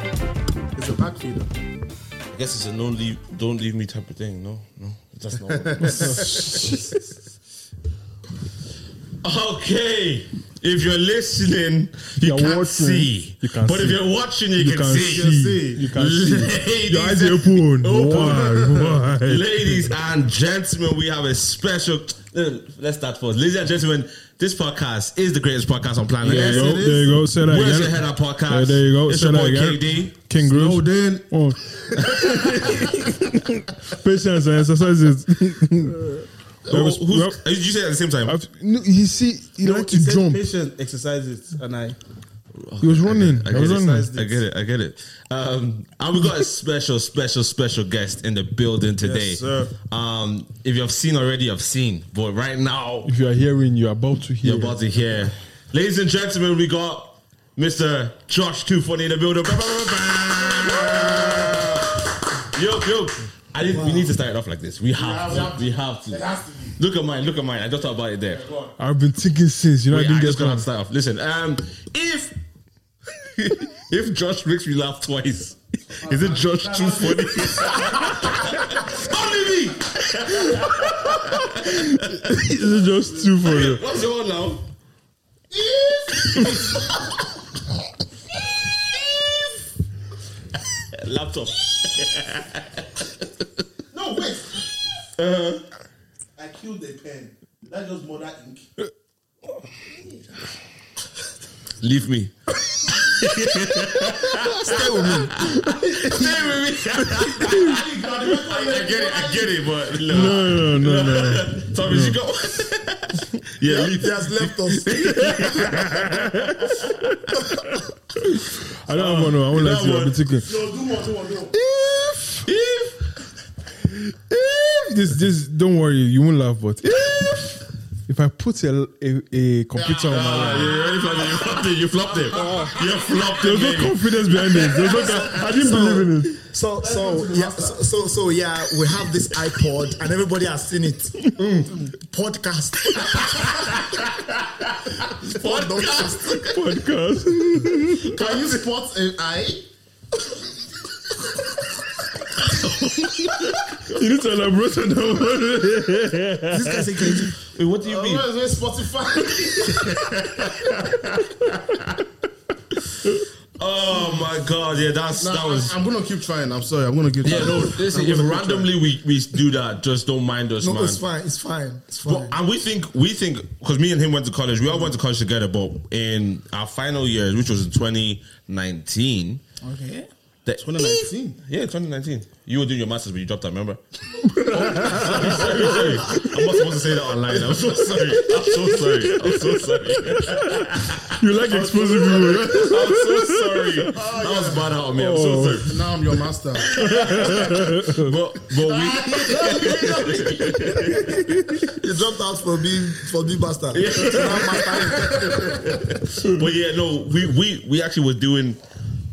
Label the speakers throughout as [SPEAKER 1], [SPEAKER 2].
[SPEAKER 1] He's a backfeeder.
[SPEAKER 2] I guess it's a don't leave, don't leave me type of thing. No, no, that's not.
[SPEAKER 3] Okay. If you're listening, you
[SPEAKER 4] You're
[SPEAKER 3] can't
[SPEAKER 4] watching,
[SPEAKER 3] see.
[SPEAKER 4] you can
[SPEAKER 3] but if
[SPEAKER 4] see.
[SPEAKER 3] you're watching, you, can, see.
[SPEAKER 1] see.
[SPEAKER 4] You can see.
[SPEAKER 3] Ladies,
[SPEAKER 4] Your eyes are open. Oh, Why? Why?
[SPEAKER 3] ladies and gentlemen, we have a special. uh, Let's start first. Ladies and gentlemen, this podcast is the greatest podcast on planet
[SPEAKER 4] There
[SPEAKER 3] Earth.
[SPEAKER 4] you go.
[SPEAKER 1] it is.
[SPEAKER 4] There you go. Say that
[SPEAKER 3] Where's your
[SPEAKER 4] again.
[SPEAKER 3] head up podcast?
[SPEAKER 4] Yeah, there you go.
[SPEAKER 3] It's
[SPEAKER 4] Say
[SPEAKER 3] your
[SPEAKER 4] that
[SPEAKER 3] boy
[SPEAKER 4] again.
[SPEAKER 3] KD.
[SPEAKER 4] King Groove.
[SPEAKER 1] Oh, then
[SPEAKER 4] Oh. Patience and exercises.
[SPEAKER 3] Who-
[SPEAKER 4] Who's,
[SPEAKER 3] who's- uh, you say it at the same time.
[SPEAKER 4] he see, he like to jump.
[SPEAKER 1] Patient exercises, and I.
[SPEAKER 4] He was running.
[SPEAKER 3] I
[SPEAKER 4] I
[SPEAKER 3] get,
[SPEAKER 4] was running.
[SPEAKER 3] it. I get it. I get it. Um, and we got a special, special, special guest in the building today.
[SPEAKER 1] sir.
[SPEAKER 3] Um, if you've seen already, you've seen. But right now,
[SPEAKER 4] If you are hearing, you are about to hear.
[SPEAKER 3] you're about to hear. Ladies and gentlemen, we got Mr. Josh 240 in the building. Bah, bah, bah, bah. Yo, yo. I didn't, We need to start it off like this. We have, to. We have to.
[SPEAKER 1] It has to be.
[SPEAKER 3] Look at mine. Look at mine. I just thought about it there.
[SPEAKER 4] I've been thinking since. You know,
[SPEAKER 3] Wait,
[SPEAKER 4] I
[SPEAKER 3] I
[SPEAKER 4] didn't
[SPEAKER 3] just
[SPEAKER 4] get
[SPEAKER 3] gonna have to
[SPEAKER 4] that.
[SPEAKER 3] start off. Listen, um, if if Josh makes me laugh twice,
[SPEAKER 1] Oh,
[SPEAKER 3] is it Josh too funny? Only me.
[SPEAKER 4] This is just too for you.
[SPEAKER 3] What's your one now? Laptop.
[SPEAKER 1] No, wait. I killed a pen. That just mother ink.
[SPEAKER 3] Leave me. Stay with me. Stay with me. I get it. I get it, but no.
[SPEAKER 4] No, no, no, no.
[SPEAKER 3] Thomas, you go. yeah, leave.
[SPEAKER 1] He has left us.
[SPEAKER 4] I don't have one. no. I won't
[SPEAKER 3] that
[SPEAKER 4] lie to you. I've been
[SPEAKER 3] one.
[SPEAKER 4] thinking.
[SPEAKER 1] No, do one, do one, do one.
[SPEAKER 4] If,
[SPEAKER 3] If
[SPEAKER 4] if this, this, don't worry, you won't laugh. But if, if I put a a, a computer on my
[SPEAKER 3] Ah,
[SPEAKER 4] lap,
[SPEAKER 3] you ready for it? You flopped it. You flopped it. You flopped
[SPEAKER 4] there's no
[SPEAKER 3] Uh-huh. it.
[SPEAKER 4] confidence behind it. There's no, con- I didn't believe in it.
[SPEAKER 5] So so yeah so, so so yeah we have this iPod and everybody has seen it. Podcast. Podcast.
[SPEAKER 4] Podcast.
[SPEAKER 5] Can you spot an eye?
[SPEAKER 4] You need to elaborate on that one.
[SPEAKER 5] This guy said, "Can you?"
[SPEAKER 3] Wait, what do you mean?
[SPEAKER 5] Where is where Spotify?
[SPEAKER 3] Oh my god! Yeah, that's that was.
[SPEAKER 1] I'm gonna keep trying. I'm sorry. I'm gonna keep
[SPEAKER 3] Yeah,
[SPEAKER 1] trying.
[SPEAKER 3] no. Listen, if randomly we, we do that, just don't mind us,
[SPEAKER 5] No,
[SPEAKER 3] man.
[SPEAKER 5] it's fine. It's fine. It's
[SPEAKER 3] But,
[SPEAKER 5] fine.
[SPEAKER 3] and we think we think because me and him went to college. We all went to college together, but in our final year, which was in 2019,
[SPEAKER 5] okay.
[SPEAKER 3] the-
[SPEAKER 1] 2019?
[SPEAKER 3] yeah, 2019. You were doing your masters, but you dropped out. Remember? sorry, sorry, sorry. I'm not supposed to say that online. I'm so sorry. I'm so sorry. I'm so sorry.
[SPEAKER 4] You like exposing people.
[SPEAKER 3] I'm so sorry. That was bad out of me. I'm so sorry.
[SPEAKER 1] Now I'm your master.
[SPEAKER 3] But, but we,
[SPEAKER 5] He dropped out for being for being bastard.
[SPEAKER 3] but yeah, no, we, we, we actually was doing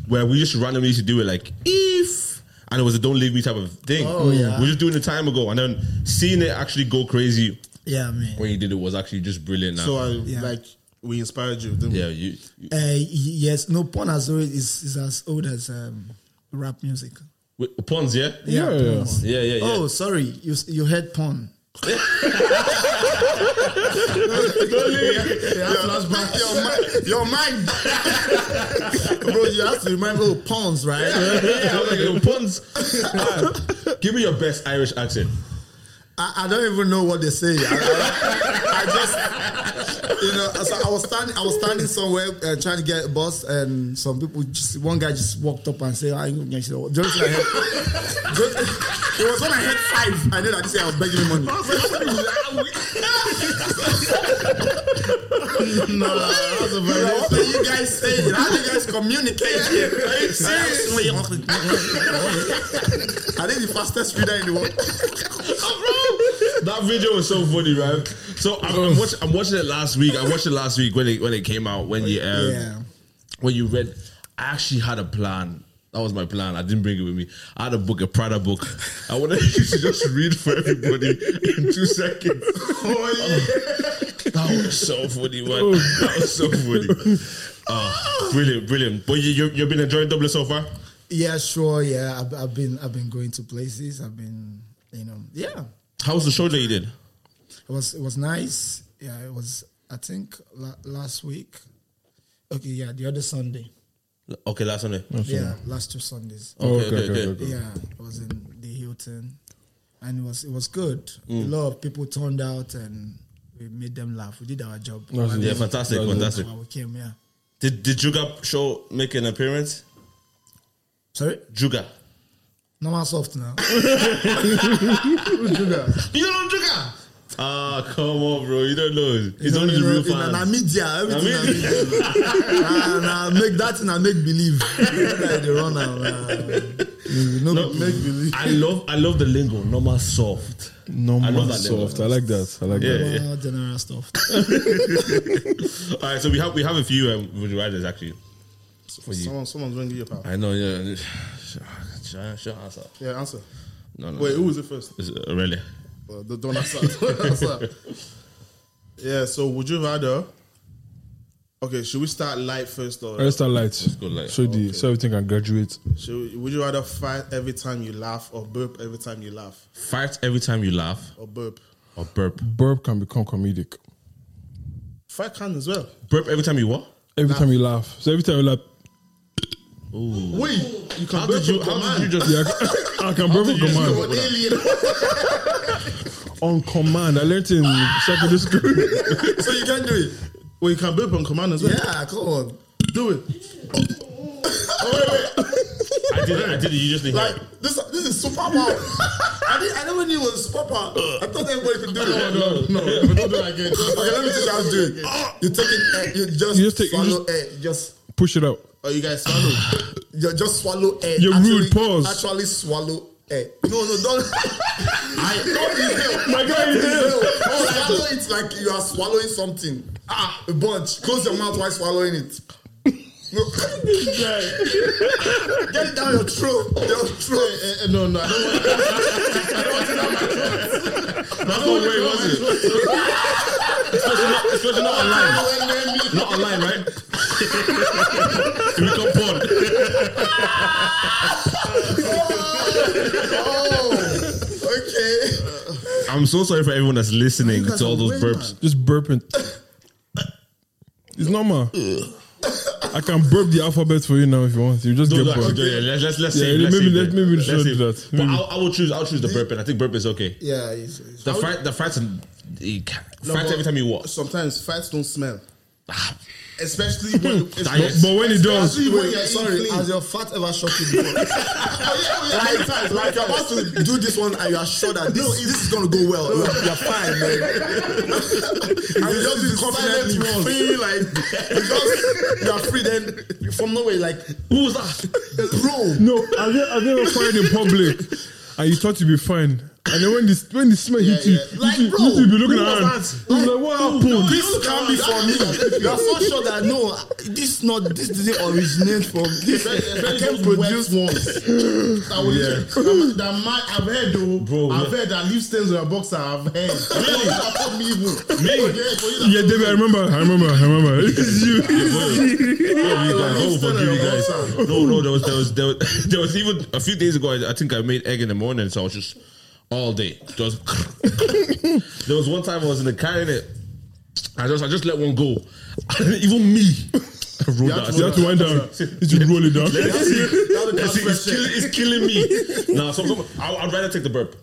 [SPEAKER 3] where we just randomly used to do it like if, and it was a don't leave me type of thing.
[SPEAKER 5] Oh, yeah.
[SPEAKER 3] We're just doing it time ago. And then seeing it actually go crazy
[SPEAKER 5] Yeah, man.
[SPEAKER 3] when you did it was actually just brilliant. Now.
[SPEAKER 1] So I
[SPEAKER 5] Yeah.
[SPEAKER 1] like we inspired you. Didn't
[SPEAKER 3] yeah, you, you-
[SPEAKER 5] Uh, y- yes, no porn as old is, is as old as um, rap music.
[SPEAKER 3] with puns, yeah?
[SPEAKER 4] Yeah, yeah.
[SPEAKER 5] porn.
[SPEAKER 3] Yeah, yeah, yeah.
[SPEAKER 5] Oh, sorry, you s- you heard porn.
[SPEAKER 1] flashback.
[SPEAKER 5] your mind, your mind. bro. You have to remember oh, pawns, right?
[SPEAKER 3] I was like, yo, puns. Ah, give me your best Irish accent.
[SPEAKER 5] I, I don't even know what they say. I, I- I just, you know, so I was standing, I was standing somewhere uh, trying to get a bus, and some people, just one guy just walked up and said, "I don't know." Just like, just, it was when I had five. I know that this guy was begging me money.
[SPEAKER 1] That's a very
[SPEAKER 5] What are you guys saying? How do you guys communicate here? Are you serious? Are they the fastest reader in the world?
[SPEAKER 3] That video was so funny, right? So I'm, I'm, watch, I'm watching it last week. I watched it last week when it when it came out. When you um,
[SPEAKER 5] Yeah.
[SPEAKER 3] when you read, I actually had a plan. That was my plan. I didn't bring it with me. I had a book, a Prada book. I wanted you to just read for everybody in two seconds.
[SPEAKER 1] Oh,
[SPEAKER 3] That was so funny, man. That was so funny. Ah, brilliant, brilliant. But you, you, you've been enjoying Dublin so far?
[SPEAKER 1] yeah, sure, yeah. I've, I've been I've been going to places. I've been you know yeah.
[SPEAKER 3] How was the show that you did?
[SPEAKER 1] It was it was nice. Yeah, it was. I think la- last week. Okay, yeah, the other Sunday.
[SPEAKER 3] Okay, last Sunday.
[SPEAKER 1] Yeah, last two Sundays.
[SPEAKER 3] Okay,
[SPEAKER 4] Okay,
[SPEAKER 3] okay,
[SPEAKER 4] okay,
[SPEAKER 3] okay.
[SPEAKER 4] okay.
[SPEAKER 1] Yeah, it was in the Hilton, and it was it was good. A lot of people turned out, and we made them laugh. We did our job.
[SPEAKER 4] That's
[SPEAKER 3] Yeah, fantastic, fantastic.
[SPEAKER 1] While we came, yeah.
[SPEAKER 3] Did did Juga show make an appearance?
[SPEAKER 1] Sorry,
[SPEAKER 3] Juga.
[SPEAKER 1] normal soft now.
[SPEAKER 3] You don't know Juga? Ah, come on, bro. You don't know. It's
[SPEAKER 1] You
[SPEAKER 3] only the
[SPEAKER 1] know,
[SPEAKER 3] real
[SPEAKER 1] you know,
[SPEAKER 3] fans.
[SPEAKER 1] Na media, everything.
[SPEAKER 3] Na
[SPEAKER 1] Na media. Nah, nah, make that and I make believe. Like they run am, nah. No, make believe.
[SPEAKER 3] I love I love the lingo. Normal soft. I
[SPEAKER 4] Normal
[SPEAKER 3] love that level.
[SPEAKER 4] soft. I like that. I like
[SPEAKER 3] Yeah.
[SPEAKER 4] that.
[SPEAKER 1] Well, general stuff.
[SPEAKER 3] All right, so we have we have a few um, with the riders actually.
[SPEAKER 6] Someone, someone's going to your pal.
[SPEAKER 3] I know. Yeah. Sure, sure answer.
[SPEAKER 6] Yeah, answer.
[SPEAKER 3] No, no.
[SPEAKER 6] Wait, who was it first?
[SPEAKER 3] It's, uh, really?
[SPEAKER 6] Uh, the don't answer. Don't answer. yeah. So would you rather? Okay, should we start light first, or
[SPEAKER 4] Let's start light.
[SPEAKER 3] go light.
[SPEAKER 4] So the so everything can graduate.
[SPEAKER 6] should we- would you rather fight every time you laugh, or burp every time you laugh,
[SPEAKER 3] Fight every time you laugh
[SPEAKER 6] or burp?
[SPEAKER 3] or burp.
[SPEAKER 4] Burp can become comedic.
[SPEAKER 6] Fight can as well.
[SPEAKER 3] Burp every time you what?
[SPEAKER 4] Every time you laugh. So every time you laugh,
[SPEAKER 6] Wait, you can
[SPEAKER 3] How
[SPEAKER 6] burp
[SPEAKER 3] did you?
[SPEAKER 6] on
[SPEAKER 3] How
[SPEAKER 6] command.
[SPEAKER 3] did you just?
[SPEAKER 4] yeah, I can burp on command.
[SPEAKER 6] You're an alien.
[SPEAKER 4] On command. I learned in secondary school.
[SPEAKER 1] so you can do it.
[SPEAKER 6] Well, you can burp on command as well.
[SPEAKER 1] Yeah, come on.
[SPEAKER 6] Do it.
[SPEAKER 3] I did it. I did it. You just didn't
[SPEAKER 1] Like
[SPEAKER 3] hear.
[SPEAKER 1] this, this is superpower. I, didn't, I never knew it was superpower. I thought everybody could do it. No, no, no.
[SPEAKER 6] Don't do that again.
[SPEAKER 1] Okay, let me teach you how to do it. You take it. You just,
[SPEAKER 4] You just take- you
[SPEAKER 1] swallow air. Just
[SPEAKER 4] Push it out.
[SPEAKER 6] Oh, you guys swallow.
[SPEAKER 1] you just swallow air.
[SPEAKER 4] You're
[SPEAKER 1] Actually-
[SPEAKER 4] rude, pause.
[SPEAKER 1] Actually, swallow air. No, no, don't. I don't inhale.
[SPEAKER 4] My guy
[SPEAKER 1] Don't Oh,
[SPEAKER 4] is here.
[SPEAKER 1] inhale. swallow it like you are swallowing something. Ah, a bunch. Close your mouth while swallowing it. No. Get it down your throat. Your throat.
[SPEAKER 6] Eh, eh, no, no, I don't want.
[SPEAKER 3] That's not where it was. it? Especially not, especially not online. Not online, right? it become porn.
[SPEAKER 1] Oh. Okay.
[SPEAKER 3] I'm so sorry for everyone that's listening
[SPEAKER 6] guys
[SPEAKER 3] to all
[SPEAKER 6] are
[SPEAKER 3] those
[SPEAKER 6] weird,
[SPEAKER 3] burps.
[SPEAKER 4] Just burping. It's normal. I can burp the alphabet for you now if you want. You just
[SPEAKER 3] No,
[SPEAKER 4] get
[SPEAKER 3] no,
[SPEAKER 4] burped.
[SPEAKER 3] actually, yeah, let's let's let's
[SPEAKER 4] Yeah,
[SPEAKER 3] save. Let's
[SPEAKER 4] maybe-
[SPEAKER 3] save
[SPEAKER 4] let-
[SPEAKER 3] that.
[SPEAKER 4] maybe we should
[SPEAKER 3] save.
[SPEAKER 4] do that.
[SPEAKER 3] But
[SPEAKER 4] Maybe.
[SPEAKER 3] I'll, I will choose. I'll choose the burping. I think burp is okay.
[SPEAKER 1] Yeah, it's, it's,
[SPEAKER 3] The fight, the fights, and the
[SPEAKER 6] but-
[SPEAKER 3] fights every time you Ah, walk.
[SPEAKER 6] Sometimes fats don't smell, especially when.
[SPEAKER 3] Diet.
[SPEAKER 4] But when it does,
[SPEAKER 6] Especially when
[SPEAKER 1] wait,
[SPEAKER 6] you're eating
[SPEAKER 1] sorry,
[SPEAKER 6] clean.
[SPEAKER 1] has your fat ever shot you before?
[SPEAKER 6] Oh, yeah, oh, yeah,
[SPEAKER 1] like, like you're about to do this one and you are sure that this, this is gonna go well. You're, you're fine, man. and you just be confidently free, like because you're free then from nowhere, like
[SPEAKER 3] Who was that?
[SPEAKER 1] bro.
[SPEAKER 4] no. I've never, I've never fired in public, and you thought you'd be fine. And then when this when the smell hit you,
[SPEAKER 6] yeah.
[SPEAKER 4] you
[SPEAKER 1] Like,
[SPEAKER 4] two- you
[SPEAKER 1] bro,
[SPEAKER 4] two be looking
[SPEAKER 1] who was
[SPEAKER 4] around.
[SPEAKER 1] that?
[SPEAKER 4] You be like, what happened?
[SPEAKER 1] This can't be for me. You are so sure that no, this not this didn't originate from this. I can't produce
[SPEAKER 6] ones. That will that, that might I've heard though.
[SPEAKER 3] Bro, yeah.
[SPEAKER 6] I've heard that leave stains on your boxer. I've heard. Really? That put me evil. Okay, for you that
[SPEAKER 4] Yeah, David, I remember. I remember. I remember. It's you.
[SPEAKER 3] Yeah, you guys,
[SPEAKER 6] you
[SPEAKER 3] oh,
[SPEAKER 6] still
[SPEAKER 3] forgive you
[SPEAKER 6] in
[SPEAKER 3] guys.
[SPEAKER 6] the
[SPEAKER 3] No, no, there was, there was, there was, there was even a few days ago. I, I think I made egg in the morning, so I was just all day. Just there was one time I was in the car in it. I just, I just let one go. even me, I rolled out. I
[SPEAKER 4] You
[SPEAKER 6] to
[SPEAKER 3] said,
[SPEAKER 4] have to wind down. You roll it down.
[SPEAKER 3] "It's- it's, killing, it's killing me. Nah, so come- I, I'd rather take the burp.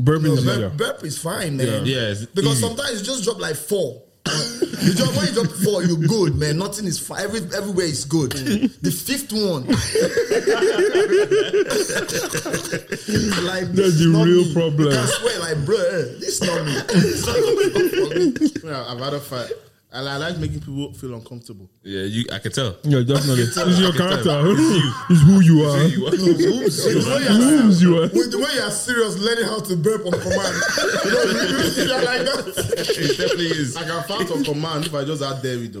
[SPEAKER 4] Burp in the media.
[SPEAKER 1] Burp, burp is fine, man.
[SPEAKER 3] Yeah. Yeah, it's
[SPEAKER 1] because
[SPEAKER 3] easy.
[SPEAKER 1] sometimes you just drop like four. you drop when you drop four, you're good, man. Nothing is fine. Every, everywhere is good.
[SPEAKER 3] Mm.
[SPEAKER 1] the fifth one, like
[SPEAKER 4] That's
[SPEAKER 1] this
[SPEAKER 4] the
[SPEAKER 1] not
[SPEAKER 4] real
[SPEAKER 1] me.
[SPEAKER 4] problem.
[SPEAKER 1] I swear, like bro, eh, this not me. This not for me.
[SPEAKER 6] Yeah, I've had a fight. And I like making people feel uncomfortable.
[SPEAKER 3] Yeah, you, I can tell.
[SPEAKER 4] Yeah, definitely. It's your character. It's who you are.
[SPEAKER 3] You- Oops, you-
[SPEAKER 4] Whom you are.
[SPEAKER 1] With the way you are serious, learning how to burp on command. you know, you really feel like that.
[SPEAKER 3] it definitely is.
[SPEAKER 6] I can fight on command if I just add dairy though.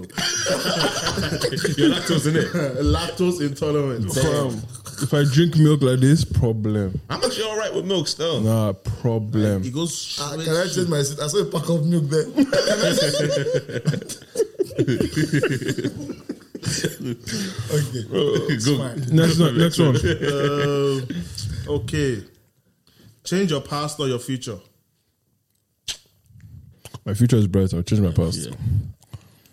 [SPEAKER 3] You're lactose in it.
[SPEAKER 6] Lactose intolerant.
[SPEAKER 4] Fam, If I drink milk like this, problem.
[SPEAKER 3] I'm actually all right with milk still.
[SPEAKER 4] Nah, problem.
[SPEAKER 6] It goes
[SPEAKER 1] Ah,
[SPEAKER 6] straight.
[SPEAKER 1] can I change my seat? I saw a pack of milk there.
[SPEAKER 5] Okay. It's fine.
[SPEAKER 4] Next one. Next one.
[SPEAKER 6] Uh, okay. Change your past or your future.
[SPEAKER 4] My future is bright. I'll change my past.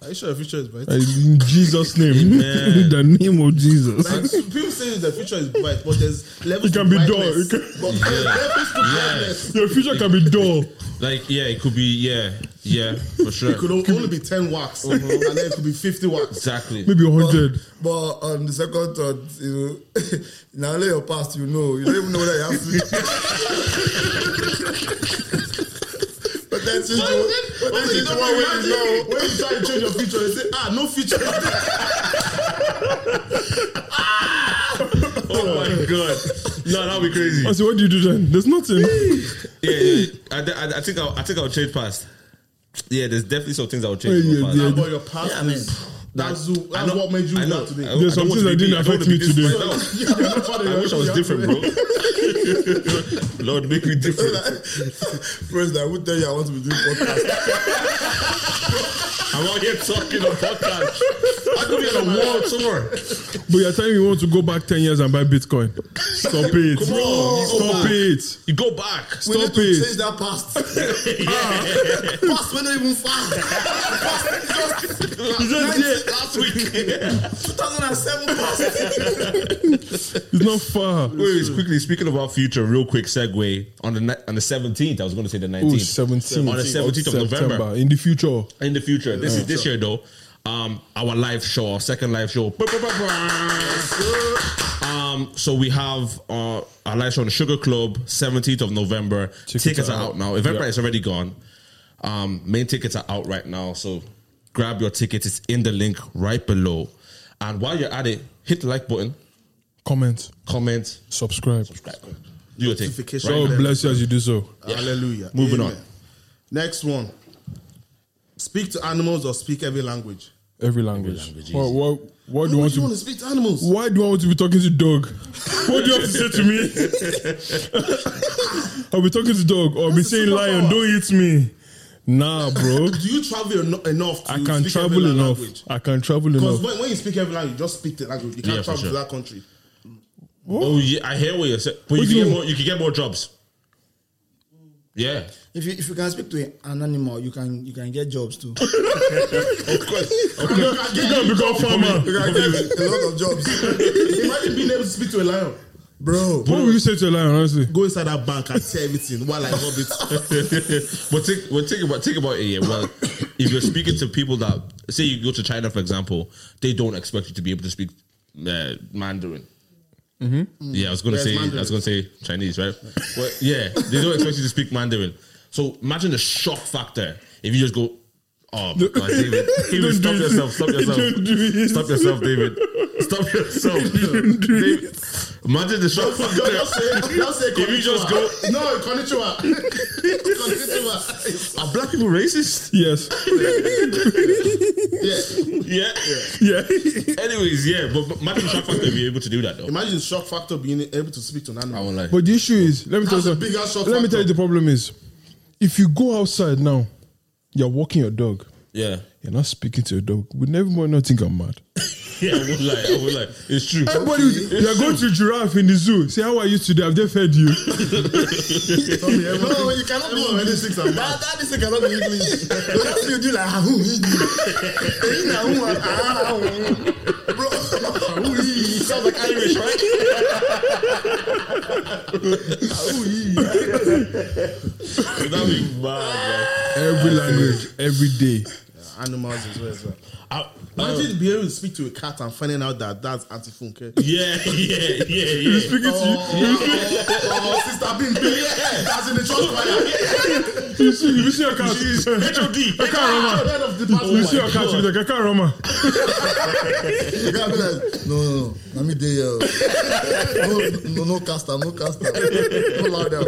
[SPEAKER 6] Are you sure your future is bright?
[SPEAKER 4] I- In Jesus' name. In the name of Jesus.
[SPEAKER 6] Like, people say the future is bright, but there's levels
[SPEAKER 4] It can
[SPEAKER 6] to
[SPEAKER 4] be dull.
[SPEAKER 6] brightness.
[SPEAKER 4] It can-
[SPEAKER 6] But there's levels to brightness.
[SPEAKER 4] Your future can be dull.
[SPEAKER 3] Like, yeah, it could be, yeah, yeah, for sure.
[SPEAKER 6] It could o- only be 10 watts,
[SPEAKER 3] Uh-huh.
[SPEAKER 6] and then it could be 50 watts.
[SPEAKER 3] Exactly.
[SPEAKER 4] Maybe 100.
[SPEAKER 5] But on the second thought, you know, now only your past, you know, you don't even know whether you have future. but that's just but that's
[SPEAKER 6] You
[SPEAKER 5] just
[SPEAKER 6] know,
[SPEAKER 5] one way
[SPEAKER 6] imagine
[SPEAKER 5] to know.
[SPEAKER 6] When you try to change your future, they say, ah, no future.
[SPEAKER 3] Oh my god. No, that'll be crazy.
[SPEAKER 4] I said, what do you do then? There's nothing.
[SPEAKER 3] Yeah, yeah. I, I, I think I'll, I think I'll change past. Yeah, there's definitely some things I'll change.
[SPEAKER 4] Yeah,
[SPEAKER 3] about past.
[SPEAKER 4] yeah.
[SPEAKER 6] Nah, but your past is, that's, who- that's
[SPEAKER 3] know-
[SPEAKER 6] what made you
[SPEAKER 3] I know-
[SPEAKER 6] here today.
[SPEAKER 3] I- I
[SPEAKER 4] There's some
[SPEAKER 3] don't want to be
[SPEAKER 4] things that didn't
[SPEAKER 3] me. I don't
[SPEAKER 4] affect
[SPEAKER 3] wanna
[SPEAKER 4] me
[SPEAKER 3] be this
[SPEAKER 4] today.
[SPEAKER 3] right now.
[SPEAKER 6] Yeah, you're part
[SPEAKER 3] I
[SPEAKER 6] of your-
[SPEAKER 3] wish I was
[SPEAKER 6] you're-
[SPEAKER 3] different, bro. Lord, make me different.
[SPEAKER 5] First, I would tell you I want to be doing podcast.
[SPEAKER 3] I'm out here talking on podcast. I could be on a world tour.
[SPEAKER 4] But you're telling me you want to go back 10 years and buy Bitcoin. Stop it.
[SPEAKER 3] Come on,
[SPEAKER 4] Stop it.
[SPEAKER 3] You go back.
[SPEAKER 5] We need
[SPEAKER 4] Stop
[SPEAKER 5] to change
[SPEAKER 4] it.
[SPEAKER 5] that past. Ah, past we don't even find. Past is just
[SPEAKER 3] Just yeah, last week. Wait,
[SPEAKER 5] 2007 past.
[SPEAKER 4] It's not far.
[SPEAKER 3] wait, quickly speaking about future, real quick segue on the ni- on the 17th. I was going to say the 19th.
[SPEAKER 4] Ooh, 17th.
[SPEAKER 3] On the 17th of November.
[SPEAKER 4] September. In the future.
[SPEAKER 3] in the future. This is this year though. Um, our live show, our second live show. Ba, ba, ba, ba. Um, so we have uh, our live show on the Sugar Club, 17th of November. Tickets, are out, now. Eventbrite is already gone. Um, main tickets are out right now. So grab your tickets. It's in the link right below. And while you're at it, hit the like button,
[SPEAKER 4] Comment.
[SPEAKER 3] comment,
[SPEAKER 4] Subscribe.
[SPEAKER 3] subscribe. Do your thing.
[SPEAKER 6] Notification.
[SPEAKER 3] Right?
[SPEAKER 4] God bless you as you do so.
[SPEAKER 6] Hallelujah.
[SPEAKER 3] Moving on.
[SPEAKER 6] Next one. Speak to animals or speak every language.
[SPEAKER 4] Every language. what, what, what do you want
[SPEAKER 6] Why would you
[SPEAKER 4] to
[SPEAKER 6] want to speak to animals?
[SPEAKER 4] Why do I want to be talking to dog? What do you have to say to me? I'll be talking to dog or I'll be
[SPEAKER 6] That's a
[SPEAKER 4] saying lion,
[SPEAKER 6] superpower.
[SPEAKER 4] don't eat me. Nah, bro.
[SPEAKER 6] Do you travel eno- enough? To
[SPEAKER 4] I can
[SPEAKER 6] speak
[SPEAKER 4] travel
[SPEAKER 6] every
[SPEAKER 4] enough.
[SPEAKER 6] language?
[SPEAKER 4] I can travel
[SPEAKER 6] Because
[SPEAKER 4] enough.
[SPEAKER 6] when, when you speak every language, you just speak the language. You can't
[SPEAKER 3] Yeah, for
[SPEAKER 6] travel to
[SPEAKER 3] sure.
[SPEAKER 6] that country.
[SPEAKER 3] Oh, yeah, I hear what you're saying. But you
[SPEAKER 4] What
[SPEAKER 3] can,
[SPEAKER 4] do
[SPEAKER 3] get
[SPEAKER 4] you-
[SPEAKER 3] more, you can get more jobs. Yeah.
[SPEAKER 5] If you if you can speak to an animal, you can you can get jobs too.
[SPEAKER 4] You gotta become farmer.
[SPEAKER 5] You can get a lot of jobs,
[SPEAKER 6] Imagine being able to speak to a lion.
[SPEAKER 5] bro.
[SPEAKER 4] What will you say to a lion, honestly?
[SPEAKER 6] Go inside that bank and see everything while I rub it.
[SPEAKER 3] but think, well, think about think about it. Yeah, well, if you're speaking to people that say you go to China, for example, they don't expect you to be able to speak uh, Mandarin. Yeah, I was gonna
[SPEAKER 6] Where's
[SPEAKER 3] say I
[SPEAKER 6] Mandarin?
[SPEAKER 3] was gonna say Chinese, right? Well, yeah, they don't expect you to speak Mandarin. So imagine the shock factor if you just go, oh, my God, David, David, stop yourself, stop yourself.
[SPEAKER 4] Don't do it.
[SPEAKER 3] Stop yourself, David. Stop yourself. David. Imagine the
[SPEAKER 6] Oh
[SPEAKER 3] shock factor.
[SPEAKER 6] Just say- just say
[SPEAKER 3] If you just go,
[SPEAKER 6] konnichiwa. No, konnichiwa. konnichiwa.
[SPEAKER 3] are black people racist?
[SPEAKER 4] Yes.
[SPEAKER 6] Yeah.
[SPEAKER 3] yeah.
[SPEAKER 4] Yeah.
[SPEAKER 3] Anyways, yeah, but but imagine Shock Factor be able to do that though.
[SPEAKER 6] Imagine the shock factor being able to speak to an
[SPEAKER 3] I
[SPEAKER 6] animal.
[SPEAKER 3] won't lie.
[SPEAKER 4] But the issue is, let me tell you.
[SPEAKER 6] That's a
[SPEAKER 4] something.
[SPEAKER 6] big ass shock
[SPEAKER 4] Let me tell you the
[SPEAKER 6] factor.
[SPEAKER 4] problem is, if you go outside now, you're walking your dog.
[SPEAKER 3] yeah,
[SPEAKER 4] You're not speaking to your dog. Would everyone not think I'm mad?
[SPEAKER 3] yeah, I won't lie. I won't lie. It's true.
[SPEAKER 4] Everybody, was- you're going to giraffe in the zoo. Say, how are you today? Have they fed you?
[SPEAKER 5] No, you cannot do
[SPEAKER 6] Everyone thinks I'm
[SPEAKER 5] That, that is cannot be English. What you do like ah, who he do? Eh, na who ah, ah, who. Bro, ah, who he? Sounds like Irish, right?
[SPEAKER 3] That'd be mad,
[SPEAKER 4] Every language, every day.
[SPEAKER 6] Animals as well. As well.
[SPEAKER 3] bro. uh,
[SPEAKER 6] Imagine being able to speak to a cat and finding out that that's antifunke.
[SPEAKER 3] Yeah, yeah, yeah, yeah.
[SPEAKER 4] Speaking to you,
[SPEAKER 5] uh,
[SPEAKER 6] oh, sister being that's in the church choir.
[SPEAKER 4] you see, you see your cat. I can't remember.
[SPEAKER 6] Head of department.
[SPEAKER 4] You see your cat. You're like, I can't remember.
[SPEAKER 5] You can't be like, no, no, no. Let me dey here. No, no, no caster, no caster. No louder.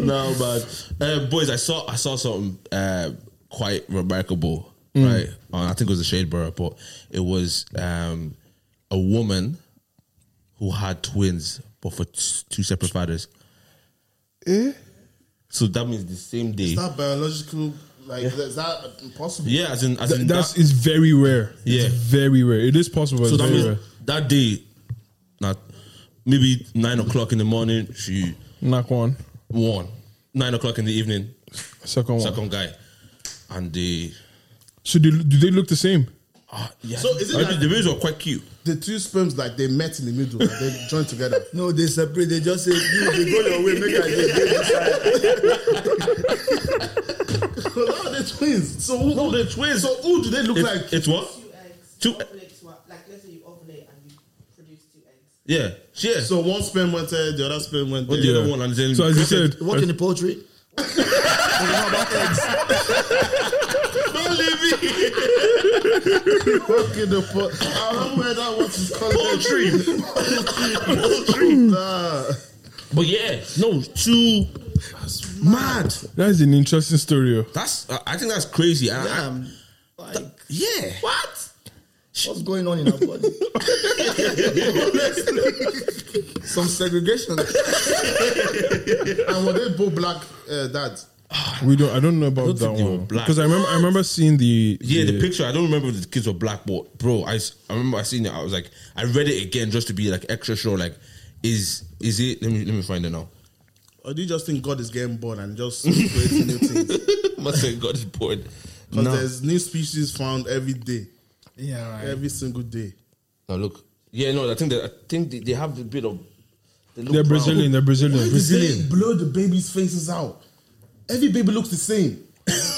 [SPEAKER 3] No, but uh, boys, I saw I saw something uh, quite remarkable,
[SPEAKER 4] Mm.
[SPEAKER 3] right? Uh, I think it was the Shade Borough, but it was um, a woman who had twins, but for t- two separate fathers.
[SPEAKER 4] Eh?
[SPEAKER 3] So that means the same day.
[SPEAKER 6] That biological Like, is that impossible?
[SPEAKER 3] Yeah, as in, as in
[SPEAKER 4] That's
[SPEAKER 3] that,
[SPEAKER 4] it's very rare.
[SPEAKER 3] Yeah.
[SPEAKER 4] it's very rare. It is possible. but
[SPEAKER 3] so
[SPEAKER 4] it's
[SPEAKER 3] that
[SPEAKER 4] very
[SPEAKER 3] means
[SPEAKER 4] rare.
[SPEAKER 3] that day, not maybe nine o'clock in the morning, she
[SPEAKER 4] Knock one,
[SPEAKER 3] won. Nine o'clock in the evening,
[SPEAKER 4] second one.
[SPEAKER 3] second guy, and they.
[SPEAKER 4] So do, do they look the same?
[SPEAKER 3] Ah, yeah.
[SPEAKER 6] So is it
[SPEAKER 3] I
[SPEAKER 6] that-
[SPEAKER 3] think the waves were quite cute.
[SPEAKER 6] The two sperms, like, they met in the middle. like, they joined together.
[SPEAKER 5] No, they separate. They just say, you, they go your way, make I dey dey this side."
[SPEAKER 6] no, they're twins. So who,
[SPEAKER 3] No, they're twins.
[SPEAKER 6] So who do they look
[SPEAKER 3] It-
[SPEAKER 6] like?
[SPEAKER 3] it's what?
[SPEAKER 7] two eggs.
[SPEAKER 3] Two-
[SPEAKER 7] Two ovulates were like let's say you ovulate and you produce two eggs.
[SPEAKER 3] Yeah, yeah. So
[SPEAKER 6] so one sperm went there, Oh, the other sperm went there.
[SPEAKER 3] the other one, and then
[SPEAKER 4] So as you said,
[SPEAKER 5] Work in the poultry. They know about eggs.
[SPEAKER 6] Fucking the po- I don't know where that was is called.
[SPEAKER 3] poultry.
[SPEAKER 6] Nah.
[SPEAKER 3] but yeah, no, two.
[SPEAKER 6] Mad.
[SPEAKER 4] that is an interesting story. oh.
[SPEAKER 3] That's uh, I I think that's crazy. I- I-
[SPEAKER 5] Damn. Um, Like,
[SPEAKER 3] yeah. What?
[SPEAKER 5] what's going on in our body? Some segregation.
[SPEAKER 6] And were they both black uh, dads?
[SPEAKER 4] We don't. I don't know
[SPEAKER 3] don't
[SPEAKER 4] about
[SPEAKER 3] think
[SPEAKER 4] that
[SPEAKER 3] they were
[SPEAKER 4] one
[SPEAKER 3] black.
[SPEAKER 4] because I remember. I remember seeing the.
[SPEAKER 3] Yeah, the picture. I don't remember if the kids were black, but bro, I, s- I remember I seen it. I was like, I read it again just to be like extra sure. Like, is is it? Let me let me find it now.
[SPEAKER 6] Or do you just think God is getting bored and just creating new things? Because
[SPEAKER 3] Must say God is bored. No.
[SPEAKER 6] there's new species found every day,
[SPEAKER 5] Yeah, right.
[SPEAKER 6] every single day.
[SPEAKER 3] Now look. Yeah, no, I think that I think they, they have a bit of. They look
[SPEAKER 4] They're
[SPEAKER 3] brown.
[SPEAKER 4] Brazilian. They're Brazilian.
[SPEAKER 6] They blow the baby's faces out. Every baby looks the same.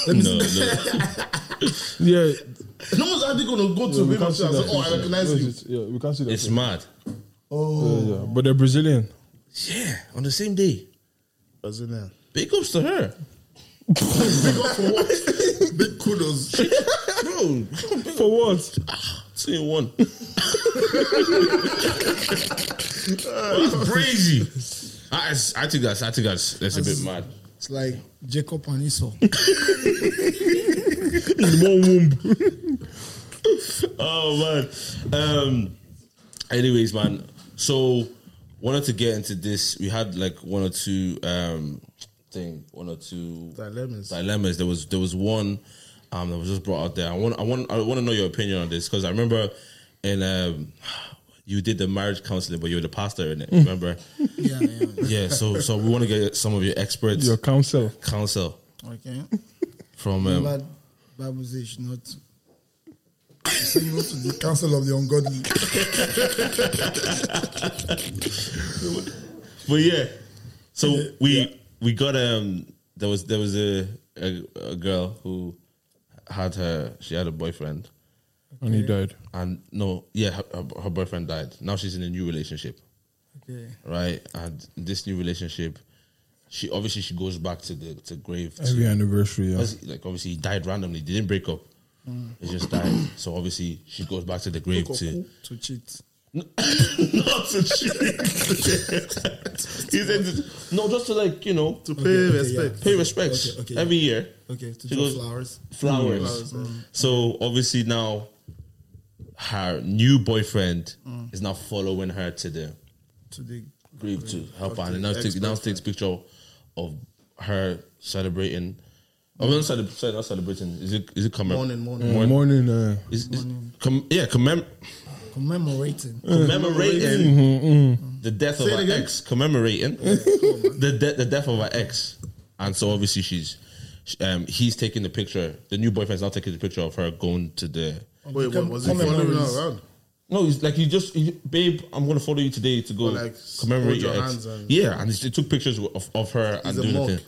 [SPEAKER 3] No, no.
[SPEAKER 4] Yeah.
[SPEAKER 6] No one's actually gonna go to a
[SPEAKER 4] we
[SPEAKER 6] baby
[SPEAKER 4] can't see
[SPEAKER 6] and say,
[SPEAKER 4] that.
[SPEAKER 6] "Oh, I recognize
[SPEAKER 4] Where
[SPEAKER 6] you."
[SPEAKER 4] is it? Yeah, we can't see that.
[SPEAKER 3] It's mad.
[SPEAKER 4] Yeah, yeah. But they're Brazilian.
[SPEAKER 3] Yeah, on the same day.
[SPEAKER 6] Brazilian.
[SPEAKER 3] Big ups to her.
[SPEAKER 6] Big kudos.
[SPEAKER 3] Bro,
[SPEAKER 4] For what?
[SPEAKER 3] Ah, two in one. crazy. I, I think that's I think that's that's a bit mad.
[SPEAKER 5] It's like Jacob and Esau.
[SPEAKER 3] Oh man. Um. Anyways, man. So wanted to get into this. We had like one or two um thing, one or two
[SPEAKER 6] Dilemmas.
[SPEAKER 3] Dilemmas. There was there was one um that was just brought out there. I want I want I want to know your opinion on this because I remember in um you did the marriage counseling, but you were the pastor in it. Remember?
[SPEAKER 5] yeah, yeah.
[SPEAKER 3] yeah. So so we want to get some of your experts
[SPEAKER 4] Your council.
[SPEAKER 3] counsel
[SPEAKER 5] Okay.
[SPEAKER 3] from um,
[SPEAKER 5] But Bible says not single to the counsel of the ungodly.
[SPEAKER 3] But yeah, so we we got um there was there was a, a a girl who had her she had a boyfriend
[SPEAKER 4] And he died.
[SPEAKER 3] and no yeah her, her, her boyfriend died now she's in a new relationship
[SPEAKER 5] Okay.
[SPEAKER 3] right and in this new relationship she obviously she goes back to the to grave to-
[SPEAKER 4] Every anniversary. Yeah.
[SPEAKER 3] because, like obviously he died randomly they didn't break up he just died so obviously she goes back to the grave to
[SPEAKER 5] To cheat.
[SPEAKER 3] not to cheat He said, no just to like you know
[SPEAKER 6] To pay
[SPEAKER 5] okay,
[SPEAKER 6] respect.
[SPEAKER 3] pay respects
[SPEAKER 5] Okay, okay,
[SPEAKER 3] every year.
[SPEAKER 5] Okay. To
[SPEAKER 3] She
[SPEAKER 5] draw
[SPEAKER 3] goes-
[SPEAKER 5] flowers.
[SPEAKER 3] Flowers.
[SPEAKER 6] Mm.
[SPEAKER 3] So obviously now her new boyfriend
[SPEAKER 5] Mm.
[SPEAKER 3] is now following her to the
[SPEAKER 5] To the
[SPEAKER 3] grave to help her. And now takes now takes picture of her celebrating. Oh, not cele- sorry, not celebrating. Is it is it commem-
[SPEAKER 6] Morning, morning.
[SPEAKER 4] Yeah, morning. Uh,
[SPEAKER 3] Is, is, com- yeah, commem-
[SPEAKER 5] commemorating.
[SPEAKER 3] commemorating the death
[SPEAKER 6] Mm-hmm, Say it
[SPEAKER 3] of her
[SPEAKER 6] again.
[SPEAKER 3] ex, commemorating the de- the death of her ex, and so obviously she's, sh- um, he's taking the picture. The new boyfriend's now taking the picture of her going to the.
[SPEAKER 6] Mm. Wait, what was he
[SPEAKER 5] Common
[SPEAKER 6] following
[SPEAKER 5] memories.
[SPEAKER 6] her around?
[SPEAKER 3] No, he's like he just, he- babe. I'm gonna follow you today to go
[SPEAKER 6] Or like,
[SPEAKER 3] commemorate
[SPEAKER 6] hold
[SPEAKER 3] your,
[SPEAKER 6] your
[SPEAKER 3] ex.
[SPEAKER 6] hands and-
[SPEAKER 3] yeah, and they took pictures of, of her and
[SPEAKER 6] a
[SPEAKER 3] doing the
[SPEAKER 6] monk.
[SPEAKER 3] thing.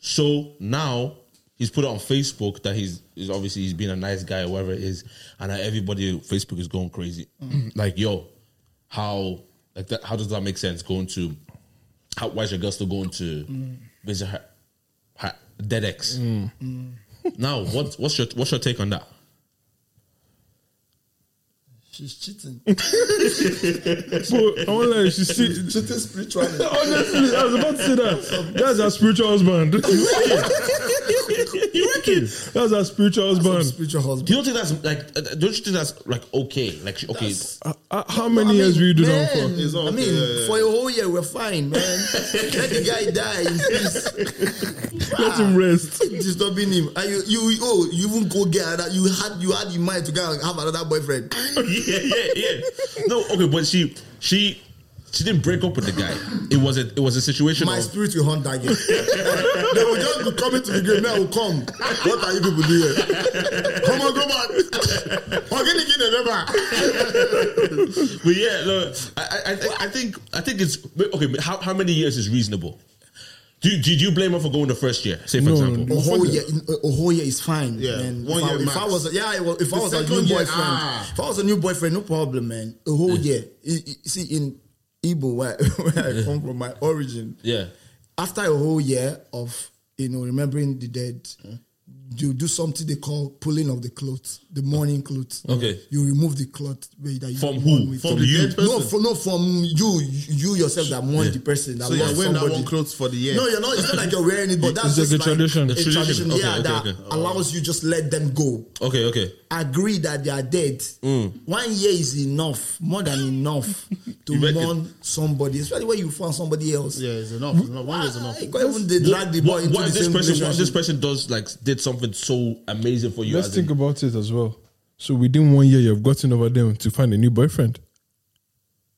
[SPEAKER 3] So now he's put it on Facebook that he's is obviously he's being a nice guy or whatever it is, and now everybody on Facebook is going crazy. like, yo, how like that? How does that make sense? Going to how, why is your girl still going to visit her, her dead ex? Now, what what's your what's your take on that?
[SPEAKER 5] She's cheating.
[SPEAKER 4] but I want like she see.
[SPEAKER 5] cheating spiritually.
[SPEAKER 4] Honestly, I was about to say that. That's our spiritual husband.
[SPEAKER 3] You reckon?
[SPEAKER 4] That's our spiritual husband.
[SPEAKER 5] spiritual husband.
[SPEAKER 3] Do you don't think that's like? uh, Don't you think that's like okay? Like she- okay,
[SPEAKER 4] Uh, uh, how many years will you do that for?
[SPEAKER 6] It's all
[SPEAKER 5] I
[SPEAKER 6] okay,
[SPEAKER 5] mean,
[SPEAKER 6] yeah, yeah.
[SPEAKER 5] for a whole year, we're fine, man. Let the guy die in peace.
[SPEAKER 4] Let him rest.
[SPEAKER 5] Disturbing him. And you, you, oh, you even go get another. You had, you had in mind to go and have another boyfriend.
[SPEAKER 3] yeah, yeah, yeah. No, okay, but she she she didn't break up with the guy. It was a it was a situation
[SPEAKER 5] My
[SPEAKER 3] of
[SPEAKER 5] spirit will hunt that guy. they will just be coming to the grave. Now will come. What are you people doing? here? Come on, go back. Again, again, remember.
[SPEAKER 3] But yeah, no, I, I, I, think, I think I think it's okay. but How, how many years is reasonable? Do you, did you blame her for going the first year? Say for
[SPEAKER 4] No,
[SPEAKER 3] example,
[SPEAKER 4] no.
[SPEAKER 5] A whole year, uh, a whole year is fine.
[SPEAKER 6] Yeah,
[SPEAKER 5] man.
[SPEAKER 6] one
[SPEAKER 5] if I,
[SPEAKER 6] year
[SPEAKER 5] if I
[SPEAKER 6] max.
[SPEAKER 5] was, yeah, I was- if I
[SPEAKER 6] The
[SPEAKER 5] was a new
[SPEAKER 6] second year,
[SPEAKER 5] boyfriend,
[SPEAKER 6] ah.
[SPEAKER 5] if I was a new boyfriend, no problem, man. A whole year. I- I- See, in Igbo, where, where I come from, my origin,
[SPEAKER 3] yeah,
[SPEAKER 5] after a whole year of you know remembering the dead,
[SPEAKER 6] Hmm.
[SPEAKER 5] you do something they call pulling of the clothes, the mourning clothes.
[SPEAKER 3] Okay.
[SPEAKER 5] you remove the cloth where that you
[SPEAKER 3] From
[SPEAKER 5] mourn
[SPEAKER 3] who?
[SPEAKER 5] with.
[SPEAKER 3] From the dead
[SPEAKER 5] No, from, no, from you, you yourself that mourn the person. That
[SPEAKER 6] So you're
[SPEAKER 5] lost
[SPEAKER 6] wearing that
[SPEAKER 5] somebody.
[SPEAKER 6] one clothes for the year.
[SPEAKER 5] No, you're not. It's not like you're wearing it, but that's
[SPEAKER 4] It's like
[SPEAKER 5] just
[SPEAKER 4] a tradition.
[SPEAKER 5] A
[SPEAKER 4] A
[SPEAKER 5] tradition,
[SPEAKER 3] tradition. Okay,
[SPEAKER 5] yeah,
[SPEAKER 3] okay,
[SPEAKER 5] that
[SPEAKER 3] okay. Oh.
[SPEAKER 5] allows you just let them go.
[SPEAKER 3] okay, okay.
[SPEAKER 5] Agree that they are dead.
[SPEAKER 3] Mm.
[SPEAKER 5] One year is enough, more than enough, to
[SPEAKER 3] reckon?
[SPEAKER 5] mourn somebody, especially when you found somebody else.
[SPEAKER 6] Yeah, it's enough. It's enough. One year is enough.
[SPEAKER 5] Why even they drag the boy
[SPEAKER 3] What,
[SPEAKER 5] into
[SPEAKER 3] what
[SPEAKER 5] the
[SPEAKER 3] if this
[SPEAKER 5] same
[SPEAKER 3] person? What if this
[SPEAKER 5] relationship?
[SPEAKER 3] person does like did something so amazing for you?
[SPEAKER 4] Let's
[SPEAKER 3] as in-
[SPEAKER 4] think about it as well. So within one year, you've gotten over them to find a new boyfriend.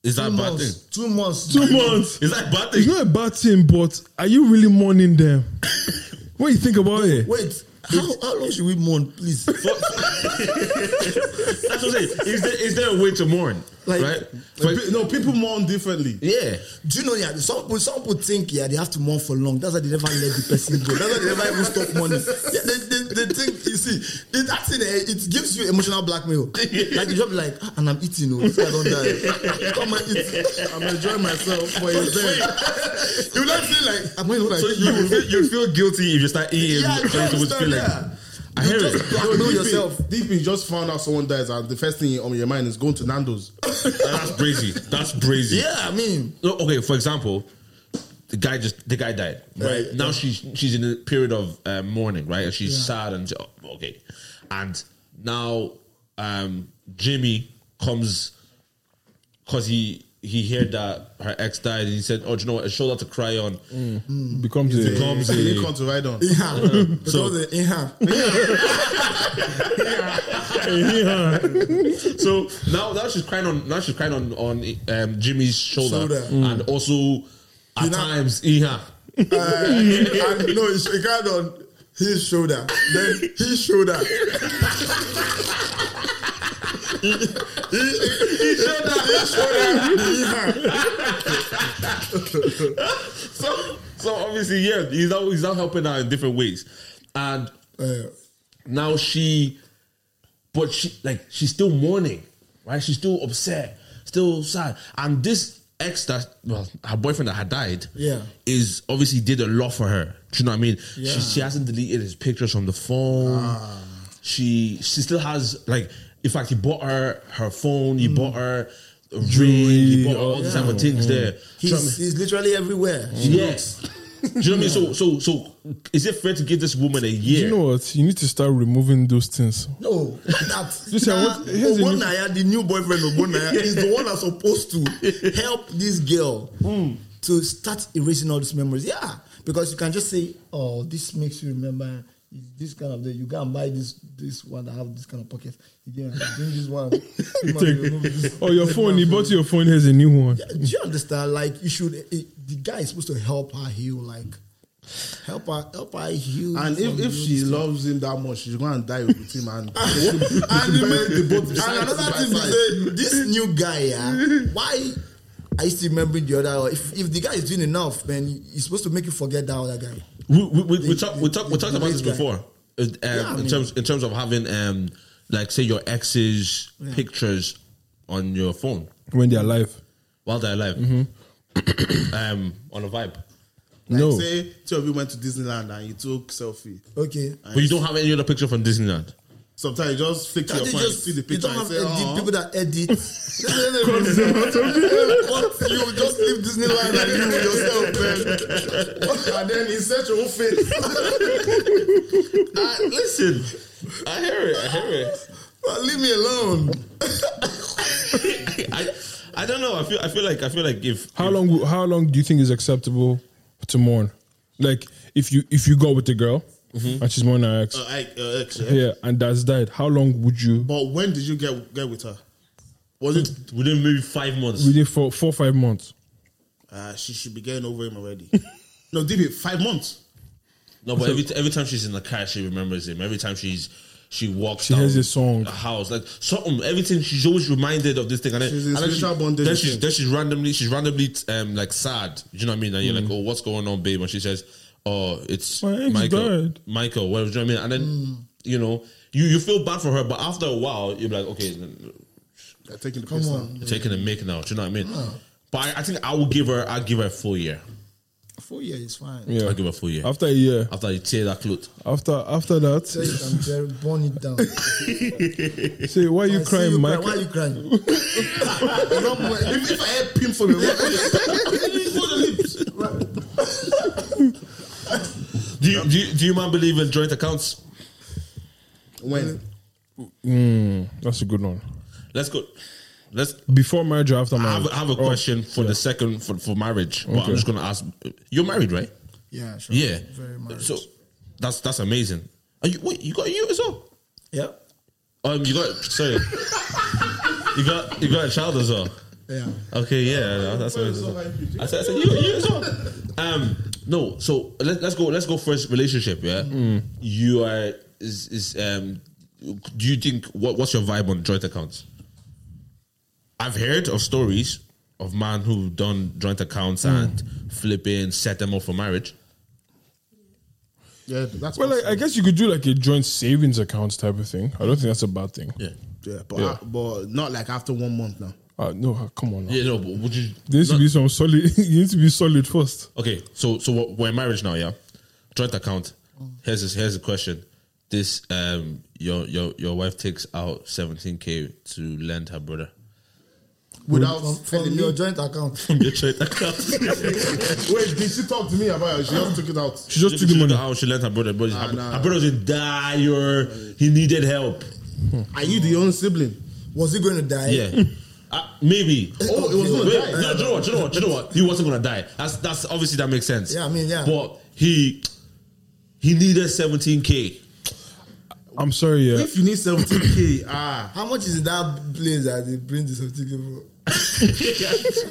[SPEAKER 3] is that a Ah,
[SPEAKER 5] Two
[SPEAKER 3] bad thing?
[SPEAKER 5] months. Two months.
[SPEAKER 4] Two months.
[SPEAKER 3] Is that a bad
[SPEAKER 4] It's
[SPEAKER 3] thing?
[SPEAKER 4] not a bad thing, but are you really mourning them? What you think about it?
[SPEAKER 5] Wait. How, how long should we mourn, please?
[SPEAKER 3] That's what I'm saying. Is there is there a way to mourn?
[SPEAKER 5] Like-
[SPEAKER 3] right?
[SPEAKER 6] Like, pe- no, people mourn differently.
[SPEAKER 3] Yeah.
[SPEAKER 5] Do you know? Yeah, some people, some people think yeah they have to mourn for long. That's why they never let the person go. That's why they never even stop mourning. Yeah, they, they, they think you see it, that thing. eh, It gives you emotional blackmail. Like you just be like, ah, and I'm eating. Oh, this guy don't die. Come and eat. I'm enjoying myself. But he's there. you not feel like am I look like
[SPEAKER 3] So you would feel, you'd feel guilty if you start eating.
[SPEAKER 5] Yeah,
[SPEAKER 3] Yeah, you
[SPEAKER 5] you
[SPEAKER 3] would feel like,
[SPEAKER 5] understand, yeah.
[SPEAKER 3] I hear it.
[SPEAKER 5] just blackmail yourself.
[SPEAKER 6] Deep in just found out someone dies, and the first thing on your mind is going to Nando's.
[SPEAKER 3] That's brazy. That's brazy.
[SPEAKER 5] Yeah, I mean,
[SPEAKER 3] No, okay, for example, the guy just the guy died. Right
[SPEAKER 5] Right,
[SPEAKER 3] now, she's she's in a period of uh, mourning. Right, and she's sad and oh, okay, and now um, Jimmy comes because he he heard that her ex died, and he said, "Oh, do you know what? A shoulder to cry on."
[SPEAKER 4] Becomes a,
[SPEAKER 3] Becomes
[SPEAKER 6] You
[SPEAKER 3] a
[SPEAKER 6] didn't come to ride on.
[SPEAKER 5] yeah.
[SPEAKER 3] So-
[SPEAKER 5] So the yeah.
[SPEAKER 3] so now now she's crying on now she's crying on on um, Jimmy's shoulder,
[SPEAKER 5] Shoulder.
[SPEAKER 3] and also at
[SPEAKER 5] know-
[SPEAKER 3] times, yeah.
[SPEAKER 5] Uh, and no, it's it got on his shoulder, then his shoulder. his shoulder, his shoulder.
[SPEAKER 3] So so obviously, yeah, he's not he's not helping her in different ways, and
[SPEAKER 5] Uh,
[SPEAKER 3] now she, but she like she's still mourning, right? She's still upset, still sad, and this ex that well her boyfriend that had died,
[SPEAKER 5] Yeah.
[SPEAKER 3] is obviously did a lot for her. Do you know what I mean?
[SPEAKER 5] Yeah. Ah.
[SPEAKER 3] She she hasn't deleted his pictures from the phone. She she still has like in fact he bought her her phone,
[SPEAKER 5] Mm.
[SPEAKER 3] he bought her. A ring, he bought her all these type of things there. Do you know what I mean?
[SPEAKER 5] he's, he's literally everywhere.
[SPEAKER 3] Yes. Do you know what I mean? So, so, so, is it fair to give this woman a
[SPEAKER 4] Do
[SPEAKER 3] year?
[SPEAKER 4] you know what? You need to start removing those things.
[SPEAKER 5] No, that's
[SPEAKER 4] Listen,
[SPEAKER 5] nah,
[SPEAKER 4] what- here's the new-
[SPEAKER 5] Obonaya, the new boyfriend of Obonaya, is the one that's supposed to help this girl
[SPEAKER 4] Hmm.
[SPEAKER 5] to start erasing all these memories. Yeah, because you can just say, "Oh, this makes you remember." This kind of day, you go and buy this this one that have this kind of pocket. Again, bring this one. You must remove this-
[SPEAKER 4] Oh, your
[SPEAKER 5] this
[SPEAKER 4] phone.
[SPEAKER 5] one
[SPEAKER 4] He
[SPEAKER 5] for
[SPEAKER 4] bought
[SPEAKER 5] you.
[SPEAKER 4] your phone. Here's a new one.
[SPEAKER 5] Do you understand? Like you should. It, the guy is supposed to help her heal. Like help her, help her heal.
[SPEAKER 6] And if,
[SPEAKER 5] from
[SPEAKER 6] if
[SPEAKER 5] those
[SPEAKER 6] she loves him that much, she's going to die with him. And
[SPEAKER 5] and, the main-
[SPEAKER 6] the both
[SPEAKER 5] and
[SPEAKER 6] side
[SPEAKER 5] another
[SPEAKER 6] by
[SPEAKER 5] thing is
[SPEAKER 6] side.
[SPEAKER 5] that this new guy, yeah, why are you still remembering the other? one? If, if the guy is doing enough, man, he's supposed to make you forget that other guy.
[SPEAKER 3] We we we, we
[SPEAKER 5] The-
[SPEAKER 3] talked we talked we
[SPEAKER 5] the-
[SPEAKER 3] talked
[SPEAKER 5] the
[SPEAKER 3] about this
[SPEAKER 5] race guy.
[SPEAKER 3] before. Uh, Um,
[SPEAKER 5] I
[SPEAKER 3] in
[SPEAKER 5] mean-
[SPEAKER 3] terms in terms of having um like say your ex's pictures on your phone
[SPEAKER 4] When they're alive.
[SPEAKER 3] while they're alive, um on a vibe,
[SPEAKER 4] no.
[SPEAKER 6] Say, two of you went to Disneyland and you took selfie.
[SPEAKER 5] Okay.
[SPEAKER 3] but you don't have any other picture from Disneyland.
[SPEAKER 6] Sometimes you just flick to your
[SPEAKER 5] you,
[SPEAKER 6] phone,
[SPEAKER 5] just,
[SPEAKER 6] see the
[SPEAKER 5] you
[SPEAKER 6] picture,
[SPEAKER 5] don't have
[SPEAKER 6] and say,
[SPEAKER 5] edit,
[SPEAKER 6] "Oh,
[SPEAKER 5] people that edit. Cut, you just leave Disneyland and you yourself, man. and then insert your own face.
[SPEAKER 3] I, listen, I hear it. I hear it.
[SPEAKER 5] But leave me alone.
[SPEAKER 3] I, I don't know. I feel. I feel like. I feel like if
[SPEAKER 4] How long? How long do you think is acceptable to mourn? Like, if you if you go with the girl and she's mourning her ex,
[SPEAKER 6] uh, I, uh, ex, yeah."
[SPEAKER 4] yeah, and that's died, how long would you?
[SPEAKER 6] But when did you get get with her? Was it
[SPEAKER 3] within maybe five months,
[SPEAKER 4] Within four four five months.
[SPEAKER 6] uh, she should be getting over him already? no, did it five months?
[SPEAKER 3] no. But every every time she's in the car, she remembers him. Every time she's she walks,
[SPEAKER 4] She hears this song.
[SPEAKER 3] the house, like something, everything. She's always reminded of this thing, and then,
[SPEAKER 6] She's in
[SPEAKER 3] and then,
[SPEAKER 6] spiritual bondage
[SPEAKER 3] then
[SPEAKER 6] with
[SPEAKER 3] she's
[SPEAKER 6] him.
[SPEAKER 3] then she's randomly she's randomly um like sad. Do you know what I mean? And you're like, oh, what's going on, babe? And she says, oh, it's
[SPEAKER 4] Mm. My ex
[SPEAKER 3] Michael.
[SPEAKER 4] died. Mm.
[SPEAKER 3] Michael, well, do you know what I mean? And then you know you you feel bad for her, but after a while, you're like, okay,
[SPEAKER 6] They're taking the piss now.
[SPEAKER 5] on.
[SPEAKER 3] taking a make now. Do you know what I mean? But I, I think I will give her. I give her a full year.
[SPEAKER 5] Four years is fine.
[SPEAKER 4] Yeah.
[SPEAKER 3] I give her a full year
[SPEAKER 4] After a year,
[SPEAKER 3] after you tear that cloth.
[SPEAKER 4] after after
[SPEAKER 5] Say
[SPEAKER 4] that,
[SPEAKER 5] it and tear- burn it down.
[SPEAKER 4] say why are you
[SPEAKER 5] I see
[SPEAKER 4] crying,
[SPEAKER 5] cry.
[SPEAKER 4] Michael?
[SPEAKER 5] Why are you crying? You don't- if, if I help him for me,
[SPEAKER 3] Do you, do you do you man believe in joint accounts?
[SPEAKER 6] When?
[SPEAKER 4] Mm, that's a good one.
[SPEAKER 3] Let's go. Let's.
[SPEAKER 4] Before marriage or after
[SPEAKER 3] I have,
[SPEAKER 4] marriage?
[SPEAKER 3] I have a question for the second for, for marriage, but
[SPEAKER 4] Okay.
[SPEAKER 3] I'm just gonna ask. You're married, right?
[SPEAKER 5] yeah, sure.
[SPEAKER 3] Yeah.
[SPEAKER 5] Very much.
[SPEAKER 3] So that's that's amazing. Are you wait? You got a you as well?
[SPEAKER 5] yeah,
[SPEAKER 3] Um, you got sorry. you got you got a child as well.
[SPEAKER 5] yeah.
[SPEAKER 3] Okay, yeah, that's amazing. I said, I said, you, you as well. Um, no, so let, let's go. Let's go first. Relationship, yeah. You are is is um. Do you think what what's your vibe on joint accounts? I've heard of stories of man who done joint accounts and flipping set them up for marriage.
[SPEAKER 6] Yeah, that's
[SPEAKER 4] Well, like, I guess you could do like a joint savings account type of thing. I don't think that's a bad thing.
[SPEAKER 3] Yeah,
[SPEAKER 6] yeah, but uh, but not like after one month now.
[SPEAKER 4] Uh, no, come on. Now.
[SPEAKER 3] yeah. No, but would you?
[SPEAKER 4] There needs to
[SPEAKER 3] not-
[SPEAKER 4] be some solid. you need to be solid first.
[SPEAKER 3] Okay, so so we're- we're in marriage now, yeah. Joint account. Here's this, here's a question. This um your your your wife takes out seventeen k to lend her brother
[SPEAKER 6] Without
[SPEAKER 5] From,
[SPEAKER 6] telling
[SPEAKER 5] from
[SPEAKER 6] me.
[SPEAKER 5] your joint account.
[SPEAKER 3] from your joint account.
[SPEAKER 6] Wait, did she talk to me about it? She just took it out.
[SPEAKER 4] She just took the money.
[SPEAKER 3] How she lent her brother, but her,
[SPEAKER 6] nah.
[SPEAKER 3] her brother was in dire. He needed help.
[SPEAKER 6] Are you the only sibling?
[SPEAKER 5] Was he going to die?
[SPEAKER 3] Yeah. Uh, maybe.
[SPEAKER 6] Oh, it was gonna
[SPEAKER 3] Wait,
[SPEAKER 6] die.
[SPEAKER 3] no, do you know what? Do you know what? Do you know what? He wasn't gonna die. That's that's obviously that makes sense.
[SPEAKER 5] Yeah, I mean, yeah.
[SPEAKER 3] But he he needed seventeen k.
[SPEAKER 4] I'm sorry. Yeah.
[SPEAKER 6] If you need seventeen k, ah,
[SPEAKER 5] How much is that place that they bring the certificate for?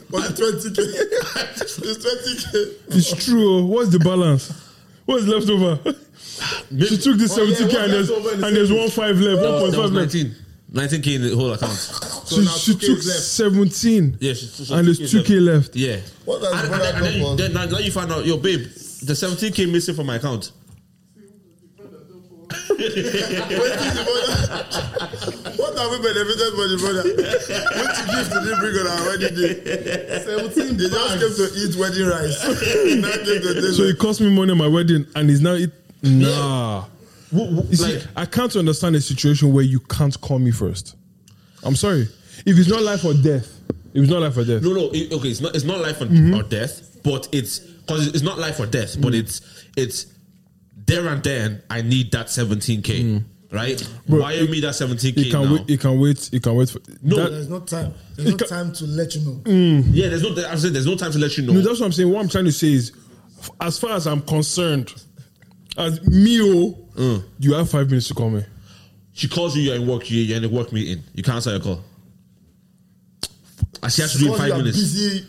[SPEAKER 5] But twenty k. It's twenty k.
[SPEAKER 4] It's true. oh. What's the balance? What's left over? she took the
[SPEAKER 6] Oh, yeah,
[SPEAKER 4] 70k and
[SPEAKER 6] what's
[SPEAKER 4] there's,
[SPEAKER 6] left over in
[SPEAKER 4] and
[SPEAKER 6] the
[SPEAKER 4] there's one five left,
[SPEAKER 3] That was,
[SPEAKER 4] 1.5
[SPEAKER 3] that was
[SPEAKER 4] left.
[SPEAKER 3] 19. 19k in the whole account.
[SPEAKER 6] so
[SPEAKER 4] she
[SPEAKER 6] now
[SPEAKER 4] she
[SPEAKER 6] 2K
[SPEAKER 4] took
[SPEAKER 6] is left.
[SPEAKER 4] 17
[SPEAKER 3] Yeah, she- she-
[SPEAKER 4] and there's 2k left.
[SPEAKER 3] Yeah.
[SPEAKER 5] What does
[SPEAKER 3] And, and,
[SPEAKER 5] brother
[SPEAKER 3] and then, you-
[SPEAKER 5] come
[SPEAKER 3] then, now you find out, yo, babe, the 17k missing from my account.
[SPEAKER 5] What have we benefited from the brother? Which gift did he bring on our wedding day? Seventeen. They just came to eat wedding rice. They now came to
[SPEAKER 4] So
[SPEAKER 5] dinner.
[SPEAKER 4] it cost me money on my wedding and it's now it. Nah. You see,
[SPEAKER 3] like-
[SPEAKER 4] I can't understand a situation where you can't call me first. I'm sorry. If it's not life or death, if it's not life or death,
[SPEAKER 3] No, no, it- okay, it's not, it's not life or,
[SPEAKER 4] Mm-hmm.
[SPEAKER 3] or death, but it's because it's not life or death, but
[SPEAKER 4] Mm.
[SPEAKER 3] it's it's there and then I need that 17k, right? Wire
[SPEAKER 4] Mm. it-
[SPEAKER 3] me that 17k
[SPEAKER 4] it can
[SPEAKER 3] now.
[SPEAKER 4] wait. It can wait. It can wait. For,
[SPEAKER 3] No,
[SPEAKER 4] that,
[SPEAKER 5] There's no time. There's no time to let you know.
[SPEAKER 3] yeah, there's no, I'm saying there's no time to let you know.
[SPEAKER 4] no, that's what I'm saying. What I'm trying to say is, f- as far as I'm concerned, as me, oh, you have five minutes to call me.
[SPEAKER 3] she calls you, you're in work, you- you're in a work meeting, you can't answer your call. And she has to do it in
[SPEAKER 5] Because you
[SPEAKER 3] five
[SPEAKER 5] are
[SPEAKER 3] minutes.
[SPEAKER 5] busy.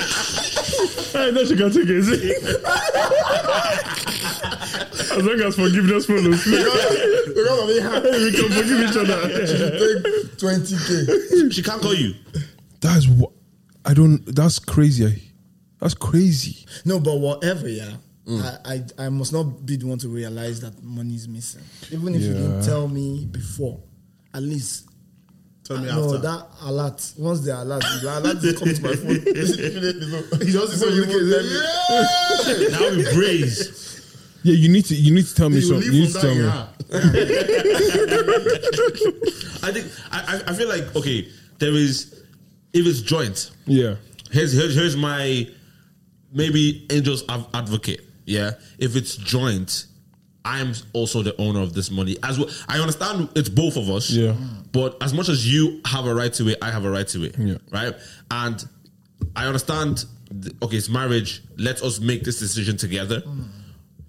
[SPEAKER 4] Hey, that you can take it. see? as long as forgiveness follows, we
[SPEAKER 5] Because of it,
[SPEAKER 4] can forgive each other.
[SPEAKER 5] take twenty k.
[SPEAKER 3] She can't call you.
[SPEAKER 4] That's what I don't. That's crazy. That's crazy.
[SPEAKER 5] No, but whatever, yeah. I, I I must not be the one to realize that money is missing. Even if you didn't
[SPEAKER 4] Yeah.
[SPEAKER 5] tell me before, at least
[SPEAKER 6] Tell me
[SPEAKER 5] no
[SPEAKER 6] after.
[SPEAKER 5] that alert. Once the alert, the alert just comes to my phone.
[SPEAKER 6] he just
[SPEAKER 5] So you won't tell me.
[SPEAKER 3] Now we braise.
[SPEAKER 4] Yeah, you need to you need to tell me
[SPEAKER 6] You
[SPEAKER 4] something. You
[SPEAKER 6] leave
[SPEAKER 4] need to tell
[SPEAKER 6] from that
[SPEAKER 4] me.
[SPEAKER 6] yeah.
[SPEAKER 3] I think I, I- I feel like okay, there is if it's joint.
[SPEAKER 4] Yeah.
[SPEAKER 3] Here's here's, here's my maybe angels av- advocate. Yeah, if it's joint, I'm also the owner of this money as well. I understand it's both of us.
[SPEAKER 4] Yeah.
[SPEAKER 3] but as much as you have a right to it, I have a right to it.
[SPEAKER 4] Yeah.
[SPEAKER 3] right. And I understand. th- Okay, it's marriage. Let us make this decision together.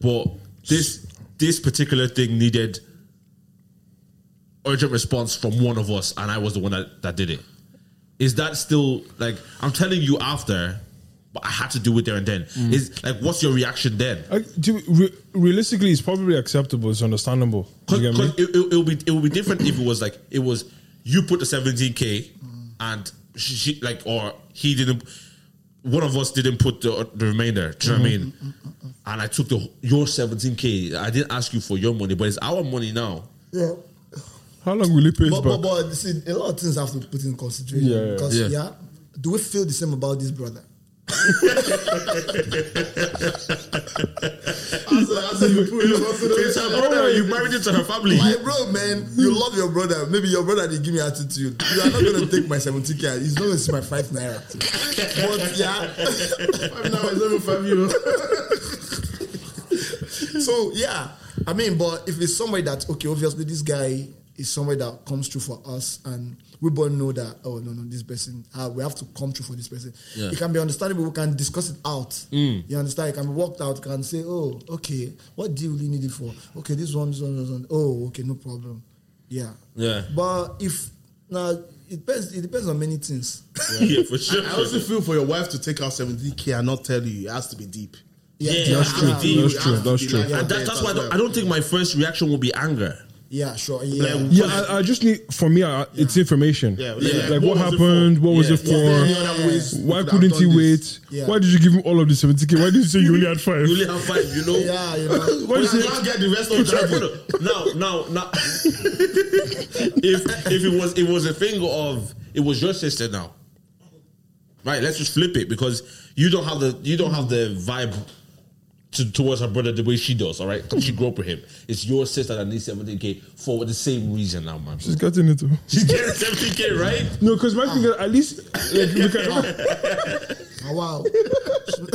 [SPEAKER 3] But this this particular thing needed urgent response from one of us, and I was the one that, that did it. Is that still like I'm telling you after, but I had to do it there and then? Is like what's your reaction then?
[SPEAKER 4] I, do, re, realistically, it's probably acceptable. It's understandable. Do you get
[SPEAKER 3] Because
[SPEAKER 4] me?
[SPEAKER 3] it, it, will be it will be different if it was like it was you put the 17k and she, she like or he didn't. One of us didn't put the, the remainder. Do you know what I mean?
[SPEAKER 4] Mm-hmm,
[SPEAKER 3] And I took the your 17k. I didn't ask you for your money, but it's our money now.
[SPEAKER 5] Yeah.
[SPEAKER 4] How long will it pay us
[SPEAKER 5] But, but,
[SPEAKER 4] back?
[SPEAKER 5] but see, a lot of things have to be put in consideration.
[SPEAKER 4] Yeah, yeah,
[SPEAKER 5] because,
[SPEAKER 3] yeah.
[SPEAKER 5] yeah. do we feel the same about this brother?
[SPEAKER 3] It's her brother. You married into her family.
[SPEAKER 5] My bro, man, you love your brother. Maybe your brother did give me attitude. You are not going to take my 70k. He's not going to see my 5 naira. But yeah.
[SPEAKER 6] Five now is even five euros.
[SPEAKER 5] so yeah, I mean, but if it's somebody that okay, obviously this guy is somebody that comes through for us, and we both know that oh no no this person ah, we have to come through for this person. It can be understandable. We can discuss it out.
[SPEAKER 3] Mm.
[SPEAKER 5] You understand? It can be worked out. You can say oh okay, what do you really need it for? Okay, this one, this one, this one. Oh okay, no problem. Yeah.
[SPEAKER 3] Yeah.
[SPEAKER 5] But if now it depends. It depends on many things.
[SPEAKER 3] yeah, for sure.
[SPEAKER 6] I also feel for your wife to take out 17k and not tell you. It has to be deep.
[SPEAKER 5] Yeah,
[SPEAKER 3] Yeah, that's
[SPEAKER 5] yeah,
[SPEAKER 3] true.
[SPEAKER 5] yeah,
[SPEAKER 3] That's
[SPEAKER 6] It
[SPEAKER 4] true,
[SPEAKER 6] has to
[SPEAKER 4] that's
[SPEAKER 6] be
[SPEAKER 4] true.
[SPEAKER 6] like
[SPEAKER 3] and that,
[SPEAKER 6] that
[SPEAKER 3] that's
[SPEAKER 6] as
[SPEAKER 3] why I don't,
[SPEAKER 6] well.
[SPEAKER 3] I don't think my first reaction will be anger.
[SPEAKER 5] Yeah, sure. Yeah.
[SPEAKER 6] Like,
[SPEAKER 4] Yeah, I, I just need for me. I, It's information.
[SPEAKER 6] Yeah,
[SPEAKER 4] like,
[SPEAKER 6] yeah.
[SPEAKER 4] what,
[SPEAKER 6] What was it
[SPEAKER 4] happened?
[SPEAKER 6] for?
[SPEAKER 4] What was
[SPEAKER 3] Yeah.
[SPEAKER 4] it for?
[SPEAKER 6] Yeah, any other ways you
[SPEAKER 4] Why
[SPEAKER 6] could have
[SPEAKER 4] couldn't
[SPEAKER 6] done
[SPEAKER 4] he
[SPEAKER 6] this?
[SPEAKER 4] wait?
[SPEAKER 5] Yeah.
[SPEAKER 4] Why did you give him all of the seventy k? Why did you say you only had five?
[SPEAKER 3] You only have five, you know.
[SPEAKER 5] yeah, you know.
[SPEAKER 3] But
[SPEAKER 4] Why you
[SPEAKER 3] you
[SPEAKER 4] say
[SPEAKER 3] can't get the rest of that. now, now, now. if if it was it was a thing of it was your sister now, right? Let's just flip it because you don't have the you don't have the vibe to, towards her brother the way she does. All right, 'Cause she grew up with him. It's your sister that needs seventeen k for the same reason now, man.
[SPEAKER 4] she's getting it? too.
[SPEAKER 3] She's getting seventeen k, right?
[SPEAKER 4] No, because my thing is at least like, we can,
[SPEAKER 5] Oh, wow.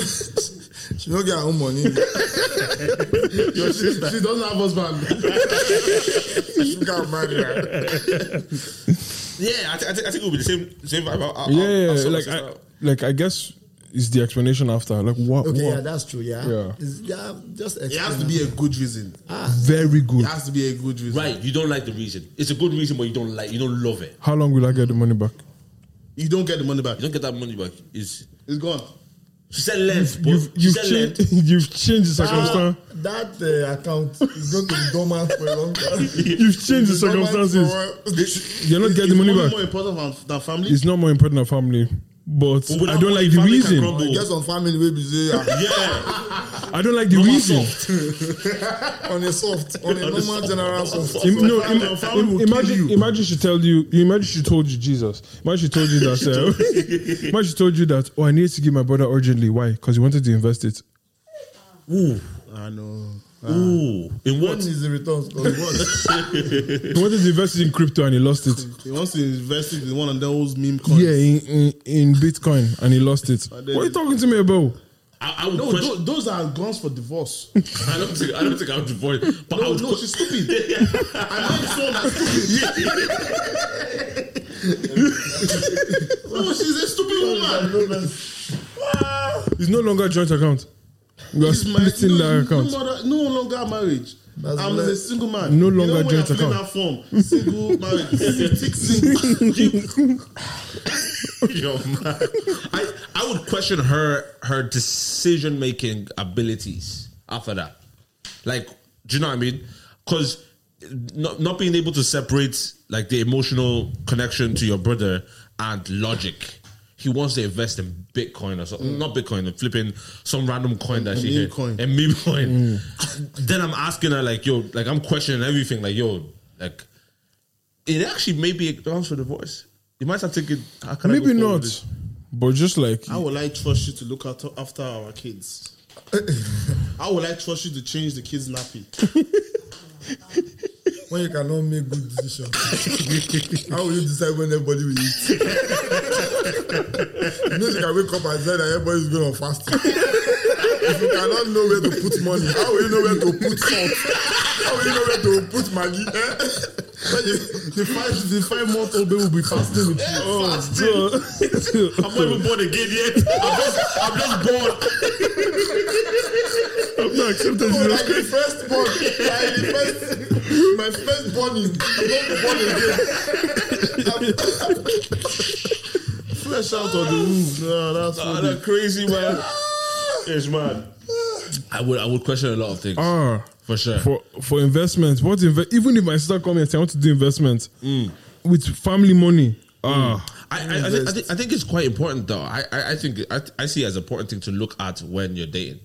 [SPEAKER 5] she, she don't get her own money.
[SPEAKER 6] Your sister. She doesn't have husband.
[SPEAKER 5] She got married. right?
[SPEAKER 3] Yeah, I, th- I, think I think it would be the same same vibe. I'll- I'll-
[SPEAKER 4] yeah,
[SPEAKER 3] I'll
[SPEAKER 4] yeah,
[SPEAKER 3] sort my
[SPEAKER 4] like
[SPEAKER 3] sister
[SPEAKER 4] I,
[SPEAKER 3] out.
[SPEAKER 4] like I guess it's the explanation after. Like what?
[SPEAKER 5] Okay,
[SPEAKER 4] what?
[SPEAKER 5] yeah, that's true. Yeah.
[SPEAKER 4] Yeah.
[SPEAKER 5] It's- yeah just
[SPEAKER 6] It has to be a good reason.
[SPEAKER 4] Very good.
[SPEAKER 6] It has to be a good reason.
[SPEAKER 3] Right, you don't like the reason. It's a good reason, but you don't like. You don't love it.
[SPEAKER 4] How long will I get the money back?
[SPEAKER 6] You don't get the money back.
[SPEAKER 3] You don't get that money back. It's
[SPEAKER 6] It's gone.
[SPEAKER 3] She said length, but
[SPEAKER 4] You've,
[SPEAKER 3] she
[SPEAKER 4] you've
[SPEAKER 3] said
[SPEAKER 4] changed.
[SPEAKER 3] length.
[SPEAKER 4] You've changed the circumstance.
[SPEAKER 5] That uh, account is going to be dormant for a long time.
[SPEAKER 4] You've changed the
[SPEAKER 5] Dormant
[SPEAKER 4] circumstances.
[SPEAKER 5] for-
[SPEAKER 4] You're not
[SPEAKER 6] Is-
[SPEAKER 4] getting the
[SPEAKER 6] is
[SPEAKER 4] money back.
[SPEAKER 6] more important than- than family.
[SPEAKER 4] It's not more important than family, but
[SPEAKER 3] But without
[SPEAKER 4] I don't
[SPEAKER 3] money,
[SPEAKER 4] like the
[SPEAKER 3] family can
[SPEAKER 4] reason.
[SPEAKER 3] crumble.
[SPEAKER 5] I guess on family will be say, ah,
[SPEAKER 3] Yeah,
[SPEAKER 4] I don't like the
[SPEAKER 3] Normal
[SPEAKER 4] reason.
[SPEAKER 3] soft.
[SPEAKER 5] on a soft, on a normal general soft.
[SPEAKER 4] Im- no, im-
[SPEAKER 6] Your family
[SPEAKER 4] im-
[SPEAKER 6] will kill
[SPEAKER 4] imagine,
[SPEAKER 6] you.
[SPEAKER 4] imagine she tell you, you. Imagine she told you Jesus. Imagine she told you that. uh, imagine she told you that. Oh, I need to give my brother urgently. Why? Because he wanted to invest it.
[SPEAKER 3] Ooh,
[SPEAKER 6] I know.
[SPEAKER 3] ooh. In
[SPEAKER 5] One
[SPEAKER 3] what?
[SPEAKER 5] is the returns. 'cause what?
[SPEAKER 4] He wanted to invest it in crypto and he lost it.
[SPEAKER 6] He wants to invest in one of those meme coins.
[SPEAKER 4] Yeah, in, in, in Bitcoin and he lost it. What
[SPEAKER 6] then-
[SPEAKER 4] are you talking to me about?
[SPEAKER 3] I, I would
[SPEAKER 6] No,
[SPEAKER 3] question.
[SPEAKER 6] tho- those are guns for divorce.
[SPEAKER 3] I don't think. I don't think I would divorce. But I
[SPEAKER 6] No,
[SPEAKER 3] would.
[SPEAKER 6] no,
[SPEAKER 3] que-
[SPEAKER 6] she's stupid. I married someone that's stupid. no, she's a stupid woman.
[SPEAKER 4] It's no longer a joint account. We are
[SPEAKER 6] She's married-
[SPEAKER 4] splitting
[SPEAKER 6] no,
[SPEAKER 4] that account.
[SPEAKER 6] No, mother, no longer marriage.
[SPEAKER 5] That's
[SPEAKER 6] I'm
[SPEAKER 5] right.
[SPEAKER 6] a single man.
[SPEAKER 4] No
[SPEAKER 6] You know
[SPEAKER 4] longer
[SPEAKER 6] when I
[SPEAKER 4] joint
[SPEAKER 6] fill in
[SPEAKER 4] account.
[SPEAKER 6] that form, single marriage. Six, six,
[SPEAKER 3] Yo, man. I I would question her her decision making abilities after that. Like, do you know what I mean? Because not not being able to separate like the emotional connection to your brother and logic. He wants to invest in Bitcoin or something. Not Bitcoin, flipping some random coin that she
[SPEAKER 6] meme
[SPEAKER 3] hit.
[SPEAKER 6] coin.
[SPEAKER 3] A meme coin. Then I'm asking her like, yo, like I'm questioning everything. Like, yo, like it actually may be a grounds for divorce. You might start thinking, how can I go
[SPEAKER 4] Maybe
[SPEAKER 3] forward with this?
[SPEAKER 4] not, but just like
[SPEAKER 6] I would like trust you to look after, after our kids. How will I trust you to change the kid's nappy?
[SPEAKER 5] when you cannot make good decisions, how will you decide when everybody will eat? you know, you can wake up and say that everybody's going on fasting. if you cannot know where to put money, how will you know where to put salt? How will you know where to put money? Eh? When you, the five, the five month old baby will be Oh. fasting with you.
[SPEAKER 3] I'm not even born again yet. I'm just, I'm just born.
[SPEAKER 5] Oh, like the first born, like the first, my first born is I'm not born again.
[SPEAKER 6] Flesh out of the womb. No, that's what they-
[SPEAKER 3] That's crazy, man. It's mad. I would, I would question a lot of things
[SPEAKER 4] Ah,
[SPEAKER 3] for sure.
[SPEAKER 4] for for investment. What inve- even if my sister comes and say I want to do investment
[SPEAKER 3] Mm.
[SPEAKER 4] with family money. Ah,
[SPEAKER 3] I, I, I, think, I, think, I think it's quite important though. I, I, I think I, I see it as an important thing to look at when you're dating,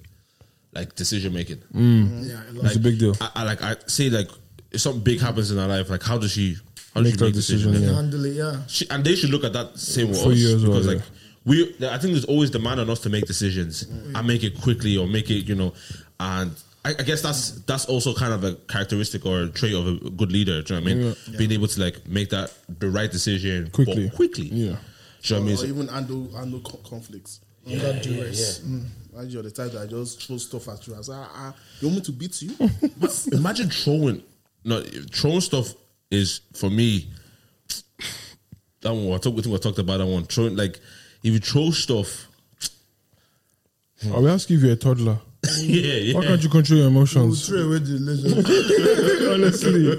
[SPEAKER 3] like decision making.
[SPEAKER 5] Yeah, I love
[SPEAKER 4] it's a big deal.
[SPEAKER 3] I, I like I say like if something big happens in her life, like how does she how does
[SPEAKER 4] Make
[SPEAKER 3] she
[SPEAKER 4] that
[SPEAKER 3] make decision?
[SPEAKER 4] decision,
[SPEAKER 5] it.
[SPEAKER 4] yeah.
[SPEAKER 5] Handle it, yeah.
[SPEAKER 3] She, and they should look at that same way
[SPEAKER 4] For you as well,
[SPEAKER 3] because
[SPEAKER 4] yeah.
[SPEAKER 3] like we I think there's always demand on us to make decisions and make it quickly or make it you know and. I I guess that's that's also kind of a characteristic or a trait of a good leader. Do you know what I mean? Being able to like make that the right decision but
[SPEAKER 4] Quickly.
[SPEAKER 3] quickly.
[SPEAKER 4] Yeah.
[SPEAKER 3] do you know what I mean?
[SPEAKER 6] Or even handle, handle co- conflicts. Mm.
[SPEAKER 5] Under duress.
[SPEAKER 6] And you're the type that just throws stuff at you. I said, ah, ah, you want me to beat you?
[SPEAKER 3] But imagine throwing no throwing stuff is for me that one I talk, I think I talked about that one. Throwing like if you throw stuff
[SPEAKER 4] I will ask you if you're a toddler.
[SPEAKER 3] Yeah, yeah.
[SPEAKER 4] Why can't you control your
[SPEAKER 5] We'll
[SPEAKER 4] emotions?
[SPEAKER 5] throw away the legend.
[SPEAKER 4] Honestly,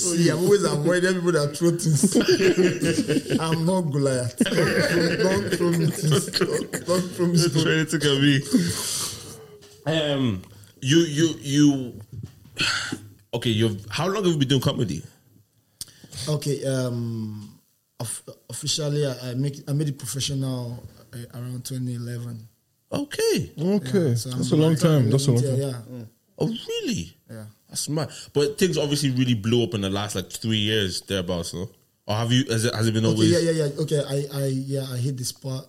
[SPEAKER 5] See, I'm always avoiding people that throw things. I'm not Goliath. Don't throw me things. Don't don't throw me
[SPEAKER 3] Just
[SPEAKER 5] stones.
[SPEAKER 3] trying to think of me. Um you you you Okay, you've how long have you been doing comedy?
[SPEAKER 5] Okay, um, of, officially, I, I make I made it professional uh, around 2011.
[SPEAKER 3] Okay.
[SPEAKER 4] okay,
[SPEAKER 5] So I'm
[SPEAKER 4] that's a long
[SPEAKER 5] like-
[SPEAKER 4] time. That's a long
[SPEAKER 5] yeah,
[SPEAKER 4] time.
[SPEAKER 5] Yeah,
[SPEAKER 3] Oh really?
[SPEAKER 5] Yeah.
[SPEAKER 3] That's smart. But things obviously really blew up in the last like three years thereabouts, no? Or have you has it, has it been
[SPEAKER 5] Okay,
[SPEAKER 3] always
[SPEAKER 5] yeah, yeah, yeah. Okay, I, I, yeah, I hit the spot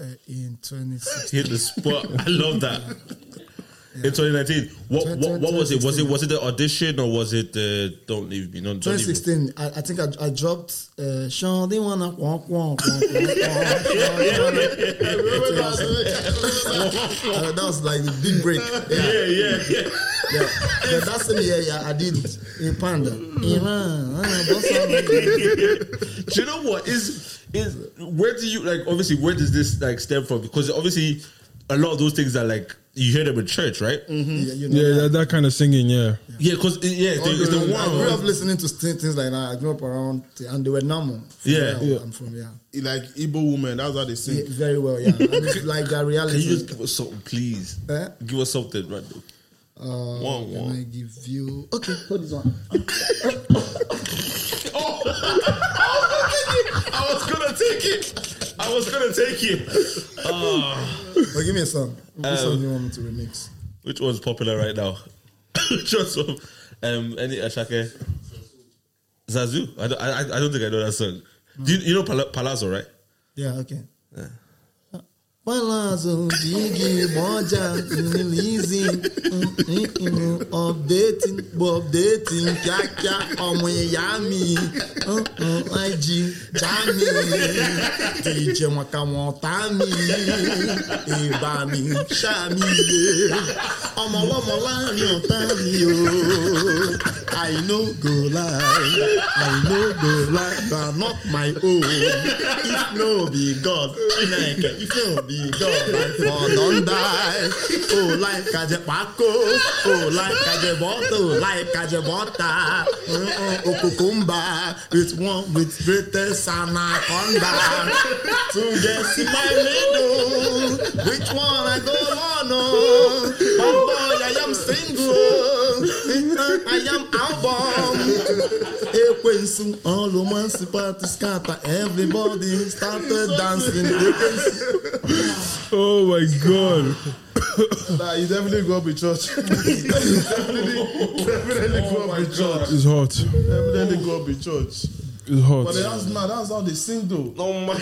[SPEAKER 5] uh, in 2016.
[SPEAKER 3] hit the spot. I love that. In 2019, what, what what was it? Was it was it the audition or was it the Don't Leave Me? No, Don't Leave Me.
[SPEAKER 5] 2016, I, I think I, I dropped uh, Sean, they wanna wonk, wonk, wonk, wonk, wonk, wonk. Uh, That was like the big break. Yeah,
[SPEAKER 3] Yeah, yeah, yeah.
[SPEAKER 5] yeah. But that same year, yeah, I did a panda. Iran, ah, boss, ah, man.
[SPEAKER 3] Do you know what is is where do you like? Obviously, where does this like stem from? Because obviously, a lot of those things are like you hear them in church, right?
[SPEAKER 5] Yeah, you know,
[SPEAKER 4] Yeah, that, that kind of singing. Yeah,
[SPEAKER 3] Yeah, because yeah, it's the, it's the
[SPEAKER 5] I grew up
[SPEAKER 3] one.
[SPEAKER 5] listening to st- things like that. I grew up around, the- and they were normal. from
[SPEAKER 3] Yeah.
[SPEAKER 5] where
[SPEAKER 4] Yeah.
[SPEAKER 5] I'm from, yeah.
[SPEAKER 6] like Igbo woman, that's how they sing.
[SPEAKER 5] yeah. Very well, yeah. And it's like the
[SPEAKER 3] Can you
[SPEAKER 5] reality.
[SPEAKER 3] just give us something, please?
[SPEAKER 5] Eh?
[SPEAKER 3] Give us something, right?
[SPEAKER 5] Uh,
[SPEAKER 3] One,
[SPEAKER 5] can
[SPEAKER 3] one.
[SPEAKER 5] I give you? Okay, hold this one.
[SPEAKER 3] I was gonna take it. I was gonna take it. Ah.
[SPEAKER 5] But give me a song. Which
[SPEAKER 3] Um,
[SPEAKER 5] song do you want me to remix?
[SPEAKER 3] Which one's popular right now? Which one's pop- um any Ashake? Zazu. I don't. I, I don't think I know that song. Do you, you know Pal- Palazzo, right?
[SPEAKER 5] Yeah, okay. Palazzo Jiggy Moja mm, Releasing Updating Updating Kya Kya Ọmọ Ìyá Mi mm, IG Jami DJ Waka Wọta Mi Ìbá Mi Ṣá Mi Ye Ọmọ Ọlọ́mọ Láàrin Ọ̀tá Mi O I no go lie I no go lie You are not my own If no be God Chineke If no be God My for don die Oh like kaje pako Oh like kaje bottle Like kaje bota Okukumba With one with greatest anaconda To guess my middle Which one I go on oh Oh boy I am single I am album Ekwensu all romance party scatter Everybody started dancing Ekwensu
[SPEAKER 4] Oh my god.
[SPEAKER 6] Nah, you definitely grew up in church. definitely, definitely grew up in church.
[SPEAKER 4] It's hot.
[SPEAKER 5] Oh
[SPEAKER 6] Definitely grew up in church.
[SPEAKER 4] It's
[SPEAKER 6] But
[SPEAKER 4] hot.
[SPEAKER 6] that's mad. That's how they sing though.
[SPEAKER 3] Oh my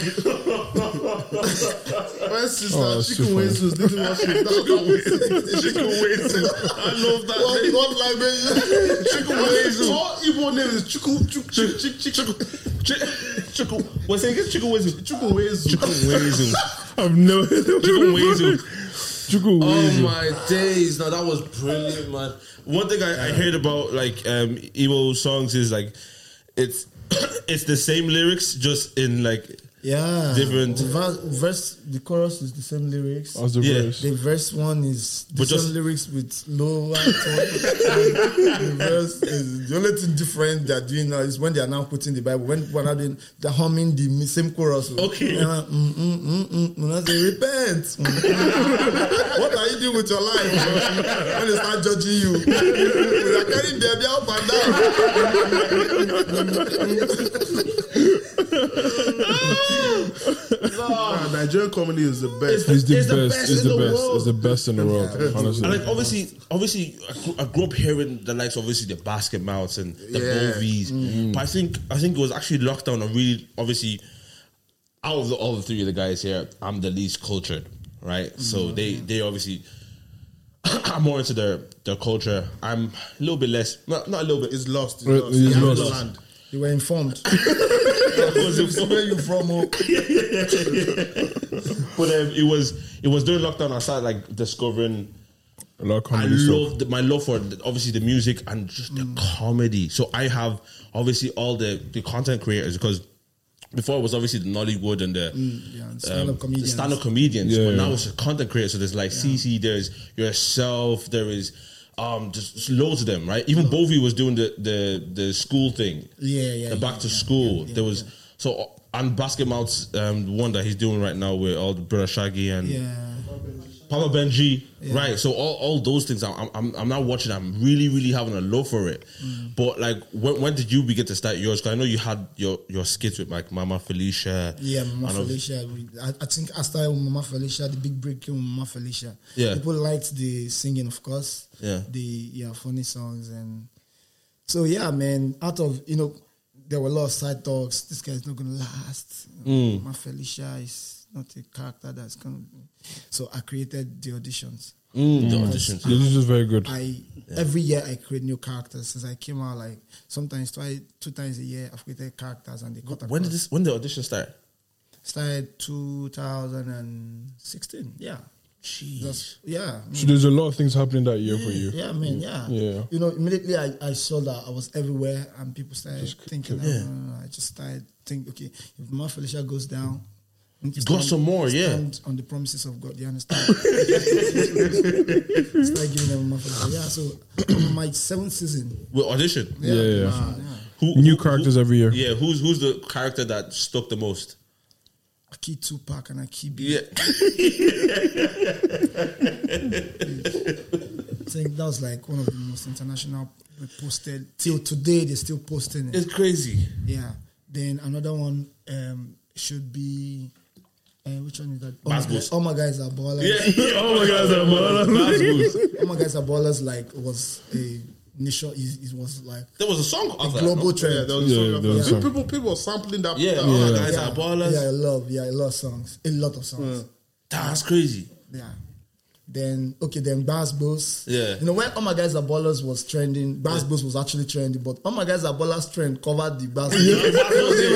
[SPEAKER 6] My sister,
[SPEAKER 4] Oh, that's too
[SPEAKER 6] chicken
[SPEAKER 4] funny.
[SPEAKER 6] wings, didn't watch it. That's how we sing.
[SPEAKER 3] chicken wings. I love that.
[SPEAKER 6] What-
[SPEAKER 3] name.
[SPEAKER 6] what language?
[SPEAKER 3] Chicken wings.
[SPEAKER 6] All Igbo name is chiku, chuk, chuk, chik, chik, chuk,
[SPEAKER 3] Chicken. What's it? Chicken wings.
[SPEAKER 6] chiku wings.
[SPEAKER 3] Wings.
[SPEAKER 4] I've never
[SPEAKER 3] Chicken wings.
[SPEAKER 4] Chuku
[SPEAKER 3] Oh
[SPEAKER 4] Wezu.
[SPEAKER 3] my days! Now that was brilliant, man. One thing I, I heard about like um Igbo songs is like it's it's the same lyrics just in like
[SPEAKER 5] Yeah.
[SPEAKER 3] Different. Oh,
[SPEAKER 5] The verse, verse, the chorus is the same lyrics.
[SPEAKER 4] As the
[SPEAKER 3] Yeah.
[SPEAKER 4] verse.
[SPEAKER 5] The verse one is the
[SPEAKER 3] But
[SPEAKER 5] same
[SPEAKER 3] just-
[SPEAKER 5] lyrics with lower tone. And the verse is the only thing different they're doing now is when they are now quoting the Bible. When people are now doing, they're humming the mi- same chorus.
[SPEAKER 3] Okay.
[SPEAKER 5] And I'm, mm, mm, mm, mm, and I say, repent. Mm, mm. what are you doing with your life? bro? when they start judging you, we are carrying baby up and down.
[SPEAKER 6] Nah, Nigerian comedy is the best.
[SPEAKER 4] It's the
[SPEAKER 3] It's the
[SPEAKER 4] best.
[SPEAKER 3] best
[SPEAKER 4] It's
[SPEAKER 3] in
[SPEAKER 4] the
[SPEAKER 3] the
[SPEAKER 4] best.
[SPEAKER 3] world.
[SPEAKER 4] It's the best in the world. Honestly.
[SPEAKER 3] and like obviously obviously I grew- I grew up hearing the likes obviously the basket mouths and the
[SPEAKER 6] Yeah.
[SPEAKER 3] movies, but I think I think it was actually lockdown. I really obviously out of the, all the three of the guys here, I'm the least cultured, right? So they they obviously. I'm more into their their culture. I'm a little bit less, not, not a little bit.
[SPEAKER 6] It's lost. It's
[SPEAKER 4] Right,
[SPEAKER 6] lost.
[SPEAKER 4] it's
[SPEAKER 6] It's
[SPEAKER 4] lost.
[SPEAKER 6] Land.
[SPEAKER 5] You were informed.
[SPEAKER 3] was
[SPEAKER 5] This is where you from? oh.
[SPEAKER 3] But um, it was it was during lockdown I started like discovering
[SPEAKER 4] a lot of
[SPEAKER 3] I
[SPEAKER 4] comedy stuff.
[SPEAKER 3] loved my love for the- obviously the music and just
[SPEAKER 5] Mm.
[SPEAKER 3] the comedy. So I have obviously all the the content creators because before it was obviously the Nollywood and the
[SPEAKER 5] Mm,
[SPEAKER 3] um,
[SPEAKER 5] yeah, and stand-up
[SPEAKER 3] the
[SPEAKER 5] comedians.
[SPEAKER 3] stand-up comedians,
[SPEAKER 4] Yeah,
[SPEAKER 3] but
[SPEAKER 4] yeah.
[SPEAKER 3] now it's the content creators. So there's like CC, there's yourself, there is um just, just loads of them, right? Even Bovie was doing the the the school thing,
[SPEAKER 5] Yeah, yeah,
[SPEAKER 3] the back
[SPEAKER 5] yeah,
[SPEAKER 3] to
[SPEAKER 5] yeah,
[SPEAKER 3] school.
[SPEAKER 5] yeah,
[SPEAKER 3] there was so and Basket Mouth's um, the one that he's doing right now with all the brother Shaggy and
[SPEAKER 5] Yeah.
[SPEAKER 3] Papa Benji, right? So all, all those things, I'm, I'm I'm not watching. I'm really really having a love for it. But like, when, when did you begin to start yours? 'Cause I know you had your your skits with like Mama Felicia.
[SPEAKER 5] Yeah, Mama
[SPEAKER 3] and of-
[SPEAKER 5] Felicia. we- I, I think I started with Mama Felicia, the big break came with Mama Felicia.
[SPEAKER 3] Yeah.
[SPEAKER 5] People liked the singing, of course.
[SPEAKER 3] Yeah.
[SPEAKER 5] The yeah, funny songs and so yeah, man, out of you know, there were a lot of side talks. This guy's not gonna last.
[SPEAKER 3] Mm.
[SPEAKER 5] Mama Felicia is not a character that's gonna so I created the auditions.
[SPEAKER 3] Mm, the auditions.
[SPEAKER 4] This is just very good.
[SPEAKER 5] I every year I create new characters since I came out like sometimes twice two times a year I've created characters and they cut
[SPEAKER 3] When did
[SPEAKER 5] across.
[SPEAKER 3] this? When the audition start?
[SPEAKER 5] started 2016 yeah
[SPEAKER 3] Jeez.
[SPEAKER 5] That's, yeah I mean,
[SPEAKER 4] So there's a lot of things happening that year for you.
[SPEAKER 5] yeah I mean yeah
[SPEAKER 4] Yeah.
[SPEAKER 5] you know immediately I, I saw that I was everywhere and people started thinking "Oh, no, no, no." I just started thinking okay if Ma Felicia goes down I need to
[SPEAKER 3] Got some more, yeah.
[SPEAKER 5] stand on the promises of God you understand start giving them Ma Felicia yeah so I'm my seventh season
[SPEAKER 3] With audition.
[SPEAKER 4] Yeah, yeah, yeah.
[SPEAKER 5] man, yeah.
[SPEAKER 3] Who,
[SPEAKER 4] New
[SPEAKER 3] who-
[SPEAKER 4] characters
[SPEAKER 3] who-
[SPEAKER 4] every year.
[SPEAKER 3] Yeah, who's who's the character that stuck the most?
[SPEAKER 5] Aki Tupac and Aki B
[SPEAKER 3] Yeah,
[SPEAKER 5] I think that was like one of the most international posted till today they're still posting it
[SPEAKER 3] it's crazy.
[SPEAKER 5] Yeah. Then another one um, should be. Uh, which one is that? Oh, my,
[SPEAKER 3] Basbos.
[SPEAKER 5] all my guys are ballers.
[SPEAKER 3] Yeah, yeah, oh my god, that man, that's good.
[SPEAKER 5] All Oh my guys are ballers. Like was a initial. It, it was like
[SPEAKER 3] There was a song of that.
[SPEAKER 5] global
[SPEAKER 3] no?
[SPEAKER 5] trend.
[SPEAKER 6] Yeah, there was
[SPEAKER 4] Yeah,
[SPEAKER 6] some-
[SPEAKER 4] there was some.
[SPEAKER 6] People, people were sampling that.
[SPEAKER 3] Yeah,
[SPEAKER 6] that-
[SPEAKER 3] all the
[SPEAKER 6] that-
[SPEAKER 3] guys
[SPEAKER 5] yeah,
[SPEAKER 3] are ballers.
[SPEAKER 5] Yeah, I love. Yeah, I love songs. A lot of songs.
[SPEAKER 3] That's crazy.
[SPEAKER 5] Yeah. Then okay, then Bass Bros.
[SPEAKER 3] Yeah.
[SPEAKER 5] You know when All My Guys Are Ballers was trending, Bass Bros was actually trending, but All My Guys Are Ballers trend covered the Bass Bros. They didn't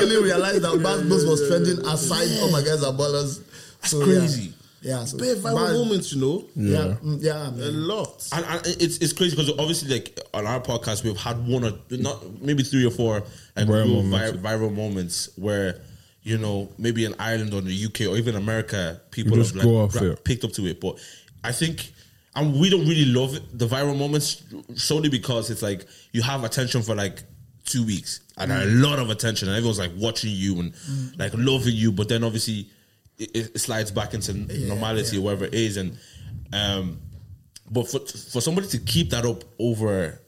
[SPEAKER 5] really realize that Bass Bros was trending aside All My Guys Are Ballers. So, yeah.
[SPEAKER 3] crazy.
[SPEAKER 5] Yeah. so
[SPEAKER 6] Very viral
[SPEAKER 5] Bass-
[SPEAKER 6] moments, you know.
[SPEAKER 5] Yeah. mm, Yeah.
[SPEAKER 6] A
[SPEAKER 5] man.
[SPEAKER 6] lot.
[SPEAKER 3] And, and it's it's crazy because obviously like on our podcast we've had one or not maybe three or four like
[SPEAKER 4] Viral
[SPEAKER 3] real vi-
[SPEAKER 4] moments.
[SPEAKER 3] viral moments where you know maybe in Ireland or the UK or even America people
[SPEAKER 4] You just
[SPEAKER 3] have like
[SPEAKER 4] go off
[SPEAKER 3] gra-
[SPEAKER 4] it.
[SPEAKER 3] picked up to it. But I think and we don't really love it, the viral moments solely because it's like you have attention for like two weeks and a
[SPEAKER 4] Mm.
[SPEAKER 3] lot of attention and everyone's like watching you and like loving you, but then obviously it, it slides back into normality or whatever it is and. um but for for somebody to keep that up over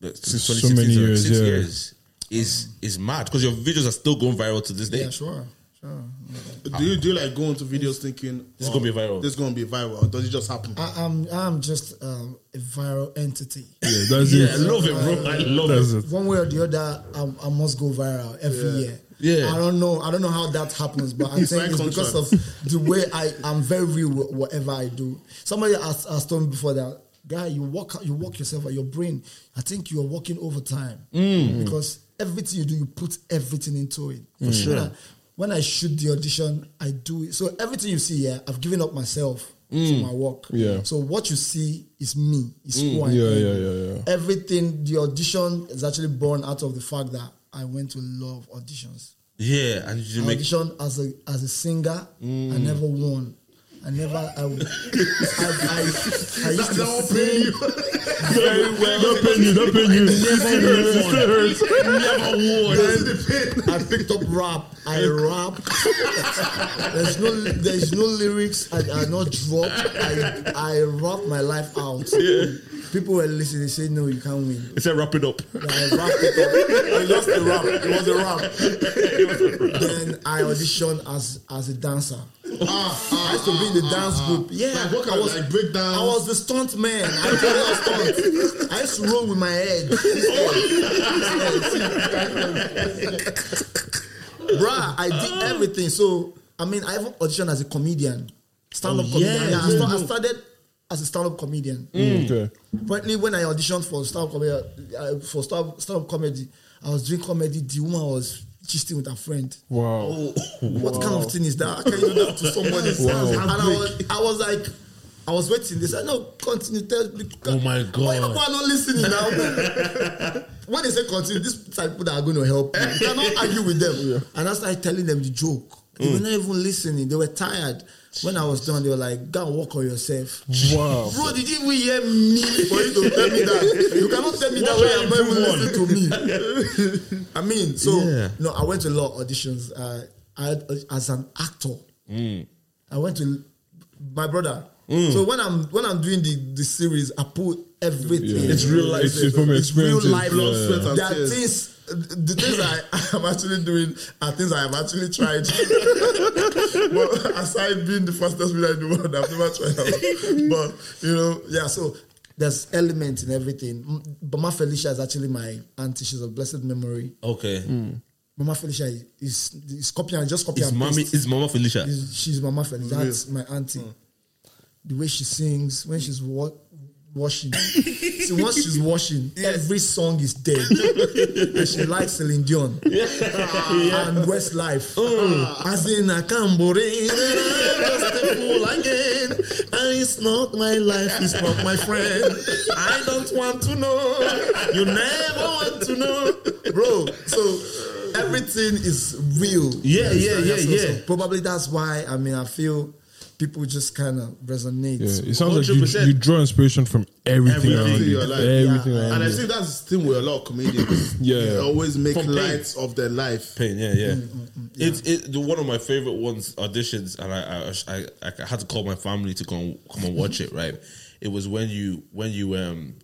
[SPEAKER 3] the, since
[SPEAKER 4] So
[SPEAKER 3] 2016
[SPEAKER 4] many
[SPEAKER 3] so like
[SPEAKER 4] years,
[SPEAKER 3] six
[SPEAKER 4] yeah.
[SPEAKER 3] years is is mad because your videos are still going viral to this day.
[SPEAKER 5] Yeah. Sure.
[SPEAKER 6] Do you do you like go into videos thinking "Oh,
[SPEAKER 3] This is gonna be viral.
[SPEAKER 6] This is gonna be viral, or does it just happen?
[SPEAKER 5] I, I'm I'm just um, a viral entity.
[SPEAKER 4] Yeah, that's
[SPEAKER 3] Yeah, I
[SPEAKER 4] it.
[SPEAKER 3] love it, bro. I love
[SPEAKER 4] That's
[SPEAKER 3] it.
[SPEAKER 4] it.
[SPEAKER 5] One way or the other, I'm, I must go viral every year.
[SPEAKER 3] Yeah.
[SPEAKER 5] I don't know. I don't know how that happens, but I
[SPEAKER 6] You
[SPEAKER 5] think
[SPEAKER 6] sign
[SPEAKER 5] it's because of the way I am very real with whatever I do. Somebody asked, asked me before that guy, you walk you walk yourself at your brain. I think you are working overtime because everything you do, you put everything into it. For sure. When I, when I shoot the audition, I do it. So everything you see here, I've given up myself to my work.
[SPEAKER 4] Yeah.
[SPEAKER 5] So what you see is me. It's who I
[SPEAKER 4] Yeah,
[SPEAKER 5] am
[SPEAKER 4] yeah, yeah, yeah.
[SPEAKER 5] everything the audition is actually born out of the fact that I went to love auditions.
[SPEAKER 3] Yeah, and you
[SPEAKER 5] I
[SPEAKER 3] make
[SPEAKER 5] auditioned as a as a singer. I
[SPEAKER 4] Mm.
[SPEAKER 5] never won. I never. I, I, I, I used to sing.
[SPEAKER 4] Don't pay you, don't pay you.
[SPEAKER 5] I picked up rap. I rap. there's no there's no lyrics. I, I not drop. I I rap my life out. People were listening. They say no, you can't win.
[SPEAKER 3] It's a wrap it up.
[SPEAKER 4] Mm.
[SPEAKER 5] I wrapped it up. I lost the rap. It was a rap. then I auditioned as as a dancer.
[SPEAKER 6] Ah,
[SPEAKER 5] I used to be in the dance group. Yeah,
[SPEAKER 6] Like what
[SPEAKER 5] I
[SPEAKER 6] kind-
[SPEAKER 5] was
[SPEAKER 6] like break dance?
[SPEAKER 5] I was the stunt man. I did all stunts. I used to roll with my head. Bruh, I did everything. So I mean, I even auditioned as a comedian, stand-up
[SPEAKER 6] Oh,
[SPEAKER 5] comedian. Yeah, I, sta- I started as a stand-up comedian.
[SPEAKER 4] Mm.
[SPEAKER 3] Mm.
[SPEAKER 4] Okay.
[SPEAKER 5] Apparently, when I auditioned for stand-up comedy, uh, for stand-up, stand-up comedy, I was doing comedy. The woman was gisting with her friend. Oh,
[SPEAKER 4] Wow.
[SPEAKER 5] What kind of thing is that? How can you do that to somebody? And I was, I was like, I was waiting. They said, no, continue. Tell
[SPEAKER 3] Oh my
[SPEAKER 5] Why
[SPEAKER 3] God.
[SPEAKER 5] people are not listening now? when they say continue, these type of people that are going to help you. You cannot argue with them. And I started telling them the joke. They
[SPEAKER 3] Mm.
[SPEAKER 5] were not even listening. They were tired. When I was done, they were like, go and work on yourself.
[SPEAKER 4] Wow.
[SPEAKER 5] Bro, did you even hear me for you to tell me that? You cannot tell me that
[SPEAKER 3] What
[SPEAKER 5] way
[SPEAKER 3] shall
[SPEAKER 5] I'm
[SPEAKER 3] I
[SPEAKER 5] not even
[SPEAKER 3] do on?
[SPEAKER 5] listening to me. I mean, so
[SPEAKER 3] Yeah.
[SPEAKER 5] no, I went to a lot of auditions. Uh, I as an actor,
[SPEAKER 4] Mm.
[SPEAKER 5] I went to my brother. So when I'm when I'm doing the, the series, I put everything.
[SPEAKER 4] It's real life. It's- it's from experiences.
[SPEAKER 5] real life.
[SPEAKER 4] Blood,
[SPEAKER 6] sweat, and
[SPEAKER 5] There are
[SPEAKER 6] tears.
[SPEAKER 5] things. The things I am actually doing are things I have actually tried. but aside being the fastest winner in the world, I've never tried out. But you know, yeah. So there's elements in everything. M- Mama Felicia is actually my auntie. She's of blessed memory.
[SPEAKER 3] Okay.
[SPEAKER 5] Mama Felicia is is, is copying. Just copying.
[SPEAKER 3] Is mommy Hmm. is mama Felicia.
[SPEAKER 5] She's, she's Mama Feli. That's my auntie. The way she sings when she's wa- washing. See, once she's washing, every song is dead. and she likes Celine Dion and Westlife.
[SPEAKER 3] Hmm.
[SPEAKER 5] Ah. As in, I can't believe that I'm just a fool again. And it's not my life, it's not my friend. I don't want to know. You never want to know. Bro, so everything is real.
[SPEAKER 3] Yeah, yeah,
[SPEAKER 5] so-
[SPEAKER 3] yeah,
[SPEAKER 5] so- so
[SPEAKER 3] yeah.
[SPEAKER 5] probably that's why, I mean, I feel people just kind of resonate.
[SPEAKER 4] Yeah, it sounds like you,
[SPEAKER 3] 100%.
[SPEAKER 4] you draw inspiration from everything,
[SPEAKER 6] Everything
[SPEAKER 4] around
[SPEAKER 6] in
[SPEAKER 4] you.
[SPEAKER 6] your life.
[SPEAKER 4] Everything
[SPEAKER 5] Yeah.
[SPEAKER 4] around
[SPEAKER 6] And I
[SPEAKER 4] you.
[SPEAKER 6] think that's the thing with a lot of comedians.
[SPEAKER 4] Yeah.
[SPEAKER 6] They always make
[SPEAKER 3] From pain.
[SPEAKER 6] lights of their life.
[SPEAKER 3] Pain, yeah, Mm, yeah. It's it, the one of my favorite ones auditions, and I I, I I had to call my family to come come and watch it. Right, it was when you when you um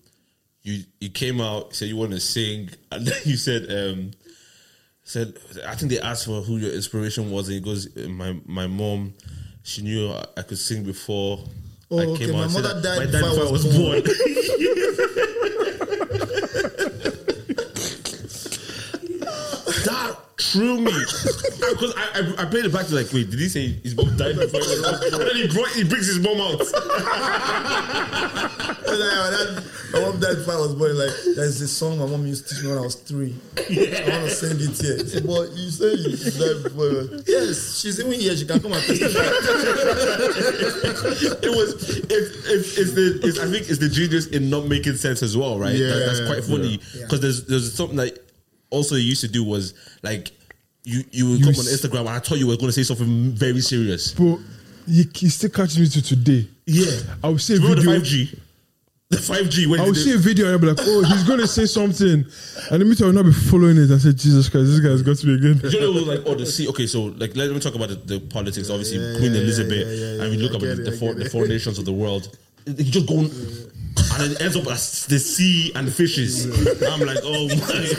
[SPEAKER 3] you you came out said you want to sing, and then you said um said I think they asked for who your inspiration was, and he goes "Uh, my my mom, she knew I, I could sing before.
[SPEAKER 5] Oh,
[SPEAKER 3] I
[SPEAKER 5] okay, my
[SPEAKER 3] and said
[SPEAKER 5] mother
[SPEAKER 3] that-
[SPEAKER 5] died before I was born."
[SPEAKER 3] that threw me because I, I I played it back to like wait did he say his mom died before he was born? and then he brought he brings his mom out
[SPEAKER 5] When I- when I- my mom died before I was born. Like, there's this song my mom used to teach me when I was three. I want to sing it here. She said, Boy, you say you died before. Yes, she's even here. She can come and testify.
[SPEAKER 3] it was it's it's it's the it's, I think it's the genius in not making sense as well, right?
[SPEAKER 6] Yeah.
[SPEAKER 3] That- that's quite funny because
[SPEAKER 5] Yeah.
[SPEAKER 3] there's there's something that also you used to do was like you you would come on
[SPEAKER 4] s-
[SPEAKER 3] Instagram and I thought you were going to say something very serious.
[SPEAKER 4] But you, you still catching me to today.
[SPEAKER 3] Yeah,
[SPEAKER 4] I would say
[SPEAKER 3] Do you remember the
[SPEAKER 4] video-
[SPEAKER 3] five G, the five G.
[SPEAKER 6] Oh,
[SPEAKER 4] I would see a video and I'll be like, oh, he's going to say something. And the meter will not be following it. I said, Jesus Christ, this guy's got to be again.
[SPEAKER 3] you know, like oh, the sea. Okay, so like let me talk about the, the politics. Obviously, Queen Elizabeth, and we look
[SPEAKER 6] I
[SPEAKER 3] at
[SPEAKER 6] get
[SPEAKER 3] the,
[SPEAKER 6] it,
[SPEAKER 3] the,
[SPEAKER 6] I
[SPEAKER 3] four,
[SPEAKER 6] get
[SPEAKER 3] the
[SPEAKER 6] it.
[SPEAKER 3] four nations of the world. You just go on- and then it ends up as the sea and fishes. I'm like, oh my.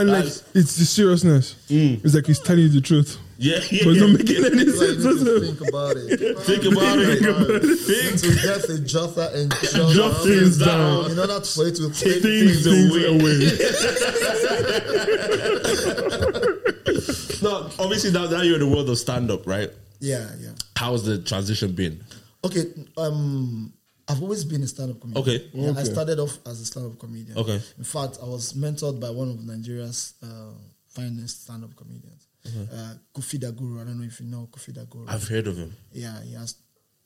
[SPEAKER 4] And like, it's the seriousness.
[SPEAKER 3] Mm.
[SPEAKER 4] It's like he's telling you the truth.
[SPEAKER 3] Yeah, yeah.
[SPEAKER 4] But it's not making any
[SPEAKER 5] Like,
[SPEAKER 4] sense.
[SPEAKER 5] you need to think about it.
[SPEAKER 3] Think about it.
[SPEAKER 5] Think to death a jotha and jot
[SPEAKER 3] Jot things down.
[SPEAKER 5] In order for it to
[SPEAKER 3] Take
[SPEAKER 5] take
[SPEAKER 3] things away. no, obviously now, now you're in the world of stand up, right?
[SPEAKER 5] Yeah, yeah.
[SPEAKER 3] How's the transition been?
[SPEAKER 5] Okay, um, I've always been a stand-up comedian.
[SPEAKER 3] Okay.
[SPEAKER 5] Yeah, I started off as a stand-up comedian.
[SPEAKER 3] Okay.
[SPEAKER 5] In fact, I was mentored by one of Nigeria's uh, finest stand-up comedians, uh, Kofi Daguru. I don't know if you know Kofi Daguru.
[SPEAKER 3] I've heard of him.
[SPEAKER 5] yeah, he has.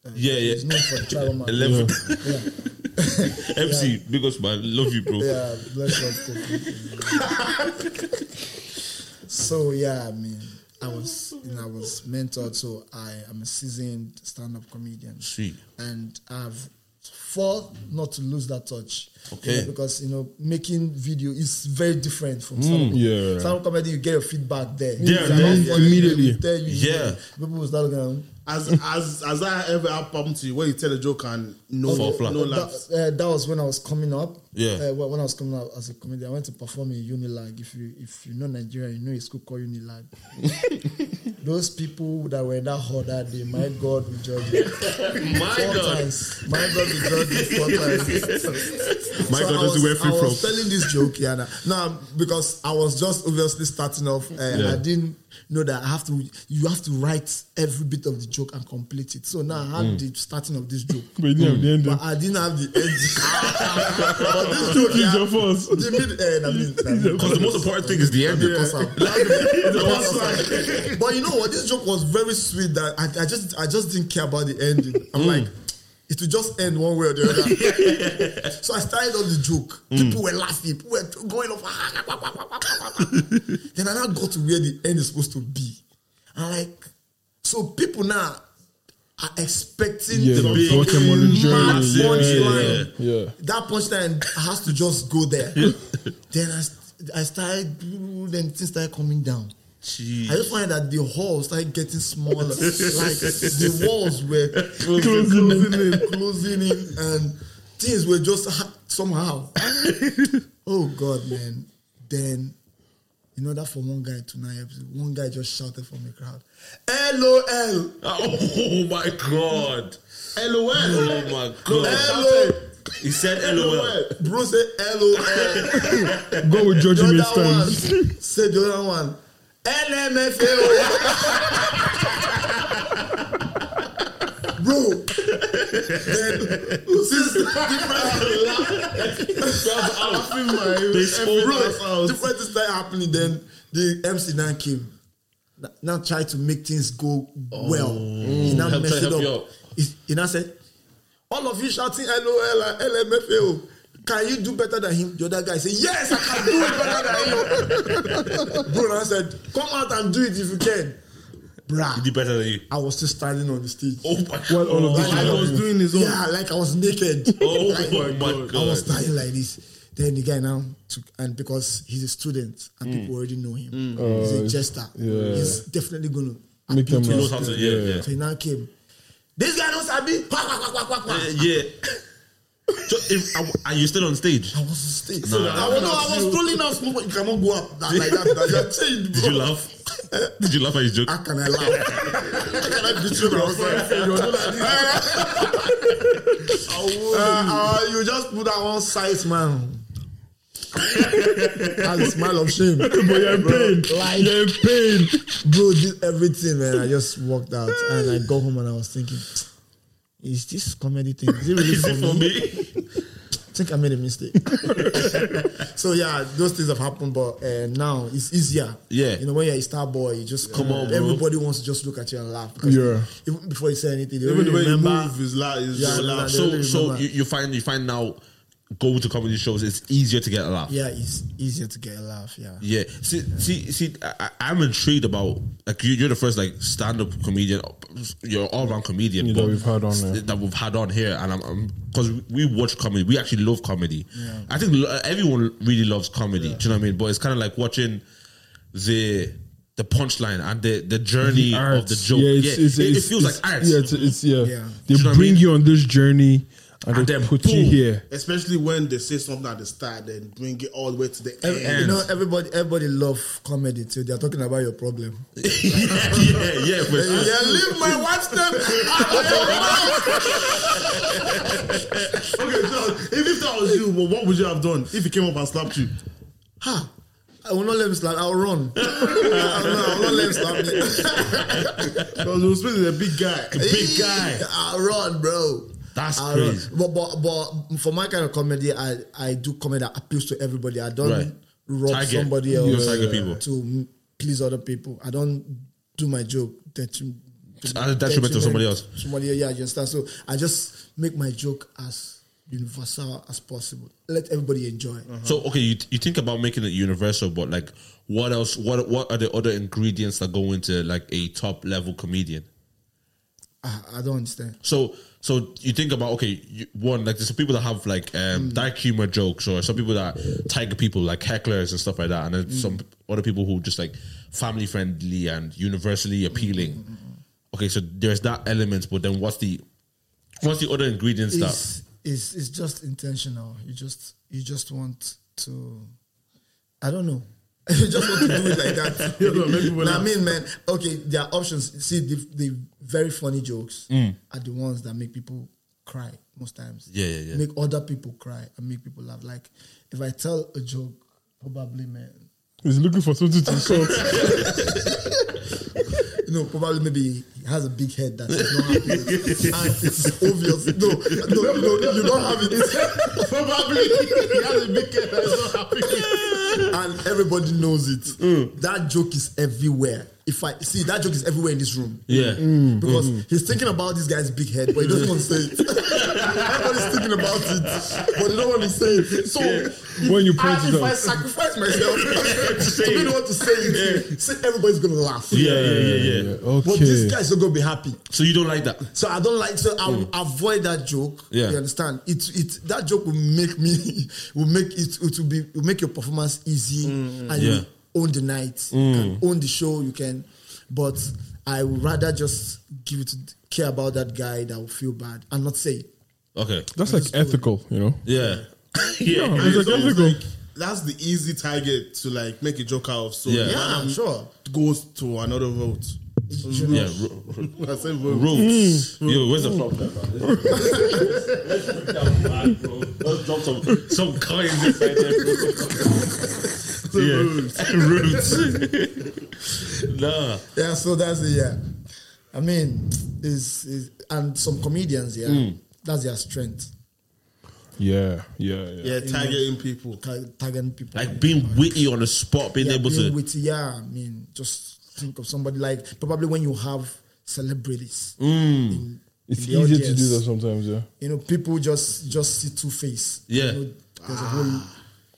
[SPEAKER 5] Uh,
[SPEAKER 3] Yeah, yeah.
[SPEAKER 5] He's known for the tribal man.
[SPEAKER 3] Eleven
[SPEAKER 5] Yeah,
[SPEAKER 3] MC, because man, love you, bro.
[SPEAKER 5] yeah. Bless up, Kofi. so yeah, I mean, I was, you know, I was mentored. So I am a seasoned stand-up comedian.
[SPEAKER 3] Sweet.
[SPEAKER 5] and I've fought not to lose that touch.
[SPEAKER 3] Okay.
[SPEAKER 5] You know, because you know, making video is very different from stand-up.
[SPEAKER 4] yeah.
[SPEAKER 5] Stand-up comedy, you get your feedback there.
[SPEAKER 3] Mm, Yeah,
[SPEAKER 5] If you're
[SPEAKER 3] man,
[SPEAKER 5] not funny,
[SPEAKER 4] immediately.
[SPEAKER 5] they will tell you,
[SPEAKER 3] Yeah.
[SPEAKER 5] know, People will start looking.
[SPEAKER 6] As as as I ever happened to you, where you tell a joke and no
[SPEAKER 3] Fall flat.
[SPEAKER 6] no laughs.
[SPEAKER 5] That, uh, that was when I was coming up.
[SPEAKER 3] Yeah.
[SPEAKER 5] Uh, when when I was coming up as a comedian, I went to perform in Unilag. If you if you know Nigeria, you know a school called Unilag. Those people that were in that hall that day, my God, we judge you.
[SPEAKER 3] My
[SPEAKER 5] four times. My God, we judge you four times.
[SPEAKER 3] My
[SPEAKER 5] So
[SPEAKER 3] God,
[SPEAKER 5] I
[SPEAKER 3] this is
[SPEAKER 5] was-
[SPEAKER 3] where free
[SPEAKER 5] I
[SPEAKER 3] from.
[SPEAKER 5] was telling this joke, Yana. No, because I was just obviously starting off. Uh, I didn't know that I have to. You have to write every bit of the joke and complete it. So now
[SPEAKER 3] Mm.
[SPEAKER 5] I had the starting of this joke.
[SPEAKER 4] But you didn't have the ending.
[SPEAKER 5] But I didn't have the end. but this joke, yeah,
[SPEAKER 4] your fault.
[SPEAKER 5] the mid end. I mean, I mean,
[SPEAKER 3] Because the most important thing is the end.
[SPEAKER 5] because I'm- but you know what? This joke was very sweet. That I, I just, I just didn't care about the ending. I'm like, it will just end one way or the other. so I started on the joke. People were laughing. People were going off. "Ah, wah, wah, wah, wah, wah, wah." then I now got to where the end is supposed to be. And like, so people now are expecting
[SPEAKER 4] Yeah,
[SPEAKER 5] the
[SPEAKER 4] the
[SPEAKER 5] big
[SPEAKER 4] bottom of the
[SPEAKER 5] mad
[SPEAKER 4] journey. Yeah,
[SPEAKER 5] punchline
[SPEAKER 4] yeah, yeah.
[SPEAKER 5] that punchline has to just go there. then I, st- I started, then things started coming down. I just find that the hall started getting smaller. like the walls were closing, closing in, closing in, and things were just ha- somehow. oh God, man! Then in order for one guy to not help, one guy just shouted from the crowd, "LOL,
[SPEAKER 3] Oh my God.
[SPEAKER 6] LOL.
[SPEAKER 3] Oh my God.
[SPEAKER 5] LOL."
[SPEAKER 3] He said LOL.
[SPEAKER 5] Bro said, "LOL."
[SPEAKER 4] God will judge
[SPEAKER 5] The
[SPEAKER 4] him
[SPEAKER 5] other
[SPEAKER 4] his
[SPEAKER 5] one,
[SPEAKER 4] times.
[SPEAKER 5] say the other one. E LMFAO. Bro, then since
[SPEAKER 3] They
[SPEAKER 5] bro,
[SPEAKER 3] spoke
[SPEAKER 5] different things started happening, then the MC now came. Na- Now try to make things go well. He now
[SPEAKER 3] Oh. Help, try
[SPEAKER 5] messed it
[SPEAKER 3] help
[SPEAKER 5] up.
[SPEAKER 3] you out.
[SPEAKER 5] He, he now said, all of you shouting LOL and LMFAO. E Can you do better than him? The other guy said, Yes, I can do it better than him. Bro, I said, Come out and do it if you can.
[SPEAKER 3] He
[SPEAKER 5] Bruh,
[SPEAKER 3] did better than you.
[SPEAKER 5] I was still standing on the stage.
[SPEAKER 3] Oh my God.
[SPEAKER 4] While all of this
[SPEAKER 5] Like, I
[SPEAKER 4] is
[SPEAKER 5] was
[SPEAKER 4] happening.
[SPEAKER 5] doing his own. Yeah, like I was naked.
[SPEAKER 3] Oh
[SPEAKER 5] Like,
[SPEAKER 3] my God.
[SPEAKER 5] I was dying like this. Then the guy now took, and because he's a student and people already know him, he's a jester.
[SPEAKER 4] yeah.
[SPEAKER 5] He's definitely gonna
[SPEAKER 4] Make
[SPEAKER 5] appeal
[SPEAKER 4] them
[SPEAKER 5] to
[SPEAKER 3] He knows
[SPEAKER 5] his
[SPEAKER 3] how to,
[SPEAKER 5] student.
[SPEAKER 3] yeah, yeah.
[SPEAKER 5] So he now came. This guy knows Sabi. Quack, quack, quack, quack, quack, quack.
[SPEAKER 3] Uh, yeah. So if I- and you're still on stage,
[SPEAKER 5] I was staying. So I, was, no, I was trolling us. You cannot go up that, like that. that- that changed,
[SPEAKER 3] did you
[SPEAKER 5] bro.
[SPEAKER 3] laugh? Did you laugh at his joke?
[SPEAKER 5] How can I laugh? How can I beat you when I was like, "Hey, you're not like this." uh, uh, you just put that one side smile. That's a smile of shame. But you're in pain. Like, you're in pain. Bro, did everything, man. I just walked out and I got home and I was thinking, is this comedy thing? Is it really
[SPEAKER 3] Is it for
[SPEAKER 5] for me?
[SPEAKER 3] me?
[SPEAKER 5] I think I made a mistake. so yeah, those things have happened, but uh, now it's easier.
[SPEAKER 3] Yeah.
[SPEAKER 5] you know when you're a star boy, you just come
[SPEAKER 3] on,
[SPEAKER 5] on.
[SPEAKER 3] bro.
[SPEAKER 5] Everybody wants to just look at you and laugh. because
[SPEAKER 4] Yeah.
[SPEAKER 5] even before you say anything, they
[SPEAKER 6] Even
[SPEAKER 5] already
[SPEAKER 6] the way you
[SPEAKER 5] remember.
[SPEAKER 6] move is like is
[SPEAKER 5] Yeah,
[SPEAKER 6] just
[SPEAKER 5] I know
[SPEAKER 6] laugh.
[SPEAKER 5] that.
[SPEAKER 3] So
[SPEAKER 5] really
[SPEAKER 3] so
[SPEAKER 5] remember.
[SPEAKER 3] you, you find you find now go to comedy shows it's easier to get a laugh.
[SPEAKER 5] Yeah, it's easier to get a laugh. Yeah,
[SPEAKER 3] Yeah. See, see, see. I, I- I'm intrigued about like you, you're the first like stand-up comedian. You're all round comedian
[SPEAKER 4] Yeah, that
[SPEAKER 3] but-
[SPEAKER 4] we've had on there.
[SPEAKER 3] That we've had on here, and I'm because we watch comedy. We actually love comedy. I think lo- everyone really loves comedy. Do you know what I mean? But it's kind of like watching the the punchline and the the journey of the joke. Yeah, it, it feels
[SPEAKER 4] it's-
[SPEAKER 3] like art.
[SPEAKER 4] Yeah, it's, it's yeah.
[SPEAKER 5] Yeah.
[SPEAKER 3] Do
[SPEAKER 4] They
[SPEAKER 3] you know what I
[SPEAKER 4] bring
[SPEAKER 3] mean?
[SPEAKER 4] you on this journey, And,
[SPEAKER 3] And
[SPEAKER 4] they
[SPEAKER 3] then
[SPEAKER 4] put you
[SPEAKER 3] boom.
[SPEAKER 4] here.
[SPEAKER 6] Especially when they say something at the start, then bring it all the way to the
[SPEAKER 5] Ev- eh,
[SPEAKER 6] end.
[SPEAKER 5] You know, everybody everybody love comedy too. They are talking about your problem.
[SPEAKER 3] yeah, yeah,
[SPEAKER 5] eh.
[SPEAKER 3] for sure.
[SPEAKER 6] Yeah, leave my wife them. okay, so if, if that was you, well, what would you have done if he came up and slapped you?
[SPEAKER 5] Ha! I will not let him slap. I'll run. I will not, I will not let him slap me.
[SPEAKER 6] Because Will Smith is a big guy.
[SPEAKER 3] Big guy.
[SPEAKER 5] I'll run, bro.
[SPEAKER 3] That's
[SPEAKER 5] I'll run.
[SPEAKER 3] crazy.
[SPEAKER 5] But, but but for my kind of comedy, I I do comedy that appeals to everybody. I don't
[SPEAKER 3] Right.
[SPEAKER 5] rob
[SPEAKER 3] Target.
[SPEAKER 5] somebody
[SPEAKER 3] You don't
[SPEAKER 5] else
[SPEAKER 3] target people.
[SPEAKER 5] to m- please other people. I don't do my joke that you.
[SPEAKER 3] At the detriment of somebody else.
[SPEAKER 5] Somebody, yeah, you understand. So I just make my joke as universal as possible. Let everybody enjoy. it.
[SPEAKER 3] So okay, you, you think about making it universal, but like, what else? What what are the other ingredients that go into like a top level comedian?
[SPEAKER 5] I, I don't understand.
[SPEAKER 3] So so you think about okay, you, one like there's some people that have like um, dark humor jokes, or some people that tiger people like hecklers and stuff like that, and then some other people who just like family friendly and universally appealing. Okay, so there's that element, but then what's the what's the other ingredients that
[SPEAKER 5] It's, it's it's just intentional. You just you just want to. I don't know. you just want to do it like that.
[SPEAKER 6] You know, make people
[SPEAKER 5] Nah, I
[SPEAKER 6] laugh.
[SPEAKER 5] mean, man. Okay, there are options. See, the, the very funny jokes are the ones that make people cry most times.
[SPEAKER 3] Yeah, yeah, yeah.
[SPEAKER 5] Make other people cry and make people laugh. Like if I tell a joke, probably man,
[SPEAKER 4] He's looking for something to insult.
[SPEAKER 5] No, probably maybe he has a big head that he's not happy with. and it's obvious. No, no, no, you don't have it. probably he has a big head that he's not happy with. And everybody knows it.
[SPEAKER 4] Mm.
[SPEAKER 5] That joke is everywhere. If I see that joke is everywhere in this room.
[SPEAKER 3] yeah
[SPEAKER 4] Mm,
[SPEAKER 5] Because he's thinking about this guy's big head, but he doesn't want to say it. Everybody's thinking about it, but they don't want to say it. So if
[SPEAKER 4] When you point
[SPEAKER 5] I,
[SPEAKER 4] it
[SPEAKER 5] if I
[SPEAKER 4] out.
[SPEAKER 5] sacrifice myself to be the one to say it, see, everybody's gonna laugh.
[SPEAKER 3] yeah yeah yeah yeah?
[SPEAKER 5] But this
[SPEAKER 4] Okay.
[SPEAKER 5] guy's not gonna be happy.
[SPEAKER 3] So you don't like that?
[SPEAKER 5] So I don't like. So I will avoid that joke.
[SPEAKER 3] Hmm. Yeah.
[SPEAKER 5] You understand? It it that joke will make me will make it it will be will make your performance easy and
[SPEAKER 3] yeah. Hmm.
[SPEAKER 5] you own the night, you can own the show. You can, but I would rather just give it care about that guy that will feel bad and not say. it.
[SPEAKER 3] Okay,
[SPEAKER 4] That's like ethical, you know?
[SPEAKER 3] yeah yeah.
[SPEAKER 4] No, it's like ethical.
[SPEAKER 6] That's the easy target to like make a joke out of. So
[SPEAKER 3] Yeah.
[SPEAKER 6] yeah,
[SPEAKER 5] Yeah, sure.
[SPEAKER 6] goes to another vote.
[SPEAKER 5] You know,
[SPEAKER 3] Yeah, ro-
[SPEAKER 6] I said vote.
[SPEAKER 3] roots. Yo, where's the flop? Let's drop some some coins inside there. Yeah, roots. nah,
[SPEAKER 5] Yeah, so that's the yeah. I mean, is is and some comedians, yeah,
[SPEAKER 3] Hmm.
[SPEAKER 5] that's their strength.
[SPEAKER 4] Yeah, yeah, yeah.
[SPEAKER 6] Yeah, targeting people.
[SPEAKER 5] tar- Targeting people
[SPEAKER 3] like being witty on the spot, being
[SPEAKER 5] yeah,
[SPEAKER 3] able
[SPEAKER 5] being
[SPEAKER 3] to.
[SPEAKER 5] witty, yeah, I mean, just think of somebody like probably when you have celebrities,
[SPEAKER 3] Mm.
[SPEAKER 5] in-
[SPEAKER 4] It's
[SPEAKER 5] in the
[SPEAKER 4] easier to do
[SPEAKER 5] audience,
[SPEAKER 4] that sometimes, yeah.
[SPEAKER 5] You know, people just just see two face.
[SPEAKER 3] Yeah.
[SPEAKER 5] you know, there's a whole.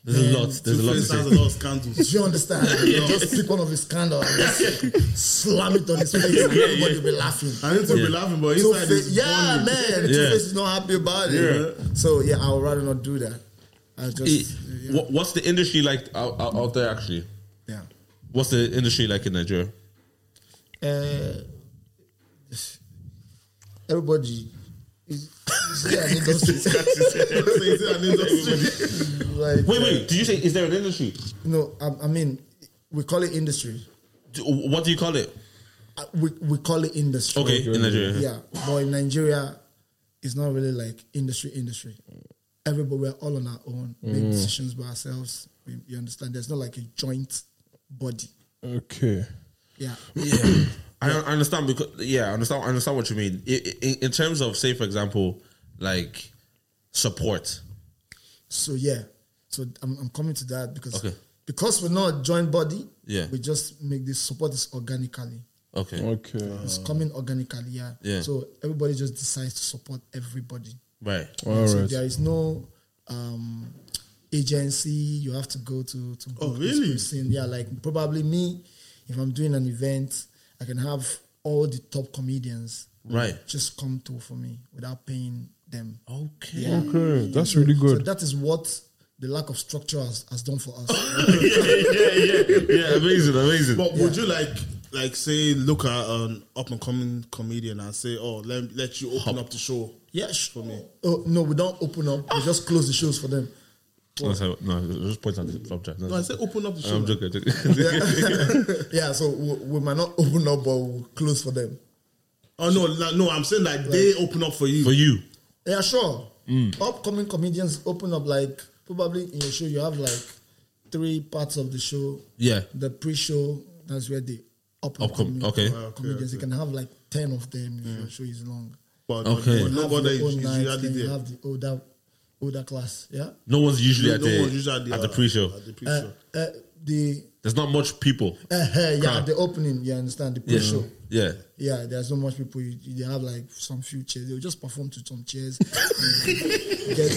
[SPEAKER 3] There's a lot. There's a lot to
[SPEAKER 6] Two-Face has
[SPEAKER 3] say.
[SPEAKER 6] a lot of scandals.
[SPEAKER 5] Do you understand? Just pick one of his scandal and just slam it on his face, and everybody will be laughing.
[SPEAKER 6] I need to be laughing, but
[SPEAKER 5] Two
[SPEAKER 6] inside
[SPEAKER 5] face,
[SPEAKER 6] is
[SPEAKER 5] yeah,
[SPEAKER 6] funny.
[SPEAKER 5] man. Two
[SPEAKER 3] Yeah.
[SPEAKER 5] face is not happy about it. So yeah, I would rather not do that. I
[SPEAKER 3] It-
[SPEAKER 5] just yeah.
[SPEAKER 3] what- what's the industry like out, out, out there? Actually,
[SPEAKER 5] yeah.
[SPEAKER 3] what's the industry like in Nigeria?
[SPEAKER 5] uh, everybody is, is there an industry.
[SPEAKER 6] It's an industry.
[SPEAKER 5] like,
[SPEAKER 3] Wait, wait. Did you say is there an industry?
[SPEAKER 5] No, I, I mean, we call it industry.
[SPEAKER 3] Do- What do you call it?
[SPEAKER 5] Uh, We, we call it industry.
[SPEAKER 3] Okay, in Nigeria.
[SPEAKER 5] Yeah, but in Nigeria, it's not really like industry, industry. Everybody, we're all on our own, make
[SPEAKER 3] Mm.
[SPEAKER 5] decisions by ourselves. You- You understand? There's not like a joint body.
[SPEAKER 4] Okay.
[SPEAKER 5] Yeah.
[SPEAKER 3] Yeah, I I understand because yeah, I understand. I understand what you mean. I- I- In, in terms of say, for example, like support.
[SPEAKER 5] So yeah, so I'm, I'm coming to that because
[SPEAKER 3] Okay.
[SPEAKER 5] because we're not a joint body.
[SPEAKER 3] Yeah.
[SPEAKER 5] we just make this support is organically.
[SPEAKER 3] Okay.
[SPEAKER 4] Okay.
[SPEAKER 5] It's coming organically. Yeah.
[SPEAKER 3] Oh. Yeah.
[SPEAKER 5] So everybody just decides to support everybody.
[SPEAKER 3] Right.
[SPEAKER 4] All
[SPEAKER 5] so
[SPEAKER 4] right.
[SPEAKER 5] there is no um, agency you have to go to to book
[SPEAKER 6] Oh,
[SPEAKER 5] this
[SPEAKER 6] really?
[SPEAKER 5] person. Yeah, like probably me, if I'm doing an event, I can have all the top comedians
[SPEAKER 3] Right.
[SPEAKER 5] just come to for me without paying them.
[SPEAKER 3] Okay.
[SPEAKER 5] Yeah.
[SPEAKER 4] Okay, that's really
[SPEAKER 5] So
[SPEAKER 4] good.
[SPEAKER 5] that is what the lack of structure has, has done for us.
[SPEAKER 3] yeah, yeah, yeah. Amazing, amazing.
[SPEAKER 6] But would you like like say look at an up and coming comedian and say, oh, let let you open up the show.
[SPEAKER 5] Yeah, sh-
[SPEAKER 6] for me.
[SPEAKER 5] Oh no, we don't open up. We just close the shows for them.
[SPEAKER 3] No, sorry, no, just point out the subject.
[SPEAKER 6] No, I said open up the show.
[SPEAKER 3] I'm joking. I'm joking.
[SPEAKER 5] Yeah, so we, we might not open up, but we'll close for them.
[SPEAKER 6] Oh no, no, no, I'm saying that they open up for you.
[SPEAKER 3] For you,
[SPEAKER 5] Yeah, sure.
[SPEAKER 3] Mm.
[SPEAKER 5] Upcoming comedians open up like probably in your show you have like three parts of the show.
[SPEAKER 3] yeah.
[SPEAKER 5] The pre-show that's where the up and
[SPEAKER 3] Upcom-
[SPEAKER 5] coming
[SPEAKER 3] okay.
[SPEAKER 5] uh, comedians you can have like ten of them if your show is long.
[SPEAKER 6] But
[SPEAKER 3] Okay.
[SPEAKER 5] Have
[SPEAKER 6] but nobody
[SPEAKER 5] your own
[SPEAKER 6] is
[SPEAKER 5] night,
[SPEAKER 6] usually
[SPEAKER 5] then you
[SPEAKER 6] there.
[SPEAKER 5] have the older older class. Yeah.
[SPEAKER 3] No one's usually
[SPEAKER 6] No
[SPEAKER 3] at
[SPEAKER 6] one's
[SPEAKER 3] the
[SPEAKER 6] usually
[SPEAKER 3] at the
[SPEAKER 6] uh,
[SPEAKER 3] pre-show.
[SPEAKER 6] At the
[SPEAKER 5] Uh,
[SPEAKER 6] pre-show.
[SPEAKER 5] uh, the
[SPEAKER 3] There's not much people.
[SPEAKER 5] uh, uh, yeah
[SPEAKER 3] Crowd.
[SPEAKER 5] the opening. You understand the
[SPEAKER 3] Yeah,
[SPEAKER 5] pre-show.
[SPEAKER 3] yeah.
[SPEAKER 5] Yeah, there's so much people. You, you- they have like some few chairs. They'll just perform to some chairs. and get,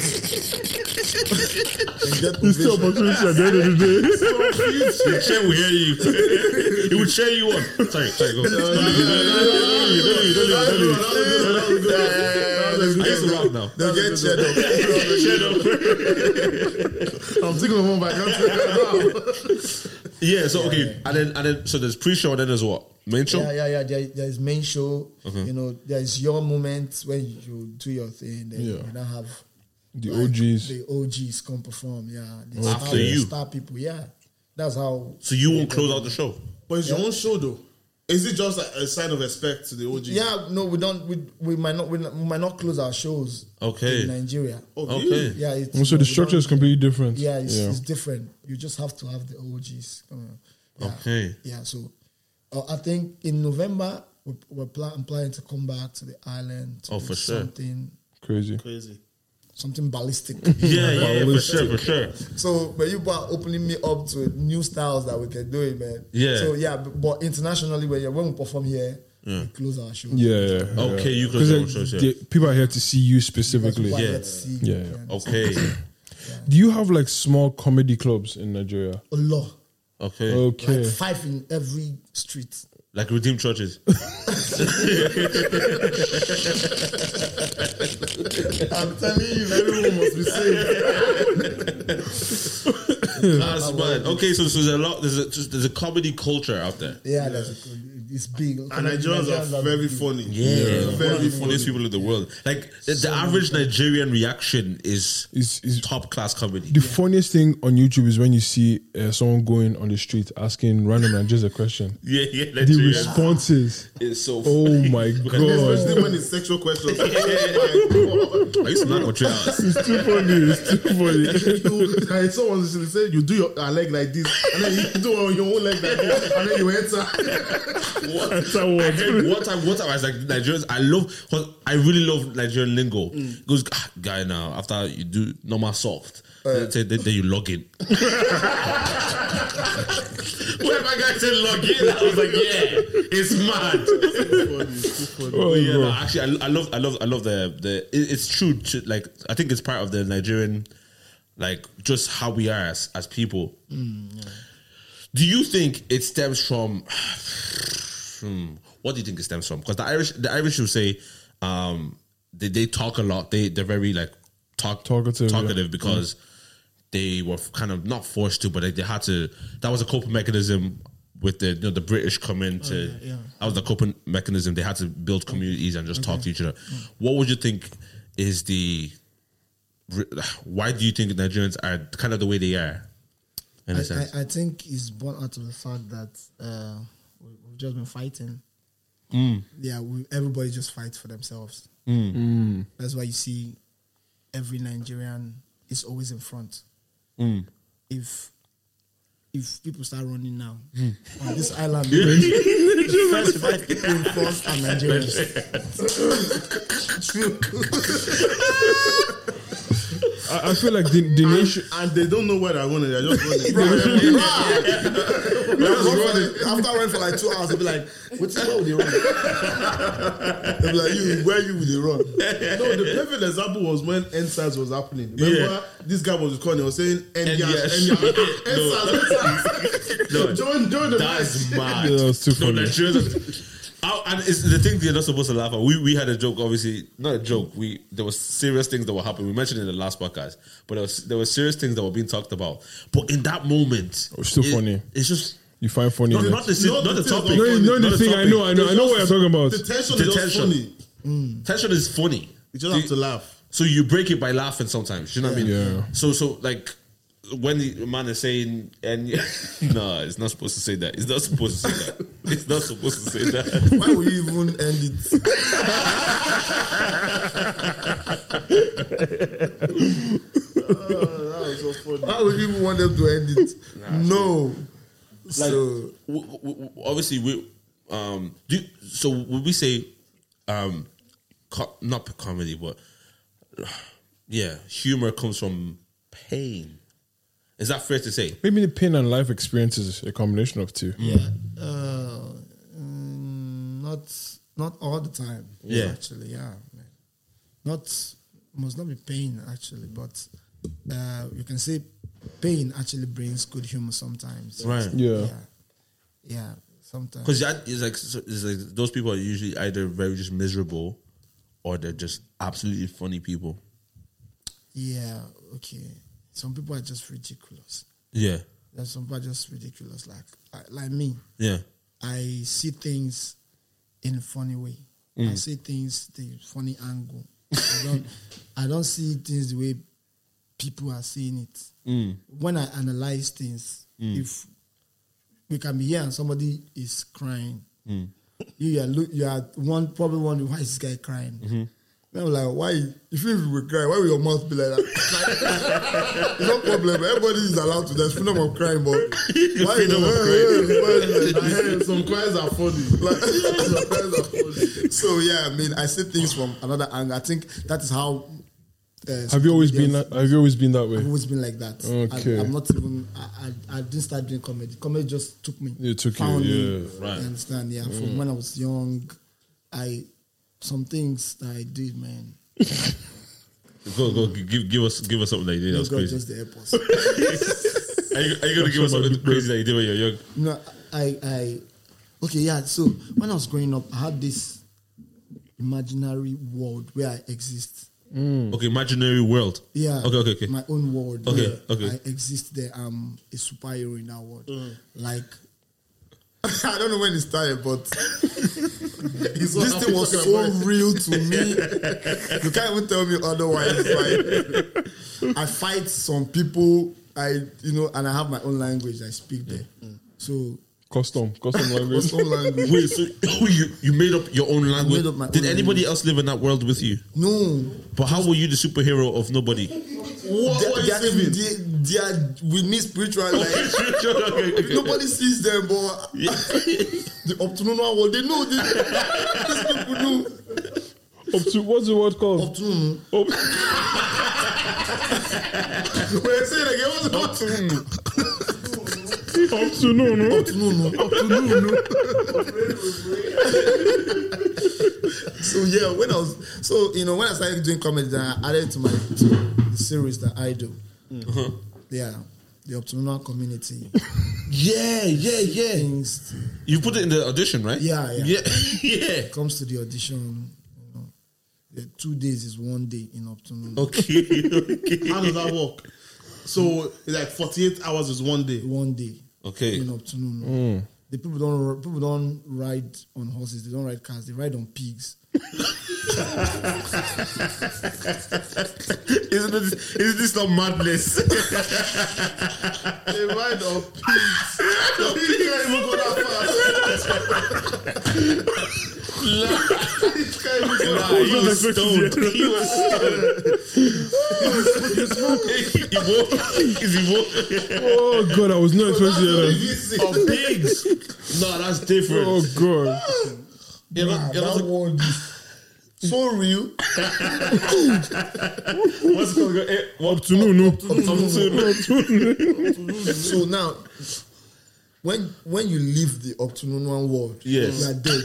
[SPEAKER 5] and get ovation.
[SPEAKER 4] opportunity at the end of the day.
[SPEAKER 3] The chair will hear you. it will cheer you on. Sorry, sorry. Go. I used to rap now.
[SPEAKER 5] They'll get cheered up.
[SPEAKER 6] I'm thinking of one by
[SPEAKER 3] Yeah. So okay, and then and then so there's pre-show, and then there's what main show.
[SPEAKER 5] Yeah, yeah, yeah. There, there is main show.
[SPEAKER 3] Mm-hmm.
[SPEAKER 5] You know, there is your moment when you do your thing. Then
[SPEAKER 4] Yeah.
[SPEAKER 5] you now have
[SPEAKER 4] The
[SPEAKER 5] like,
[SPEAKER 4] OGs.
[SPEAKER 5] The OGs come perform. Yeah, the
[SPEAKER 3] After
[SPEAKER 5] star, the
[SPEAKER 3] you.
[SPEAKER 5] star people. Yeah, that's how.
[SPEAKER 3] So you won't close out the show.
[SPEAKER 6] But it's your own show though. Is it just a, a sign of respect to the OG?
[SPEAKER 5] Yeah, no, we don't. We, we might not. We, we might not close our shows.
[SPEAKER 3] Okay.
[SPEAKER 5] In Nigeria.
[SPEAKER 6] Oh, really?
[SPEAKER 3] Okay.
[SPEAKER 5] Yeah. It's,
[SPEAKER 4] And so
[SPEAKER 5] no, we
[SPEAKER 4] the structure
[SPEAKER 5] don't-
[SPEAKER 4] is completely different.
[SPEAKER 5] Yeah, it's, it's different. You just have to have the OGs. Uh, yeah.
[SPEAKER 3] Okay.
[SPEAKER 5] Yeah, so uh, I think in November we, we're pla- I'm planning to come back to the island. To
[SPEAKER 3] Oh,
[SPEAKER 5] do
[SPEAKER 3] for sure.
[SPEAKER 5] something,
[SPEAKER 4] Crazy.
[SPEAKER 6] Crazy.
[SPEAKER 5] something ballistic.
[SPEAKER 3] Yeah, yeah, yeah, for sure, for sure.
[SPEAKER 5] so, but you are opening me up to new styles that we can do it, man.
[SPEAKER 3] Yeah.
[SPEAKER 5] So yeah, but, but internationally, when, you- when we perform here, we close our show.
[SPEAKER 4] Yeah, yeah. yeah.
[SPEAKER 3] Okay, you close
[SPEAKER 4] 'Cause
[SPEAKER 3] your own
[SPEAKER 4] they-
[SPEAKER 3] shows, yeah.
[SPEAKER 4] they- People are here to see you specifically.
[SPEAKER 5] People are
[SPEAKER 3] Yeah.
[SPEAKER 5] here to see you,
[SPEAKER 4] Yeah, yeah.
[SPEAKER 5] man.
[SPEAKER 3] Okay.
[SPEAKER 4] Do you have like small comedy clubs in Nigeria?
[SPEAKER 5] A lot.
[SPEAKER 3] Okay.
[SPEAKER 4] Okay.
[SPEAKER 5] Like five in every street.
[SPEAKER 3] Like redeemed churches.
[SPEAKER 5] I'm telling you, everyone must be saved.
[SPEAKER 3] That's mad. Okay, so, so there's a lot. There's a just, there's a comedy culture out there.
[SPEAKER 5] Yeah, That's a, it's big.
[SPEAKER 6] And Nigerians are very
[SPEAKER 3] One
[SPEAKER 6] funny.
[SPEAKER 3] of
[SPEAKER 6] Very
[SPEAKER 3] the
[SPEAKER 6] funny.
[SPEAKER 3] funniest people in the world. Like the, the average Nigerian reaction is
[SPEAKER 4] Is- is-
[SPEAKER 3] top class comedy.
[SPEAKER 4] The funniest thing on YouTube is when you see uh, someone going on the street asking random Nigerians a question.
[SPEAKER 3] Yeah, yeah,
[SPEAKER 4] The
[SPEAKER 3] Nigerian
[SPEAKER 4] responses.
[SPEAKER 3] is so.
[SPEAKER 4] Oh my god.
[SPEAKER 6] Especially when it's sexual questions. Oh
[SPEAKER 3] I used to laugh for three hours.
[SPEAKER 4] It's too funny. It's too
[SPEAKER 6] my
[SPEAKER 4] funny.
[SPEAKER 6] God. You- like someone should say you do your uh, leg like this, and then you do on your own leg like this, and then you enter.
[SPEAKER 3] What? I heard one time, one time I was like Nigerians. I love, 'cause I really love Nigerian lingo.
[SPEAKER 4] Mm.
[SPEAKER 3] Goes "Ah, guy now after you do normal soft,
[SPEAKER 4] Uh.
[SPEAKER 3] then, say- then- then you log in. When my guy said log in, I was like, yeah, it's mad.
[SPEAKER 4] Oh,
[SPEAKER 3] But yeah,
[SPEAKER 4] bro.
[SPEAKER 3] no, actually, I, I love, I love, I love the the. It, it's true. To, like, I think it's part of the Nigerian, like, just how we are as as people.
[SPEAKER 4] Mm,
[SPEAKER 3] Do you think it stems from? Hmm, what do you think it stems from? Because the Irish, the Irish will say, um, they they talk a lot. They they're very like talk
[SPEAKER 4] Talkative, yeah.
[SPEAKER 3] talkative because they were kind of not forced to, but they, they had to. That was a coping mechanism with the you know, the British coming
[SPEAKER 5] Oh,
[SPEAKER 3] to. That was the coping mechanism. They had to build communities and just talk to each other.
[SPEAKER 5] Mm.
[SPEAKER 3] What would you think is the? Why do you think Nigerians are kind of the way they are? In a sense,
[SPEAKER 5] I, I, I think it's born out of the fact that uh, we- we've just been fighting. Yeah, we, everybody just fights for themselves. That's why you see every Nigerian is always in front. If if people start running now on this island, the first five people in front are Nigerians. True.
[SPEAKER 4] I, I feel like the, the nation.
[SPEAKER 6] and they don't know where they're going. They're "Ah." just running.
[SPEAKER 5] After I ran for like two hours, they'll be like, "What's where would they run?" They'll be like, "You, where you would they run?"
[SPEAKER 6] no, the perfect example was when NSAS was happening. Remember,
[SPEAKER 3] Yeah.
[SPEAKER 6] this guy was calling. He was saying NDS,
[SPEAKER 3] NDS.
[SPEAKER 6] NDS, NSAS,
[SPEAKER 3] No.
[SPEAKER 6] Join, join the
[SPEAKER 3] That's
[SPEAKER 6] match.
[SPEAKER 3] mad.
[SPEAKER 4] Yeah, that was too
[SPEAKER 3] No,
[SPEAKER 4] funny.
[SPEAKER 3] Nigerians. Are, and it's the thing you're not supposed to laugh at. We we had a joke, obviously not a joke. We there was serious things that were happening. We mentioned it in the last podcast, but there was there were serious things that were being talked about. But in that moment,
[SPEAKER 4] was Oh, still
[SPEAKER 3] it-
[SPEAKER 4] funny.
[SPEAKER 3] It's just
[SPEAKER 4] You find funny.
[SPEAKER 3] No,
[SPEAKER 4] in it.
[SPEAKER 3] not the, si-
[SPEAKER 6] No,
[SPEAKER 3] not the
[SPEAKER 6] the thing is
[SPEAKER 3] topic.
[SPEAKER 4] No, you know
[SPEAKER 3] Not
[SPEAKER 4] the thing. I
[SPEAKER 3] topic.
[SPEAKER 4] know. I know. I know what you're talking about.
[SPEAKER 6] The tension
[SPEAKER 3] The
[SPEAKER 6] is just
[SPEAKER 3] tension.
[SPEAKER 6] funny.
[SPEAKER 3] Tension is funny.
[SPEAKER 6] You just have to laugh.
[SPEAKER 3] So you break it by laughing sometimes. You know what I mean?
[SPEAKER 4] Yeah.
[SPEAKER 3] So so like when the man is saying and no, it's not supposed to say that. It's not supposed to say that. It's not supposed to say that.
[SPEAKER 5] Why would you even end it? Why would you even want them to end it? no. so
[SPEAKER 3] W- w- w- obviously, we um do. So would we say um co- not comedy, but yeah, humor comes from pain. Is that fair to say?
[SPEAKER 4] Maybe the pain and life experiences a combination of two.
[SPEAKER 5] yeah, uh, mm, not not all the time.
[SPEAKER 3] Yeah.
[SPEAKER 5] actually, yeah. Not must not be pain actually, but uh, you can say pain actually brings good humor sometimes.
[SPEAKER 3] Right.
[SPEAKER 4] Yeah.
[SPEAKER 5] yeah, yeah. Sometimes
[SPEAKER 3] Because it's like, so- it's like those people are usually either very just miserable, or they're just absolutely funny people.
[SPEAKER 5] Yeah, okay. Some people are just ridiculous.
[SPEAKER 3] Yeah,
[SPEAKER 5] There's some people are just ridiculous. Like I, like me,
[SPEAKER 3] yeah,
[SPEAKER 5] I see things in a funny way. I see things the funny angle. I don't I don't see things the way people are seeing it. When I analyze things, if we can be here and somebody is crying, you are look you are one probably wondering why is this guy crying. Then I'm like, why? If you were crying, why would your mouth be like that? Like, no problem. Everybody is allowed to. There's freedom of crying, but why freedom of crying? Some cries are funny. Like, some cries are funny. So yeah, I mean, I see things from another angle. I think that is how. Uh,
[SPEAKER 4] Have you always been?
[SPEAKER 5] comedians-
[SPEAKER 4] That, have you always been that
[SPEAKER 5] I've
[SPEAKER 4] way?
[SPEAKER 5] always been like that.
[SPEAKER 4] Okay.
[SPEAKER 5] I, I'm not even. I, I, I didn't start doing comedy. Comedy just took me.
[SPEAKER 4] It took you,
[SPEAKER 5] me.
[SPEAKER 4] yeah. Mm.
[SPEAKER 3] Right.
[SPEAKER 5] You understand? Yeah. From when I was young, I some things that I did, man.
[SPEAKER 3] Go go g- give give us give us something like that. That
[SPEAKER 5] Oh
[SPEAKER 3] was
[SPEAKER 5] God,
[SPEAKER 3] crazy.
[SPEAKER 5] just the airports.
[SPEAKER 3] Are you, are you gonna give us something crazy that you did when you were young?
[SPEAKER 5] No, I, I, okay, yeah. So when I was growing up, I had this imaginary world where I exist.
[SPEAKER 3] Okay, imaginary world.
[SPEAKER 5] Yeah.
[SPEAKER 3] Okay, okay, okay.
[SPEAKER 5] My own world.
[SPEAKER 3] Okay,
[SPEAKER 5] where
[SPEAKER 3] okay. Mm.
[SPEAKER 5] I exist there. I'm a superhero in that world. Like, I don't know when it started, but this thing was so real to me. you can't even tell me otherwise. Like, I fight some people. I, you know, and I have my own language. I speak there. So
[SPEAKER 4] Custom, custom language.
[SPEAKER 5] What's wrong language?
[SPEAKER 3] Wait, so oh, you you made up your own language?
[SPEAKER 5] made up my
[SPEAKER 3] Did
[SPEAKER 5] own
[SPEAKER 3] anybody else live in that world with you?
[SPEAKER 5] No,
[SPEAKER 3] But how were you the superhero of nobody?
[SPEAKER 6] What,
[SPEAKER 5] they,
[SPEAKER 6] what are
[SPEAKER 5] they,
[SPEAKER 6] you
[SPEAKER 5] are,
[SPEAKER 6] saving?
[SPEAKER 5] in- they, they are with me spiritual life. Nobody sees them, but the optimal world, they know this. These people know
[SPEAKER 4] Up to what's the word called?
[SPEAKER 5] optimal.
[SPEAKER 4] Up-
[SPEAKER 5] Wait, say it again. What's optimal?
[SPEAKER 4] Up to no, no.
[SPEAKER 5] So yeah, when I was so you know when I started doing comedy, then I added to my to the series that I do. Yeah, the optimal community.
[SPEAKER 3] Yeah, yeah, yeah.
[SPEAKER 5] Things
[SPEAKER 3] You put it in the audition, right?
[SPEAKER 5] Yeah, yeah.
[SPEAKER 3] yeah, yeah.
[SPEAKER 5] comes to the audition. You know, the two days is one day in optimal.
[SPEAKER 3] Okay, okay,
[SPEAKER 6] How does that work? So it's like 48 hours is one day.
[SPEAKER 5] One day.
[SPEAKER 3] okay.
[SPEAKER 5] in afternoon. The people don't people don't ride on horses. They don't ride cars. They ride on pigs.
[SPEAKER 3] Isn't this, is this not madness?
[SPEAKER 6] They ride on pigs. The pig can't even go that fast. It can't even go that
[SPEAKER 3] Nah, he was stoned. He was stoned. he woke. Is he woke?
[SPEAKER 4] Oh god, I was not expecting that.
[SPEAKER 3] Of pigs. No, that's different.
[SPEAKER 4] Oh god.
[SPEAKER 3] It was- it
[SPEAKER 5] that
[SPEAKER 3] was-
[SPEAKER 5] world is so real.
[SPEAKER 3] what's going on? Eh,
[SPEAKER 4] Up to no, no.
[SPEAKER 5] so now, when when you leave the Optununwan world,
[SPEAKER 3] Yes. Uh,
[SPEAKER 5] you are dead.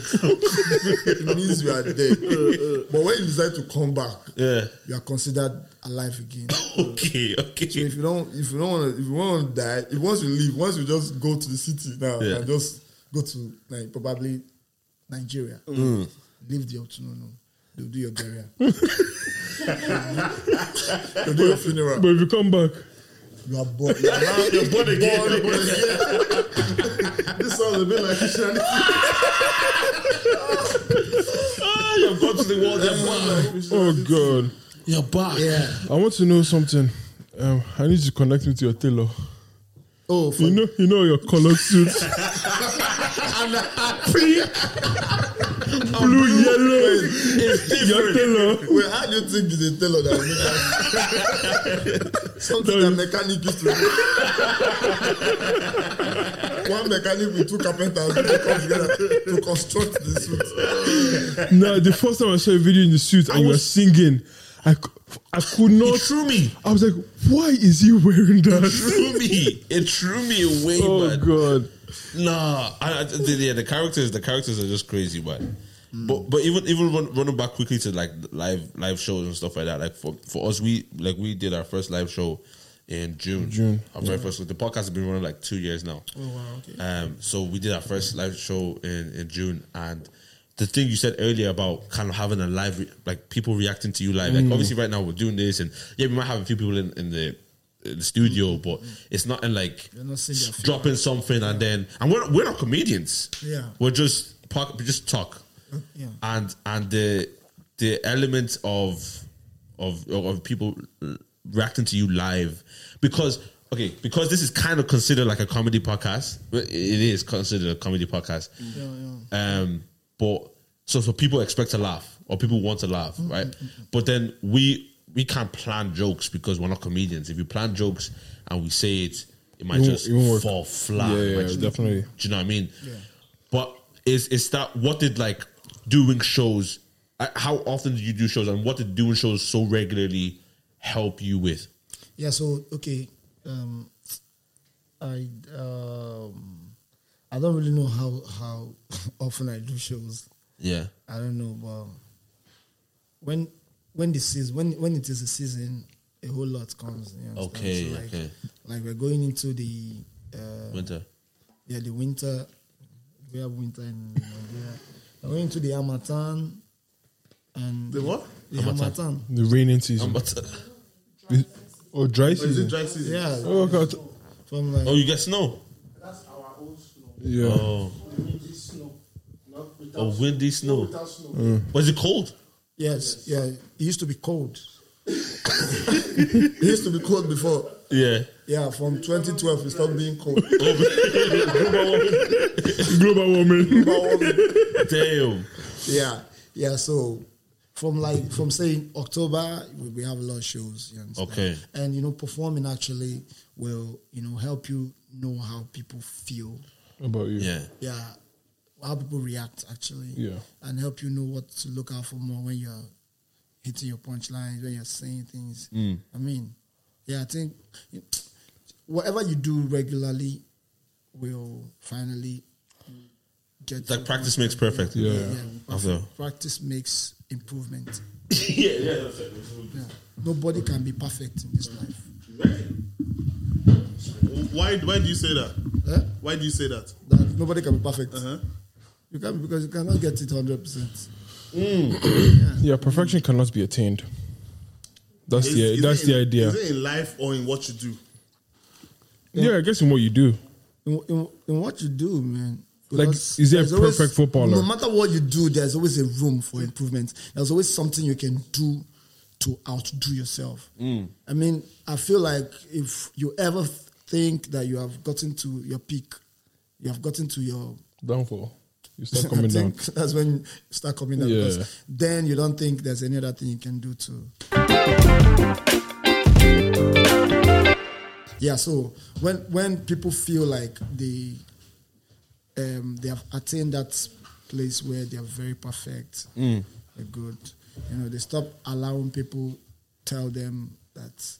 [SPEAKER 5] it means you are dead. but when you decide to come back,
[SPEAKER 3] Yeah.
[SPEAKER 5] you are considered alive again.
[SPEAKER 3] Okay. Okay.
[SPEAKER 5] if you don't, if you don't want, to, if you want to die, if once you leave, once you just go to the city now
[SPEAKER 3] Yeah.
[SPEAKER 5] and just go to like probably Nigeria,
[SPEAKER 3] Hmm.
[SPEAKER 5] leave the afternoon. They'll do your burial. They'll do your funeral.
[SPEAKER 4] But if you come back,
[SPEAKER 5] You are born. You are now-
[SPEAKER 3] You're born again.
[SPEAKER 5] born again.
[SPEAKER 6] this sounds a bit like a shenanigans.
[SPEAKER 3] You've gone to the wall.
[SPEAKER 4] Oh God.
[SPEAKER 3] You're back.
[SPEAKER 5] Yeah.
[SPEAKER 4] I want to know something. Um, I need you to connect me to your tailor.
[SPEAKER 5] Oh, for
[SPEAKER 3] Mm.
[SPEAKER 4] You know, you know your colored suits. blue, yellow. Your tailor.
[SPEAKER 5] Well, how do you think is a tailor that make that? Something that mechanic used to do. One mechanic with two carpenters they come together to construct the suit.
[SPEAKER 4] No, the first time I saw a video in the suit and you were singing, I, c- I could not.
[SPEAKER 3] Threw me.
[SPEAKER 4] I was like, why is he wearing that?
[SPEAKER 3] Threw me. It threw me away,
[SPEAKER 4] Oh
[SPEAKER 3] man.
[SPEAKER 4] God.
[SPEAKER 3] Nah, I, I, the, yeah, the characters, the characters are just crazy, man.
[SPEAKER 5] Hmm.
[SPEAKER 3] But but even even run, running back quickly to like live live shows and stuff like that. Like for, for us, we like we did our first live show in June. June, our very first. The podcast has been running like two years now.
[SPEAKER 5] Oh, wow, okay.
[SPEAKER 3] Um, so we did our first live show in, in June, and the thing you said earlier about kind of having a live, re- like people reacting to you live. Like
[SPEAKER 5] Hmm.
[SPEAKER 3] obviously, right now we're doing this, and yeah, we might have a few people in, in the in the studio, but it's not in like
[SPEAKER 5] Hmm. You're not seeing their face.
[SPEAKER 3] dropping something and then and we're we're not comedians.
[SPEAKER 5] Yeah.
[SPEAKER 3] we're just park, we just talk,
[SPEAKER 5] Yeah.
[SPEAKER 3] and and the the element of of of people reacting to you live because okay because this is kind of considered like a comedy podcast it is considered a comedy podcast um but so so people expect to laugh or people want to laugh right but then we we can't plan jokes because we're not comedians if you plan jokes and we say it it might
[SPEAKER 4] won't-
[SPEAKER 3] just
[SPEAKER 4] it won't work.
[SPEAKER 3] fall flat
[SPEAKER 4] Yeah, yeah,
[SPEAKER 3] It might just-
[SPEAKER 4] definitely.
[SPEAKER 3] Ah, do you know what I mean but is is that what did like doing shows uh, how often do you do shows and what did doing shows so regularly help you with
[SPEAKER 5] Yeah, so okay. Um I um I don't really know how how often I do shows.
[SPEAKER 3] yeah
[SPEAKER 5] I don't know, but when when the season when when it is a season, a whole lot comes. You understand?
[SPEAKER 3] Okay,
[SPEAKER 5] like,
[SPEAKER 3] okay.
[SPEAKER 5] Like we're going into the uh,
[SPEAKER 3] winter
[SPEAKER 5] yeah the winter. We have winter in Nigeria. We're going into the Hamatan and
[SPEAKER 6] The what?
[SPEAKER 5] The Hamatan.
[SPEAKER 4] The raining season.
[SPEAKER 3] But-
[SPEAKER 4] Or dry
[SPEAKER 6] Or is it
[SPEAKER 4] season.
[SPEAKER 6] dry season?
[SPEAKER 5] Yeah.
[SPEAKER 4] Oh God.
[SPEAKER 5] From like
[SPEAKER 3] oh you get snow
[SPEAKER 8] That's our own snow.
[SPEAKER 4] Yeah.
[SPEAKER 3] oh
[SPEAKER 8] Windy snow. Not without
[SPEAKER 3] a windy snow
[SPEAKER 8] Without snow.
[SPEAKER 4] Mm.
[SPEAKER 3] was it cold
[SPEAKER 5] yes, yeah. It used to be cold. it used to be cold before.
[SPEAKER 3] yeah
[SPEAKER 5] Yeah, from 2012 it stopped being cold.
[SPEAKER 4] Global warming.
[SPEAKER 3] damn
[SPEAKER 5] yeah, yeah. So from like from say October, we, we have a lot of shows. You understand?
[SPEAKER 3] Okay.
[SPEAKER 5] And you know, performing actually will you know help you know how people feel.
[SPEAKER 4] How about you?
[SPEAKER 3] yeah
[SPEAKER 5] Yeah, how people react actually.
[SPEAKER 4] Yeah.
[SPEAKER 5] And help you know what to look out for more when you're hitting your punchlines, when you're saying things.
[SPEAKER 4] Mm.
[SPEAKER 5] I mean, yeah, I think whatever you do regularly will finally get
[SPEAKER 3] it's like
[SPEAKER 5] you-
[SPEAKER 3] practice makes perfect
[SPEAKER 4] Yeah.
[SPEAKER 5] yeah.
[SPEAKER 3] After.
[SPEAKER 5] Practice makes improvement.
[SPEAKER 3] yeah yeah that's it.
[SPEAKER 5] Yeah. Nobody can be perfect in this life.
[SPEAKER 6] Why why do you say that?
[SPEAKER 5] Eh?
[SPEAKER 6] Why do you say that?
[SPEAKER 5] That nobody can be perfect.
[SPEAKER 6] Uh-huh.
[SPEAKER 5] You can because you cannot get it hundred percent.
[SPEAKER 4] Yeah. Perfection cannot be attained. That's
[SPEAKER 6] Is-
[SPEAKER 4] the
[SPEAKER 6] is
[SPEAKER 4] that's
[SPEAKER 6] it
[SPEAKER 4] the
[SPEAKER 6] in-
[SPEAKER 4] idea.
[SPEAKER 6] Is it in life or in what you do?
[SPEAKER 4] Yeah, I guess in what you do.
[SPEAKER 5] In, in, in what you do, man.
[SPEAKER 4] Like,
[SPEAKER 5] Because
[SPEAKER 4] is there a
[SPEAKER 5] there's always-
[SPEAKER 4] perfect footballer?
[SPEAKER 5] No matter what you do, there's always a room for improvement. There's always something you can do to outdo yourself.
[SPEAKER 4] Mm.
[SPEAKER 5] I mean, I feel like if you ever think that you have gotten to your peak, you have gotten to your
[SPEAKER 4] Downfall. You start coming
[SPEAKER 5] I
[SPEAKER 4] down.
[SPEAKER 5] think That's when you start coming down.
[SPEAKER 4] Yeah.
[SPEAKER 5] Because then you don't think there's any other thing you can do to. Yeah, so when when people feel like they um, they have attained that place where they are very perfect,
[SPEAKER 4] Mm.
[SPEAKER 5] they're good. You know, they stop allowing people tell them that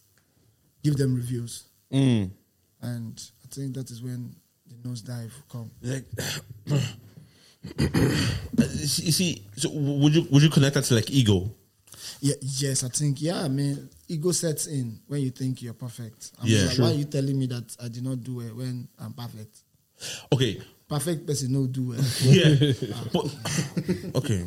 [SPEAKER 5] give them reviews,
[SPEAKER 4] Mm.
[SPEAKER 5] and I think that is when the nosedive will come.
[SPEAKER 3] like Uh, you see so would you would you connect that to like ego
[SPEAKER 5] Yeah, yes, I think yeah. I mean, ego sets in when you think you're perfect. I'm
[SPEAKER 3] Yeah.
[SPEAKER 5] like,
[SPEAKER 3] True.
[SPEAKER 5] why are you telling me that I did not do it when I'm perfect?
[SPEAKER 3] okay
[SPEAKER 5] Perfect person no do it.
[SPEAKER 3] yeah but okay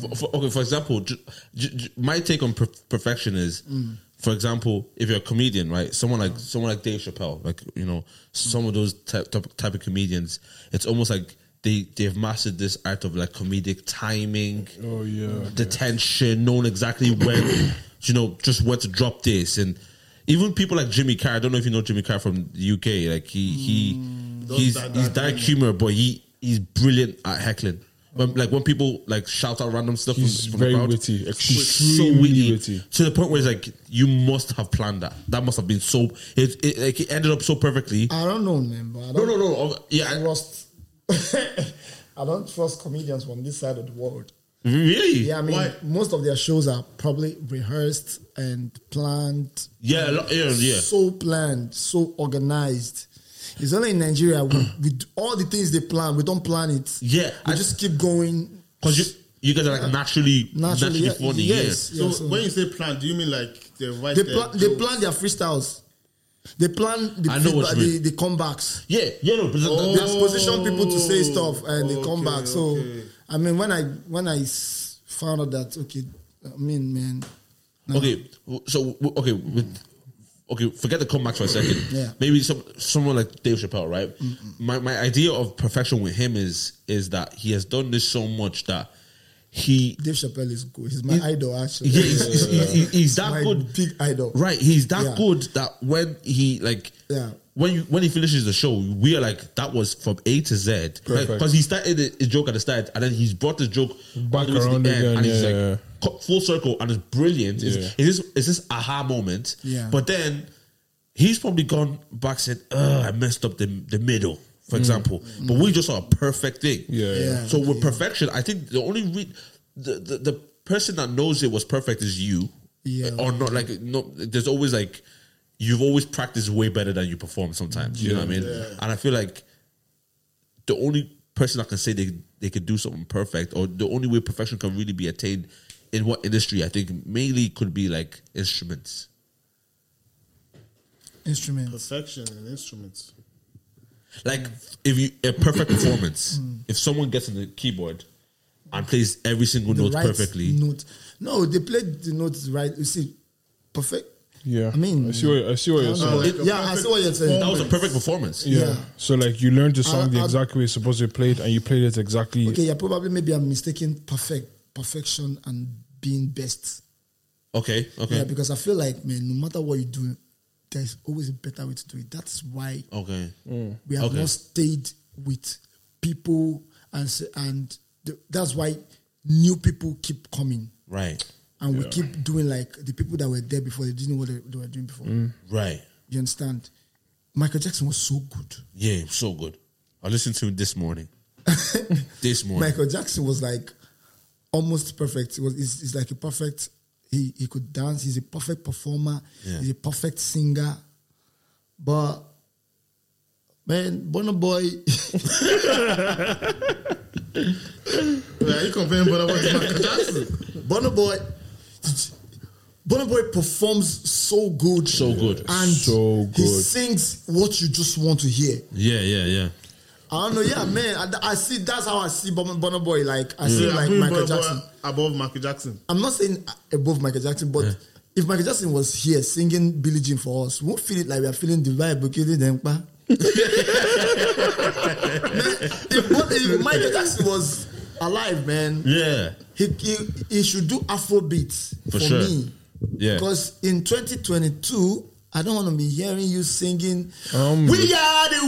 [SPEAKER 3] For, for- okay, for example, ju- ju- ju- my take on per- perfection is,
[SPEAKER 4] Mm.
[SPEAKER 3] for example, if you're a comedian, right? Someone like someone like Dave Chappelle, like you
[SPEAKER 4] Mm.
[SPEAKER 3] know, some of those type, type, type of comedians, it's almost like they they've mastered this art of like comedic timing.
[SPEAKER 4] Oh, yeah.
[SPEAKER 3] the tension, knowing exactly when, you know, just where to drop this, and even people like Jimmy Carr. I don't know if you know Jimmy Carr from the UK. Like he he he's
[SPEAKER 6] that-
[SPEAKER 3] he's
[SPEAKER 6] that
[SPEAKER 3] dark humor, but he he's brilliant at heckling. When, like when people like shout out random stuff, from-
[SPEAKER 4] He's
[SPEAKER 3] from,
[SPEAKER 4] very
[SPEAKER 3] the crowd,
[SPEAKER 4] witty,
[SPEAKER 3] he's
[SPEAKER 4] extremely witty.
[SPEAKER 3] to the point where it's like you must have planned that. That must have been so. It, it like it ended up so perfectly.
[SPEAKER 5] I don't know, man, but I
[SPEAKER 3] No,
[SPEAKER 5] don't
[SPEAKER 3] no, no. Yeah,
[SPEAKER 5] trust. I don't trust comedians from this side of the world.
[SPEAKER 3] really.
[SPEAKER 5] Yeah, I mean,
[SPEAKER 6] Why?
[SPEAKER 5] most of their shows are probably rehearsed and planned.
[SPEAKER 3] yeah, a lot- yeah, yeah.
[SPEAKER 5] So planned, so organized. It's only in Nigeria we, we do all the things they plan. We don't plan it.
[SPEAKER 3] Yeah,
[SPEAKER 5] we
[SPEAKER 3] I-
[SPEAKER 5] just keep going.
[SPEAKER 3] Because you you guys are like naturally
[SPEAKER 5] Naturally,
[SPEAKER 3] naturally,
[SPEAKER 5] yeah,
[SPEAKER 3] funny.
[SPEAKER 5] yes,
[SPEAKER 3] yeah.
[SPEAKER 6] So
[SPEAKER 5] Yes,
[SPEAKER 6] when you say plan, do you mean like they write
[SPEAKER 5] They
[SPEAKER 6] their
[SPEAKER 5] plan. They
[SPEAKER 6] jokes?
[SPEAKER 5] plan their freestyles. They plan the,
[SPEAKER 3] I know what you
[SPEAKER 5] feedback- the,
[SPEAKER 3] mean. Oh,
[SPEAKER 5] the comebacks.
[SPEAKER 3] Yeah, yeah, no, but that-
[SPEAKER 5] They
[SPEAKER 3] that's-
[SPEAKER 5] have positioned people to say stuff and they come
[SPEAKER 6] Okay,
[SPEAKER 5] back. So
[SPEAKER 6] okay.
[SPEAKER 5] I mean, when I when I s- found out that okay, I mean, man, Oh.
[SPEAKER 3] okay. So w- okay, with, okay, forget the comebacks for a second.
[SPEAKER 5] Yeah.
[SPEAKER 3] Maybe some someone like Dave Chappelle, right? My my idea of perfection with him is is that he has done this so much that he
[SPEAKER 5] Dave Chappelle is good. He's my idol, actually.
[SPEAKER 3] yeah, he's, he's, he's, he's, that
[SPEAKER 5] my
[SPEAKER 3] good.
[SPEAKER 5] big idol.
[SPEAKER 3] Right, he's that
[SPEAKER 5] Yeah.
[SPEAKER 3] good that when he like
[SPEAKER 5] Yeah.
[SPEAKER 3] when you when he finishes the show, we are like that was from A to Z because
[SPEAKER 4] Perfect.
[SPEAKER 3] he started it- his joke at the start and then he's brought the joke
[SPEAKER 4] Back
[SPEAKER 3] all the way to
[SPEAKER 4] around
[SPEAKER 3] the end,
[SPEAKER 4] again,
[SPEAKER 3] and he's
[SPEAKER 4] yeah,
[SPEAKER 3] like
[SPEAKER 4] yeah.
[SPEAKER 3] co- full circle and it's brilliant. It's,
[SPEAKER 4] Yeah.
[SPEAKER 3] it's this it's this aha moment.
[SPEAKER 5] Yeah.
[SPEAKER 3] But then he's probably gone back said, "Ugh, I messed up the the middle." For example, but we just saw a perfect thing.
[SPEAKER 4] Mm. Yeah,
[SPEAKER 5] yeah.
[SPEAKER 3] So with perfection, I think the only re- the, the the person that knows it was perfect is you.
[SPEAKER 5] Yeah.
[SPEAKER 3] Or not like no. There's always like you've always practiced way better than you perform. Sometimes you know what I mean. And I feel like the only person that can say they they could do something perfect, or the only way perfection can really be attained in what industry, I think mainly could be like instruments.
[SPEAKER 5] Instruments.
[SPEAKER 6] perfection and instruments.
[SPEAKER 3] Like if you a perfect performance, if someone gets on the keyboard and plays every single note
[SPEAKER 5] right
[SPEAKER 3] perfectly,
[SPEAKER 5] Note. No, they played the notes right. You see, perfect.
[SPEAKER 4] Yeah.
[SPEAKER 5] I mean,
[SPEAKER 4] I see what, I see what you're
[SPEAKER 5] I don't
[SPEAKER 4] saying.
[SPEAKER 5] know.
[SPEAKER 6] Like a
[SPEAKER 5] yeah, I
[SPEAKER 6] perfect
[SPEAKER 5] see what you're saying.
[SPEAKER 3] Uh, that was a perfect performance.
[SPEAKER 4] Yeah.
[SPEAKER 5] Yeah.
[SPEAKER 4] So like you learned the song
[SPEAKER 5] I-
[SPEAKER 4] the
[SPEAKER 5] I-
[SPEAKER 4] exact way it's supposed to be played, and you played it exactly.
[SPEAKER 5] Okay, yeah, probably maybe I'm mistaking perfect perfection and being best.
[SPEAKER 3] Okay, okay,
[SPEAKER 5] Yeah, because I feel like man, no matter what you do, there's always a better way to do it. That's why
[SPEAKER 3] okay.
[SPEAKER 5] we have
[SPEAKER 3] Okay.
[SPEAKER 5] not stayed with people and s- and the, that's why new people keep coming
[SPEAKER 3] Right,
[SPEAKER 5] and we keep doing like the people that were there before they didn't know what they, they were doing before.
[SPEAKER 3] right.
[SPEAKER 5] You understand? Michael Jackson was so good.
[SPEAKER 3] Yeah, so good. I listened to it this morning. this morning.
[SPEAKER 5] Michael Jackson was like almost perfect. It was it's, it's like a perfect. He he could dance. He's a perfect performer.
[SPEAKER 3] Yeah.
[SPEAKER 5] He's a perfect singer. But man, Bono Boy,
[SPEAKER 6] Wait, are you comparing Burna Boy to Michael Jackson?
[SPEAKER 5] Bono Boy, Bono Boy performs so good,
[SPEAKER 3] So good.
[SPEAKER 5] and
[SPEAKER 4] So
[SPEAKER 5] he
[SPEAKER 4] good.
[SPEAKER 5] sings what you just want to hear.
[SPEAKER 3] Yeah, yeah, yeah.
[SPEAKER 5] I don't know. Yeah, man, I, I see. That's how I see Bono Bono Boy. Like I see
[SPEAKER 6] Yeah,
[SPEAKER 5] like
[SPEAKER 6] putting
[SPEAKER 5] Michael
[SPEAKER 6] Burna Boy
[SPEAKER 5] Jackson.
[SPEAKER 6] above Michael Jackson.
[SPEAKER 5] I'm not saying above Michael Jackson, but if Michael Jackson was here singing Billie Jean for us, we won't feel it like we are feeling the vibe. We're killing them. pa. Man, if, but if Michael Jackson was alive, man,
[SPEAKER 3] Yeah.
[SPEAKER 5] he, he, he should do Afrobeat for,
[SPEAKER 3] For sure.
[SPEAKER 5] me.
[SPEAKER 3] Yeah.
[SPEAKER 5] Because in 2022, I don't want to be hearing you singing,
[SPEAKER 4] Um,
[SPEAKER 5] We are the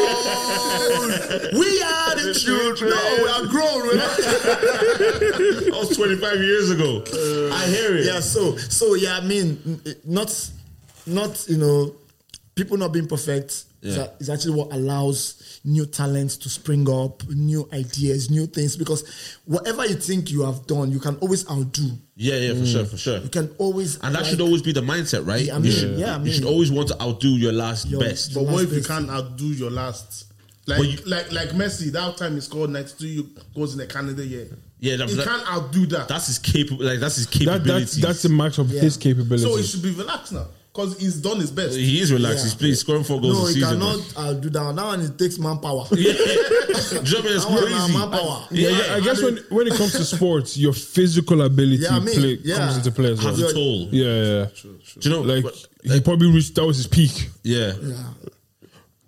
[SPEAKER 5] world, we are the children. No, we are grown. We're not
[SPEAKER 3] That was 25 years ago. I hear it.
[SPEAKER 5] Uh, yeah so so yeah i mean n- it- not not you know people not being perfect is,
[SPEAKER 3] Yeah.
[SPEAKER 5] a- is actually what allows new talents to spring up new ideas new things because whatever you think you have done you can always outdo
[SPEAKER 3] Yeah, yeah, for sure, for sure.
[SPEAKER 5] you can always
[SPEAKER 3] And that
[SPEAKER 5] Mm. like,
[SPEAKER 3] should always be the mindset, right?
[SPEAKER 5] Yeah, I
[SPEAKER 3] you
[SPEAKER 5] mean,
[SPEAKER 3] should,
[SPEAKER 5] yeah, I
[SPEAKER 3] you should
[SPEAKER 5] mean-
[SPEAKER 3] always want to outdo your last
[SPEAKER 5] Your-
[SPEAKER 3] best.
[SPEAKER 5] The
[SPEAKER 6] But what
[SPEAKER 5] last
[SPEAKER 6] if you
[SPEAKER 5] best.
[SPEAKER 6] can't outdo your last? Like,
[SPEAKER 3] But you-
[SPEAKER 6] like, like Messi, that time he scored 92 you goals in the calendar year.
[SPEAKER 3] Yeah, that-
[SPEAKER 6] he
[SPEAKER 3] that-
[SPEAKER 6] can't outdo that.
[SPEAKER 3] That's his capable. Like that's his
[SPEAKER 4] that,
[SPEAKER 3] capabilities.
[SPEAKER 4] that's that's the max of his
[SPEAKER 5] Yeah.
[SPEAKER 4] capabilities.
[SPEAKER 6] so he should be relaxed now. because he's done his best.
[SPEAKER 3] He is relaxed.
[SPEAKER 5] Yeah.
[SPEAKER 3] He's played scoring four goals
[SPEAKER 5] No,
[SPEAKER 3] a
[SPEAKER 5] he
[SPEAKER 3] season.
[SPEAKER 5] cannot
[SPEAKER 3] man.
[SPEAKER 5] uh, do that. That one it takes manpower.
[SPEAKER 3] Yeah. Jumping is
[SPEAKER 5] That one
[SPEAKER 3] crazy.
[SPEAKER 5] uh, manpower.
[SPEAKER 4] Yeah,
[SPEAKER 3] Yeah.
[SPEAKER 4] I guess when when it comes to sports, your physical ability
[SPEAKER 5] Yeah, I mean,
[SPEAKER 4] play,
[SPEAKER 5] yeah.
[SPEAKER 4] comes into play as well.
[SPEAKER 3] Has a toll.
[SPEAKER 4] Yeah, yeah.
[SPEAKER 3] Do you know?
[SPEAKER 4] Like
[SPEAKER 3] but-
[SPEAKER 4] he probably reached that was his peak.
[SPEAKER 3] yeah.
[SPEAKER 5] Yeah.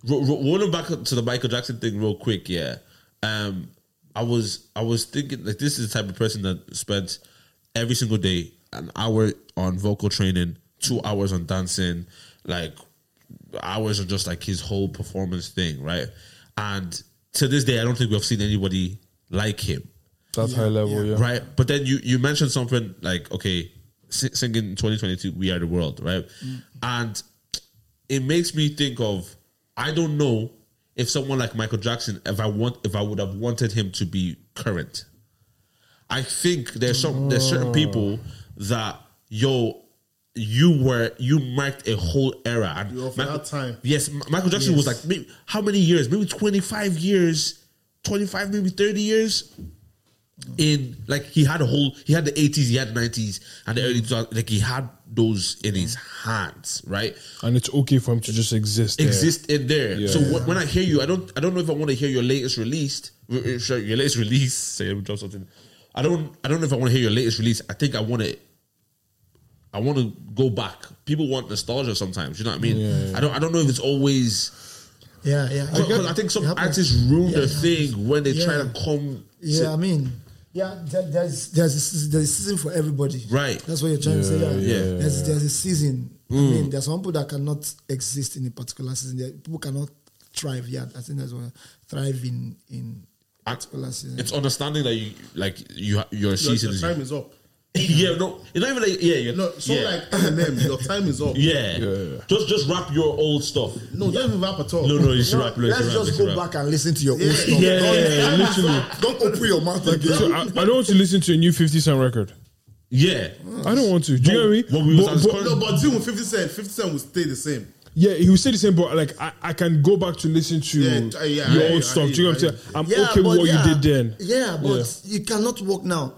[SPEAKER 3] Ro- ro- rolling back to the Michael Jackson thing real quick, yeah. Um, I was I was thinking like this is the type of person that spent every single day an hour on vocal training, two hours on dancing, like hours on just like his whole performance thing, right? And to this day, I don't think we've seen anybody like him
[SPEAKER 4] That's high level, yeah.
[SPEAKER 3] right? But then you you mentioned something like okay, si- singing 2022, we are the world, right? And it makes me think of I don't know if someone like Michael Jackson, if I want, if I would have wanted him to be current. I think there's some there's certain people that yo. You were you marked a whole era. And
[SPEAKER 6] You were for that time.
[SPEAKER 3] Yes, M- Michael Jackson was like maybe, how many years? Maybe twenty five years, twenty five, maybe thirty years in like he had a whole he had the 80s he had the 90s and the early
[SPEAKER 5] Mm.
[SPEAKER 3] 2000s like he had those in his hands right
[SPEAKER 4] And it's okay for him to just exist. there.
[SPEAKER 3] exist in there so
[SPEAKER 4] Yeah.
[SPEAKER 3] wh- when i hear you i don't i don't know if i want to hear your latest released re- re- sorry, your latest release say let me drop something i don't i don't know if i want to hear your latest release i think i want to i want to go back people want nostalgia sometimes you know what i mean i don't i don't know if it's always
[SPEAKER 5] Yeah, yeah.
[SPEAKER 3] because I think some
[SPEAKER 5] It happens.
[SPEAKER 3] artists ruin their
[SPEAKER 5] Yeah.
[SPEAKER 3] thing when they try
[SPEAKER 5] Yeah.
[SPEAKER 3] to come
[SPEAKER 5] Yeah, I mean, yeah, there, there's there's a, season- there's a season for everybody.
[SPEAKER 3] Right.
[SPEAKER 5] That's what you're trying to say. Yeah,
[SPEAKER 3] yeah, Hmm.
[SPEAKER 5] There's, there's a season. I mean, there's some people that cannot exist in a particular season. There, people cannot thrive. Yeah, I think that's what thrive in in
[SPEAKER 3] I-
[SPEAKER 5] particular season.
[SPEAKER 3] it's understanding that you like you ha- your
[SPEAKER 6] Your,
[SPEAKER 3] season
[SPEAKER 6] your
[SPEAKER 3] is
[SPEAKER 6] time is up.
[SPEAKER 3] yeah, no, it's not even like yeah, yeah,
[SPEAKER 6] No, so
[SPEAKER 3] yeah.
[SPEAKER 6] like Eminem, your time is up.
[SPEAKER 3] yeah.
[SPEAKER 4] Yeah.
[SPEAKER 3] just just rap your old stuff.
[SPEAKER 6] No, don't even rap at all.
[SPEAKER 3] No, no, it's
[SPEAKER 5] No,
[SPEAKER 3] rap.
[SPEAKER 5] let's just go back and listen to your own stuff.
[SPEAKER 4] Yeah, yeah, yeah,
[SPEAKER 5] Don't-
[SPEAKER 4] literally.
[SPEAKER 5] Don't open your mouth
[SPEAKER 4] So
[SPEAKER 5] again.
[SPEAKER 4] I, I don't want to listen to a new 50 Cent record.
[SPEAKER 3] Yeah,
[SPEAKER 4] I don't want to. Do you know what I
[SPEAKER 3] What we
[SPEAKER 4] mean?
[SPEAKER 3] was
[SPEAKER 4] But-
[SPEAKER 3] as-
[SPEAKER 4] but-
[SPEAKER 6] No, but deal with 50 Cent. 50 Cent will stay the same.
[SPEAKER 4] yeah, he will say the same, but like I, I can go back to listen to
[SPEAKER 6] Yeah, yeah,
[SPEAKER 4] your
[SPEAKER 6] I-
[SPEAKER 4] old
[SPEAKER 6] I-
[SPEAKER 4] stuff. Do you know what I'm saying? I'm
[SPEAKER 5] Yeah,
[SPEAKER 4] okay with
[SPEAKER 5] but
[SPEAKER 4] what
[SPEAKER 5] yeah,
[SPEAKER 4] you did then.
[SPEAKER 5] Yeah, but you cannot walk now.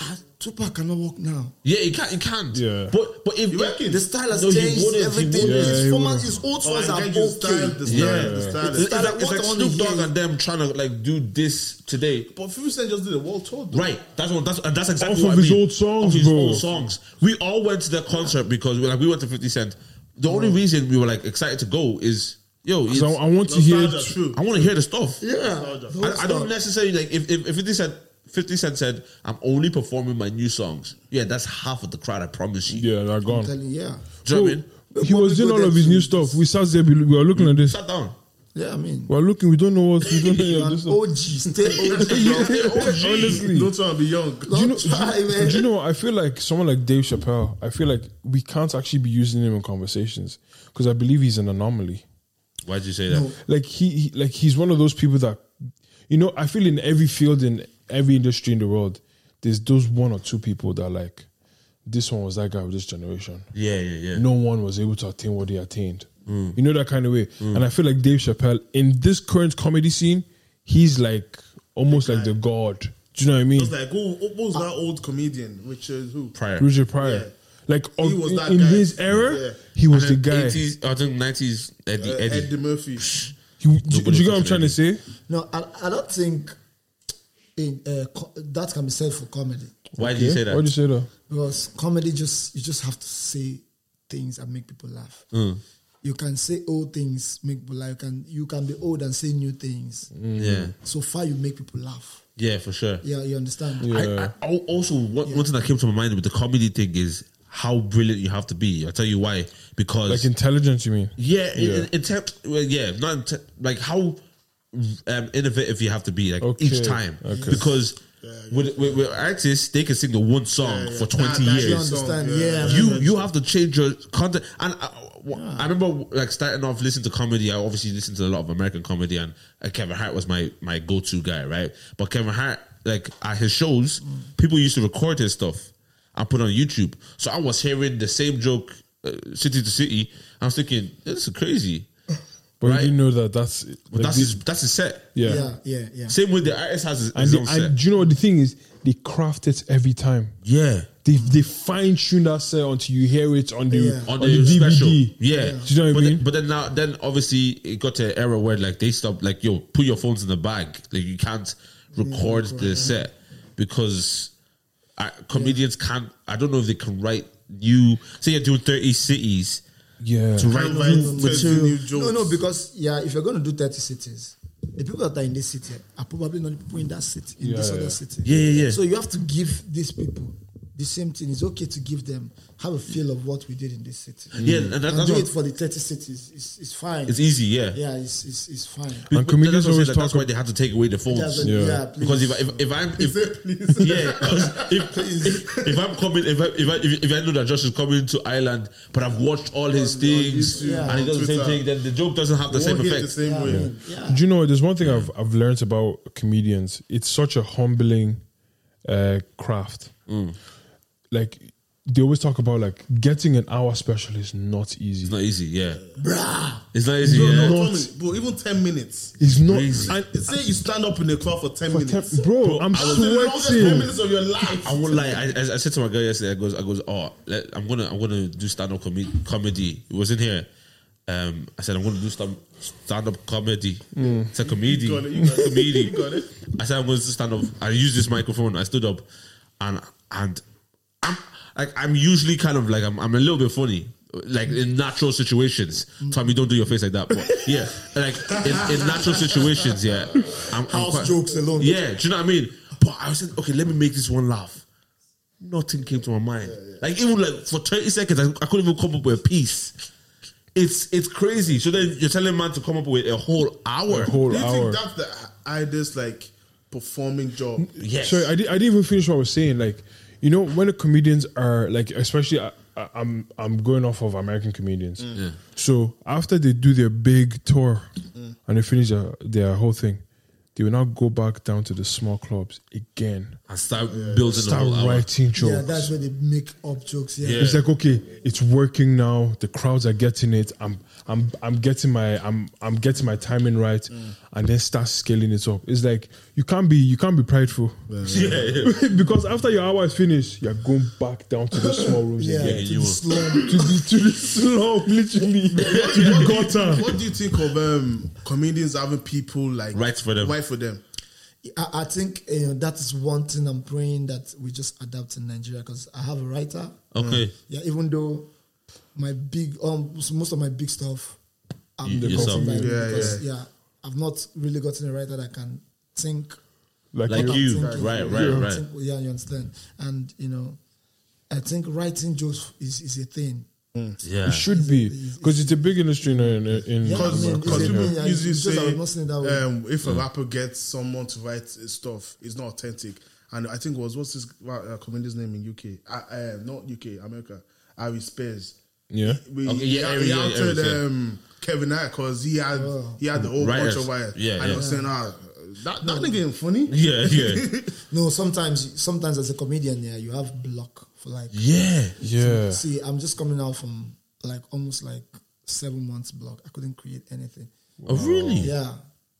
[SPEAKER 5] Ah, Tupac cannot walk now.
[SPEAKER 3] yeah, it can't, it can't.
[SPEAKER 4] Yeah.
[SPEAKER 3] but but if
[SPEAKER 6] You reckon?
[SPEAKER 5] The style has
[SPEAKER 3] No, you
[SPEAKER 5] changed.
[SPEAKER 3] wouldn't, you
[SPEAKER 5] Everything.
[SPEAKER 3] wouldn't.
[SPEAKER 4] Yeah,
[SPEAKER 5] his
[SPEAKER 4] you
[SPEAKER 5] format,
[SPEAKER 4] wouldn't.
[SPEAKER 5] his old
[SPEAKER 6] Oh,
[SPEAKER 5] ones
[SPEAKER 6] I
[SPEAKER 5] are
[SPEAKER 6] get you style,
[SPEAKER 5] okay.
[SPEAKER 6] the style,
[SPEAKER 3] yeah,
[SPEAKER 6] the style.
[SPEAKER 3] it's, it's like,
[SPEAKER 5] What
[SPEAKER 3] it's like
[SPEAKER 5] I wanna
[SPEAKER 3] Snoop Dogg
[SPEAKER 5] hear.
[SPEAKER 3] and them trying to like do this today.
[SPEAKER 6] But 50 Cent just did a world tour. Though.
[SPEAKER 3] Right, that's what that's and that's exactly
[SPEAKER 4] Off
[SPEAKER 3] what
[SPEAKER 4] of
[SPEAKER 3] I
[SPEAKER 4] his
[SPEAKER 3] mean.
[SPEAKER 4] old songs,
[SPEAKER 3] Off his
[SPEAKER 4] bro.
[SPEAKER 3] old songs. We all went to the concert because we like we went to Fifty Cent. The only reason we were like excited to go is yo, it's,
[SPEAKER 4] So I want to hear.
[SPEAKER 6] Nostalgia, true.
[SPEAKER 3] I want to hear the stuff.
[SPEAKER 5] Yeah.
[SPEAKER 3] I,
[SPEAKER 5] Those
[SPEAKER 3] I don't
[SPEAKER 5] stuff.
[SPEAKER 3] necessarily like if, if, if 50 Cent 50 Cent said, I'm only performing my new songs. Yeah, that's half of the crowd, I promise you.
[SPEAKER 4] Yeah, they're
[SPEAKER 5] I'm
[SPEAKER 4] gone.
[SPEAKER 5] telling you, yeah.
[SPEAKER 3] Do you know what I mean?
[SPEAKER 4] He was doing all of his new stuff. We sat there, we were looking at this.
[SPEAKER 3] Shut down.
[SPEAKER 5] Yeah, I mean,
[SPEAKER 4] We are looking. We don't know what. We don't know.
[SPEAKER 5] you're
[SPEAKER 4] Yeah,
[SPEAKER 5] an
[SPEAKER 4] this stuff.
[SPEAKER 5] OG. Stay OG.
[SPEAKER 4] Honestly,
[SPEAKER 6] Don't try and be young.
[SPEAKER 5] Oh, Don't
[SPEAKER 4] do you know,
[SPEAKER 5] try,
[SPEAKER 4] do, you-
[SPEAKER 5] man.
[SPEAKER 4] do you know what? I feel like someone like Dave Chappelle, I feel like we can't actually be using him in conversations because I believe he's an anomaly.
[SPEAKER 3] Why'd you say that?
[SPEAKER 4] Like he, he like he's one of those people that you know, I feel in every field in every industry in the world, there's those one or two people that are like this one was that guy of this generation.
[SPEAKER 3] Yeah, yeah, yeah. Mm.
[SPEAKER 4] No one was able to attain what he attained. You know that kind of way. And I feel like Dave Chappelle in this current comedy scene, he's like almost like the god. Do you know what I mean?
[SPEAKER 6] It's like, who, who was that old comedian? Richard, who?
[SPEAKER 3] Prior.
[SPEAKER 4] Richard Pryor. Like of,
[SPEAKER 6] was
[SPEAKER 4] in
[SPEAKER 6] that
[SPEAKER 4] in
[SPEAKER 6] guy.
[SPEAKER 4] his era,
[SPEAKER 6] Yeah.
[SPEAKER 4] he was the
[SPEAKER 3] And then
[SPEAKER 4] guy.
[SPEAKER 3] 80s, I think 90s, Eddie.
[SPEAKER 6] Uh,
[SPEAKER 3] Eddie.
[SPEAKER 6] Eddie Murphy.
[SPEAKER 4] He- do, do you get what I'm
[SPEAKER 3] touched
[SPEAKER 4] trying to say?
[SPEAKER 5] No, I, I don't think in, uh, co- that can be said for comedy
[SPEAKER 3] Why did you say
[SPEAKER 4] Why
[SPEAKER 3] that?
[SPEAKER 4] do you say that?
[SPEAKER 5] because comedy just you just have to say things and make people laugh.
[SPEAKER 4] Hmm.
[SPEAKER 5] You can say old things, make people laugh. You can you can be old and say new things.
[SPEAKER 4] Hmm.
[SPEAKER 3] yeah.
[SPEAKER 5] So far, you make people laugh.
[SPEAKER 3] Yeah, for sure.
[SPEAKER 5] Yeah, you understand.
[SPEAKER 3] I, I al- also one, one thing that came to my mind with the comedy thing is how brilliant you have to be. I'll tell you why. Because
[SPEAKER 4] Like intelligence, you mean?
[SPEAKER 3] Yeah, in- In, in terms, well, yeah, not in te- like how um, innovative you have to be, like
[SPEAKER 4] Okay,
[SPEAKER 3] each time, because with, with, with artists they can sing the one song for twenty
[SPEAKER 6] That- that
[SPEAKER 5] You
[SPEAKER 3] years.
[SPEAKER 6] song,
[SPEAKER 5] understand? Yeah.
[SPEAKER 6] yeah.
[SPEAKER 3] You you have to change your content, and I, I remember like starting off listening to comedy. I obviously listened to a lot of American comedy, and uh, Kevin Hart was my my go to guy, right? But Kevin Hart, like at his shows,
[SPEAKER 4] Mm.
[SPEAKER 3] people used to record his stuff and put it on YouTube. So I was hearing the same joke uh, city to city. I was thinking, this is crazy.
[SPEAKER 4] But
[SPEAKER 3] Right.
[SPEAKER 4] you didn't know that that's
[SPEAKER 3] But
[SPEAKER 4] like
[SPEAKER 3] that's
[SPEAKER 4] this-
[SPEAKER 3] his, that's his set.
[SPEAKER 4] yeah.
[SPEAKER 5] yeah, yeah, yeah.
[SPEAKER 3] Same way the artist has his,
[SPEAKER 4] And,
[SPEAKER 3] his
[SPEAKER 4] they,
[SPEAKER 3] own
[SPEAKER 4] and
[SPEAKER 3] set.
[SPEAKER 4] do you know what the thing is? They craft it every time.
[SPEAKER 3] Yeah.
[SPEAKER 4] They they fine tune that set until you hear it on the
[SPEAKER 5] Yeah.
[SPEAKER 3] On
[SPEAKER 4] on, the,
[SPEAKER 3] the, special.
[SPEAKER 4] DVD.
[SPEAKER 3] Yeah.
[SPEAKER 4] Do you know what I
[SPEAKER 3] but
[SPEAKER 4] mean?
[SPEAKER 3] Then, but then now, then obviously it got to an era where like they stopped, like, yo, put your phones in the bag. Like you can't record the set because uh comedians can't, I don't know if they can write new, say you're doing 30 cities
[SPEAKER 4] Yeah.
[SPEAKER 3] to write
[SPEAKER 6] Like,
[SPEAKER 3] new
[SPEAKER 6] twenty new
[SPEAKER 5] No,
[SPEAKER 6] jokes.
[SPEAKER 5] no, because yeah, if you're gonna do 30 cities, the people that are in this city are probably not the people in that city, in this
[SPEAKER 4] Yeah,
[SPEAKER 5] other
[SPEAKER 4] yeah.
[SPEAKER 5] city.
[SPEAKER 3] Yeah, yeah, yeah.
[SPEAKER 5] So you have to give these people the same thing. It's okay to give them have a feel of what we did in this city.
[SPEAKER 4] Mm.
[SPEAKER 3] Yeah, and that-
[SPEAKER 5] and
[SPEAKER 3] that's
[SPEAKER 5] do
[SPEAKER 3] what-
[SPEAKER 5] it for the 30 cities. It's, it's fine.
[SPEAKER 3] It's easy, yeah.
[SPEAKER 5] yeah, it's, it's, it's fine.
[SPEAKER 3] Be-
[SPEAKER 4] And
[SPEAKER 3] but
[SPEAKER 4] comedians
[SPEAKER 3] that's what I'm
[SPEAKER 4] always
[SPEAKER 3] saying,
[SPEAKER 4] talk
[SPEAKER 3] That's why they had to take away the
[SPEAKER 5] That's
[SPEAKER 3] phones.
[SPEAKER 5] what-
[SPEAKER 4] Yeah.
[SPEAKER 5] please.
[SPEAKER 3] Because if, I- if, if I'm if, yeah, 'cause if, if, if I'm coming if I if I, if, if I know that Josh is coming to Ireland, but I've watched all his things
[SPEAKER 6] YouTube,
[SPEAKER 5] Yeah.
[SPEAKER 3] and he does the same
[SPEAKER 6] Twitter.
[SPEAKER 3] thing, then the joke doesn't have the
[SPEAKER 6] Won't
[SPEAKER 3] same
[SPEAKER 6] hit the
[SPEAKER 3] effect.
[SPEAKER 6] same
[SPEAKER 5] yeah, I
[SPEAKER 6] way.
[SPEAKER 5] mean, yeah.
[SPEAKER 4] Do you know what? There's one thing I've I've learned about comedians. It's such a humbling uh, craft.
[SPEAKER 3] Mm.
[SPEAKER 4] Like they always talk about, like getting an hour special is not easy.
[SPEAKER 3] It's not easy, yeah. It's not easy, yeah.
[SPEAKER 6] No, tell me, bro, even 10 minutes.
[SPEAKER 4] It's not.
[SPEAKER 3] Crazy.
[SPEAKER 6] And say you stand up in a club for 10
[SPEAKER 4] for
[SPEAKER 6] minutes.
[SPEAKER 4] ten- bro, I'm
[SPEAKER 6] That's the longest 10
[SPEAKER 4] sweating.
[SPEAKER 6] minutes of your life.
[SPEAKER 3] I won't lie. I, I, I said to my girl yesterday, I goes, I goes, oh, let, I'm gonna, I'm gonna do stand up comi- comedy. It was in here. Um, I said I'm gonna do stand stand up comedy. It's a comedy.
[SPEAKER 6] got it, you got it.
[SPEAKER 3] comedy.
[SPEAKER 6] You got it.
[SPEAKER 3] I said I'm going to stand up. I used this microphone. I stood up, and and I'm like I'm usually kind of like I'm, I'm a little bit funny. Like in natural situations, Tommy, don't do your face like that. But yeah, like in, in natural situations, yeah, I'm, I'm
[SPEAKER 5] House jokes alone.
[SPEAKER 3] Yeah, do you know what I mean? But I said, okay, let me make this one laugh nothing came to my mind. Like even like for thirty seconds, I, I couldn't even come up with a piece. It's it's crazy. So then you're telling man to come up with a whole hour.
[SPEAKER 4] Whole
[SPEAKER 6] Do you
[SPEAKER 4] hour.
[SPEAKER 6] think that's the hardest like performing job?
[SPEAKER 3] yes.
[SPEAKER 4] Sorry, I, di- I didn't even finish what I was saying. Like, you know, when the comedians are like, especially, I, I, I'm I'm going off of American comedians.
[SPEAKER 5] Mm.
[SPEAKER 4] So after they do their big tour
[SPEAKER 5] Mm.
[SPEAKER 4] and they finish their, their whole thing, they will now go back down to the small clubs again,
[SPEAKER 3] and start building
[SPEAKER 4] start
[SPEAKER 3] the whole hour.
[SPEAKER 4] writing jokes.
[SPEAKER 5] Yeah, that's where they make up jokes. Yeah.
[SPEAKER 3] Yeah.
[SPEAKER 4] It's like okay, it's working now. The crowds are getting it. I'm, I'm, I'm getting my, I'm, I'm getting my timing right,
[SPEAKER 3] Mm.
[SPEAKER 4] and then start scaling it up. It's like you can't be, you can't be prideful.
[SPEAKER 3] Yeah, yeah.
[SPEAKER 4] because after your hour is finished, you're going back down to the small rooms
[SPEAKER 5] Yeah,
[SPEAKER 4] again.
[SPEAKER 5] to
[SPEAKER 3] you
[SPEAKER 5] the
[SPEAKER 3] will.
[SPEAKER 5] slum.
[SPEAKER 4] To the, to the slum, literally. to the gutter.
[SPEAKER 6] What do you think of um, comedians having people like
[SPEAKER 3] Write for them.
[SPEAKER 6] Write for them.
[SPEAKER 5] I, I think you know, that is one thing I'm praying that we just adapt in Nigeria because I have a writer.
[SPEAKER 3] Okay.
[SPEAKER 5] Yeah, even though my big, um, s- most of my big stuff, I'm
[SPEAKER 3] You-
[SPEAKER 5] the
[SPEAKER 3] yourself.
[SPEAKER 5] yeah,
[SPEAKER 6] Yeah,
[SPEAKER 5] because, yeah. I've not really gotten a writer that can think.
[SPEAKER 4] Like,
[SPEAKER 3] Like
[SPEAKER 4] you-
[SPEAKER 3] you.
[SPEAKER 5] thinking.
[SPEAKER 3] Right,
[SPEAKER 5] Yeah.
[SPEAKER 3] right,
[SPEAKER 5] I'm
[SPEAKER 3] right.
[SPEAKER 5] think- yeah, you understand. And you know, I think writing jokes is is a thing.
[SPEAKER 3] Yeah.
[SPEAKER 4] it should be because it's a big industry in in, in
[SPEAKER 5] Yeah, I
[SPEAKER 6] Because
[SPEAKER 5] mean,
[SPEAKER 4] America.
[SPEAKER 5] it's a
[SPEAKER 6] people
[SPEAKER 5] yeah,
[SPEAKER 6] usually
[SPEAKER 5] it's just I
[SPEAKER 6] say
[SPEAKER 5] was not saying it that way. Mm.
[SPEAKER 6] um, if a rapper gets someone to write his stuff, it's not authentic. And I think it was what's this uh, comedian's name in UK? Uh, uh, not UK, America. Ari Spears.
[SPEAKER 4] Yeah.
[SPEAKER 6] We,
[SPEAKER 3] Okay,
[SPEAKER 6] he,
[SPEAKER 3] yeah,
[SPEAKER 6] he
[SPEAKER 3] Ari, yeah,
[SPEAKER 6] outed
[SPEAKER 3] Ari, yeah.
[SPEAKER 6] um, Kevin Hart because he had
[SPEAKER 5] Oh.
[SPEAKER 6] he had the whole bunch
[SPEAKER 3] Writers.
[SPEAKER 6] of wires.
[SPEAKER 3] Yeah,
[SPEAKER 6] and
[SPEAKER 3] yeah.
[SPEAKER 6] I was saying, ah, that, that nigga ain't funny.
[SPEAKER 3] Yeah, yeah.
[SPEAKER 5] No, sometimes sometimes as a comedian, yeah, you have block for like
[SPEAKER 3] yeah.
[SPEAKER 4] Yeah.
[SPEAKER 5] See, I'm just coming out from like almost like seven months block. I couldn't create anything.
[SPEAKER 3] Oh, really?
[SPEAKER 5] Yeah,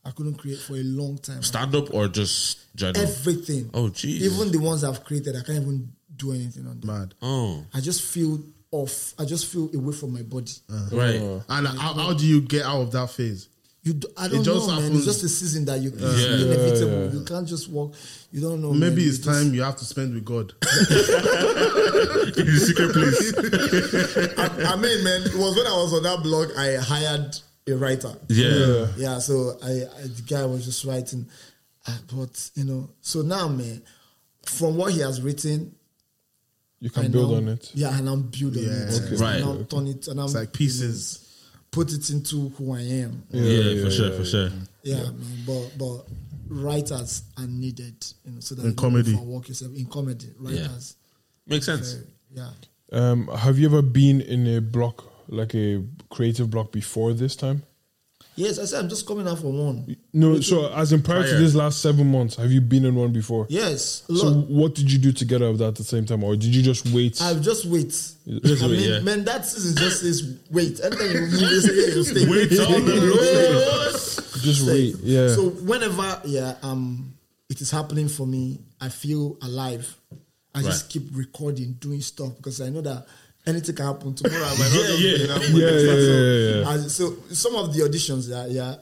[SPEAKER 5] I couldn't create for a long time.
[SPEAKER 3] Stand up or just general?
[SPEAKER 5] Everything.
[SPEAKER 3] Oh, Jesus.
[SPEAKER 5] Even the ones I've created, I can't even do anything on them.
[SPEAKER 6] Mad.
[SPEAKER 3] oh.
[SPEAKER 5] I just feel off. I just feel away from my body.
[SPEAKER 3] Right.
[SPEAKER 5] Oh.
[SPEAKER 6] And how, how do you get out of that phase?
[SPEAKER 5] You, d- I don't
[SPEAKER 6] just
[SPEAKER 5] know, man.
[SPEAKER 6] happens.
[SPEAKER 5] It's just a season that you can
[SPEAKER 3] Yeah.
[SPEAKER 5] inevitable. You can't just walk. You don't know. man.
[SPEAKER 6] Maybe
[SPEAKER 5] You
[SPEAKER 6] it's
[SPEAKER 5] just-
[SPEAKER 6] time you have to spend with God.
[SPEAKER 3] In the secret place.
[SPEAKER 5] I, I mean, man, it was when I was on that blog. I hired a writer.
[SPEAKER 3] Yeah.
[SPEAKER 4] Yeah.
[SPEAKER 5] yeah so I, I the guy was just writing uh, but you know so now man from what he has written
[SPEAKER 4] You can
[SPEAKER 5] I
[SPEAKER 4] build
[SPEAKER 5] now-
[SPEAKER 4] on it.
[SPEAKER 5] yeah and i'm building
[SPEAKER 6] Yeah.
[SPEAKER 5] it
[SPEAKER 6] Okay.
[SPEAKER 3] Right.
[SPEAKER 5] and i'm turn it and i'm
[SPEAKER 6] It's like pieces.
[SPEAKER 5] put it into who i am yeah,
[SPEAKER 3] Yeah,
[SPEAKER 4] yeah,
[SPEAKER 3] for sure,
[SPEAKER 4] yeah,
[SPEAKER 3] for sure.
[SPEAKER 5] man, but but writers are needed you know so that
[SPEAKER 6] In
[SPEAKER 5] you don't
[SPEAKER 6] comedy.
[SPEAKER 5] overwork yourself in comedy writers
[SPEAKER 3] Makes sense.
[SPEAKER 5] very- yeah
[SPEAKER 4] Um, have you ever been in a block, like a creative block, before this time?
[SPEAKER 5] Yes, I said I'm just coming out for one.
[SPEAKER 4] No, so as in prior to
[SPEAKER 9] Prior.
[SPEAKER 4] this last seven months, have you been in one before?
[SPEAKER 5] Yes, a
[SPEAKER 4] So
[SPEAKER 5] lot.
[SPEAKER 4] what did you do together with that at the same time, or did you just wait?
[SPEAKER 5] I've just wait.
[SPEAKER 4] Just
[SPEAKER 5] I
[SPEAKER 4] wait,
[SPEAKER 5] mean,
[SPEAKER 4] yeah.
[SPEAKER 5] man, that season just says wait. Anytime you move, you say, yeah, you stay.
[SPEAKER 9] Wait
[SPEAKER 4] oh,
[SPEAKER 9] on the road.
[SPEAKER 4] just wait, yeah.
[SPEAKER 5] So whenever yeah, um, it is happening for me, I feel alive. I just keep recording, doing stuff because I know that anything can happen tomorrow. I might not just be
[SPEAKER 9] yeah.
[SPEAKER 5] in that
[SPEAKER 4] Yeah,
[SPEAKER 5] mood.
[SPEAKER 4] yeah,
[SPEAKER 5] So-
[SPEAKER 4] yeah, yeah.
[SPEAKER 5] I- so some of the auditions, yeah, yeah,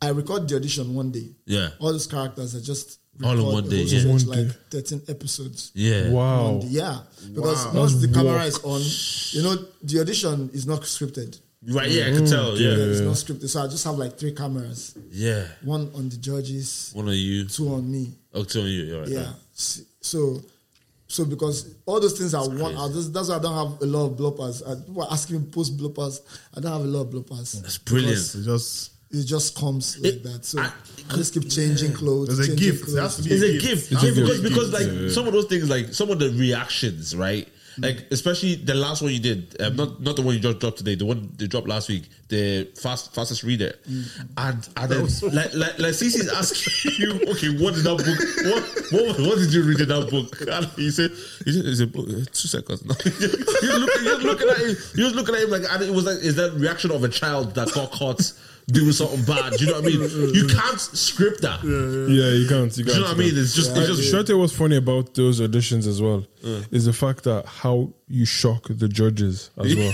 [SPEAKER 5] I record the audition one day.
[SPEAKER 3] Yeah.
[SPEAKER 5] all those characters are just
[SPEAKER 3] All in
[SPEAKER 5] record
[SPEAKER 3] one
[SPEAKER 5] the
[SPEAKER 3] day,
[SPEAKER 5] whole
[SPEAKER 3] yeah.
[SPEAKER 5] series,
[SPEAKER 4] One day.
[SPEAKER 5] like thirteen episodes.
[SPEAKER 3] Yeah.
[SPEAKER 4] wow,
[SPEAKER 5] Monday, yeah, because once the camera is on, you know, the audition is not scripted.
[SPEAKER 9] Right, yeah, I could tell.
[SPEAKER 4] Mm,
[SPEAKER 9] Yeah.
[SPEAKER 5] It's not scripted, so I just have like three cameras,
[SPEAKER 3] Yeah.
[SPEAKER 5] one on the judges,
[SPEAKER 3] One of you.
[SPEAKER 5] two on me.
[SPEAKER 3] Oh, two of you. You're right.
[SPEAKER 5] Yeah. S- So, so because all those things are one, I just, that's why I don't have a lot of bloopers. I, people are asking me post bloopers. I don't have a lot of bloopers.
[SPEAKER 3] That's brilliant.
[SPEAKER 6] It's just
[SPEAKER 5] It just comes like that. So I,
[SPEAKER 3] I-
[SPEAKER 5] just keep changing clothes.
[SPEAKER 6] it's a
[SPEAKER 5] changing
[SPEAKER 6] gift. It
[SPEAKER 5] Clothes.
[SPEAKER 6] has to be
[SPEAKER 3] It's a
[SPEAKER 6] gift.
[SPEAKER 3] gift.
[SPEAKER 6] It
[SPEAKER 3] Yeah,
[SPEAKER 6] has to be a
[SPEAKER 3] because,
[SPEAKER 6] gift.
[SPEAKER 3] because like some of those things, like some of the reactions, right? Like especially the last one you did, um, not not the one you just dropped today, the one they dropped last week, the fast fastest reader, and and then like like, like Cece's asking you, okay, what did that book? What what, was- what did you read in that book? And he said, he said, it's a book, uh, two seconds. No. you're, looking, you're looking at him, you're looking at him like, and it was like, is that reaction of a child that got caught doing something bad? Do you know what I mean? You can't script that.
[SPEAKER 4] yeah, you can't, you
[SPEAKER 3] Do
[SPEAKER 4] can't.
[SPEAKER 3] you know what I mean? It's just, it's just
[SPEAKER 4] Shante, what's funny about those auditions as well is the fact that how you shock the judges as well.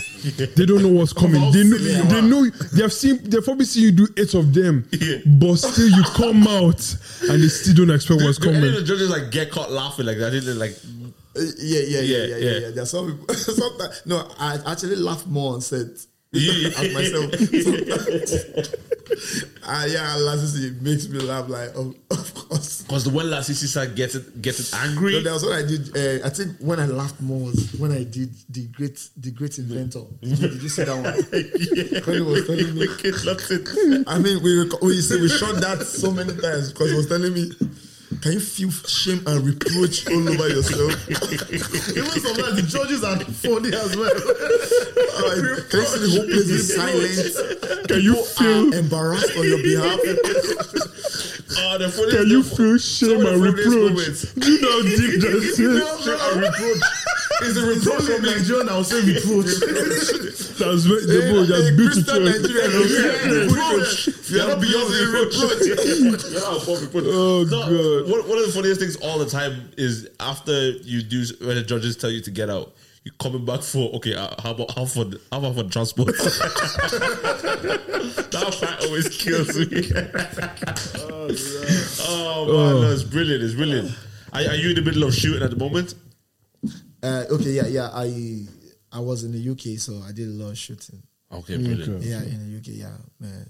[SPEAKER 4] They don't know what's coming. They know, they know. They have seen. They've probably seen you do eight of them, but still you come out and they still don't expect what's
[SPEAKER 3] Do Any of the
[SPEAKER 4] coming.
[SPEAKER 3] judges like get caught laughing like that? Did they like
[SPEAKER 5] Uh, yeah, yeah, yeah, yeah,
[SPEAKER 3] Yeah,
[SPEAKER 5] yeah,
[SPEAKER 3] yeah.
[SPEAKER 5] yeah. There are some people. Sometimes, no, I actually laugh more on set.
[SPEAKER 3] Yeah.
[SPEAKER 5] at myself. Sometimes. Ah, yeah, Lazis, it makes me laugh. Like, of, of course.
[SPEAKER 3] because the one last CC started getting getting
[SPEAKER 5] No,
[SPEAKER 3] angry.
[SPEAKER 5] there was what I did. Uh, I think when I laughed more was when I did the great, the great inventor. Did you, did you see that one? When he was telling me, I mean, we rec- we see we shot that so many times because he was telling me, can you feel shame and reproach all over yourself? Even sometimes the judges are funny as well. I'm like, can you see the whole place is silent? Can you feel embarrassed on your behalf?
[SPEAKER 3] Oh, the funniest-
[SPEAKER 4] Can you feel shame
[SPEAKER 3] one of
[SPEAKER 4] and
[SPEAKER 3] the funniest
[SPEAKER 4] reproach?
[SPEAKER 3] moments.
[SPEAKER 4] Do you know how deep that is?
[SPEAKER 5] It's a reproach from Nigerian. I'll say reproach.
[SPEAKER 4] That's very, the boy just beat you to it.
[SPEAKER 5] You are not beyond the reproach.
[SPEAKER 3] Yeah, I'll pop it, put it.
[SPEAKER 4] Oh,
[SPEAKER 3] No,
[SPEAKER 4] God.
[SPEAKER 3] one, one of the funniest things all the time is after you do when the judges tell you to get out, you coming back for okay. Uh, how about how for how about for transport? that part always kills me. oh, man, that's brilliant! It's brilliant. Are, are you in the middle of shooting at the moment?
[SPEAKER 5] Uh, okay, yeah, yeah. I I was in the UK, so I did a lot of shooting.
[SPEAKER 3] Okay, brilliant.
[SPEAKER 5] Yeah, in the UK, yeah, man.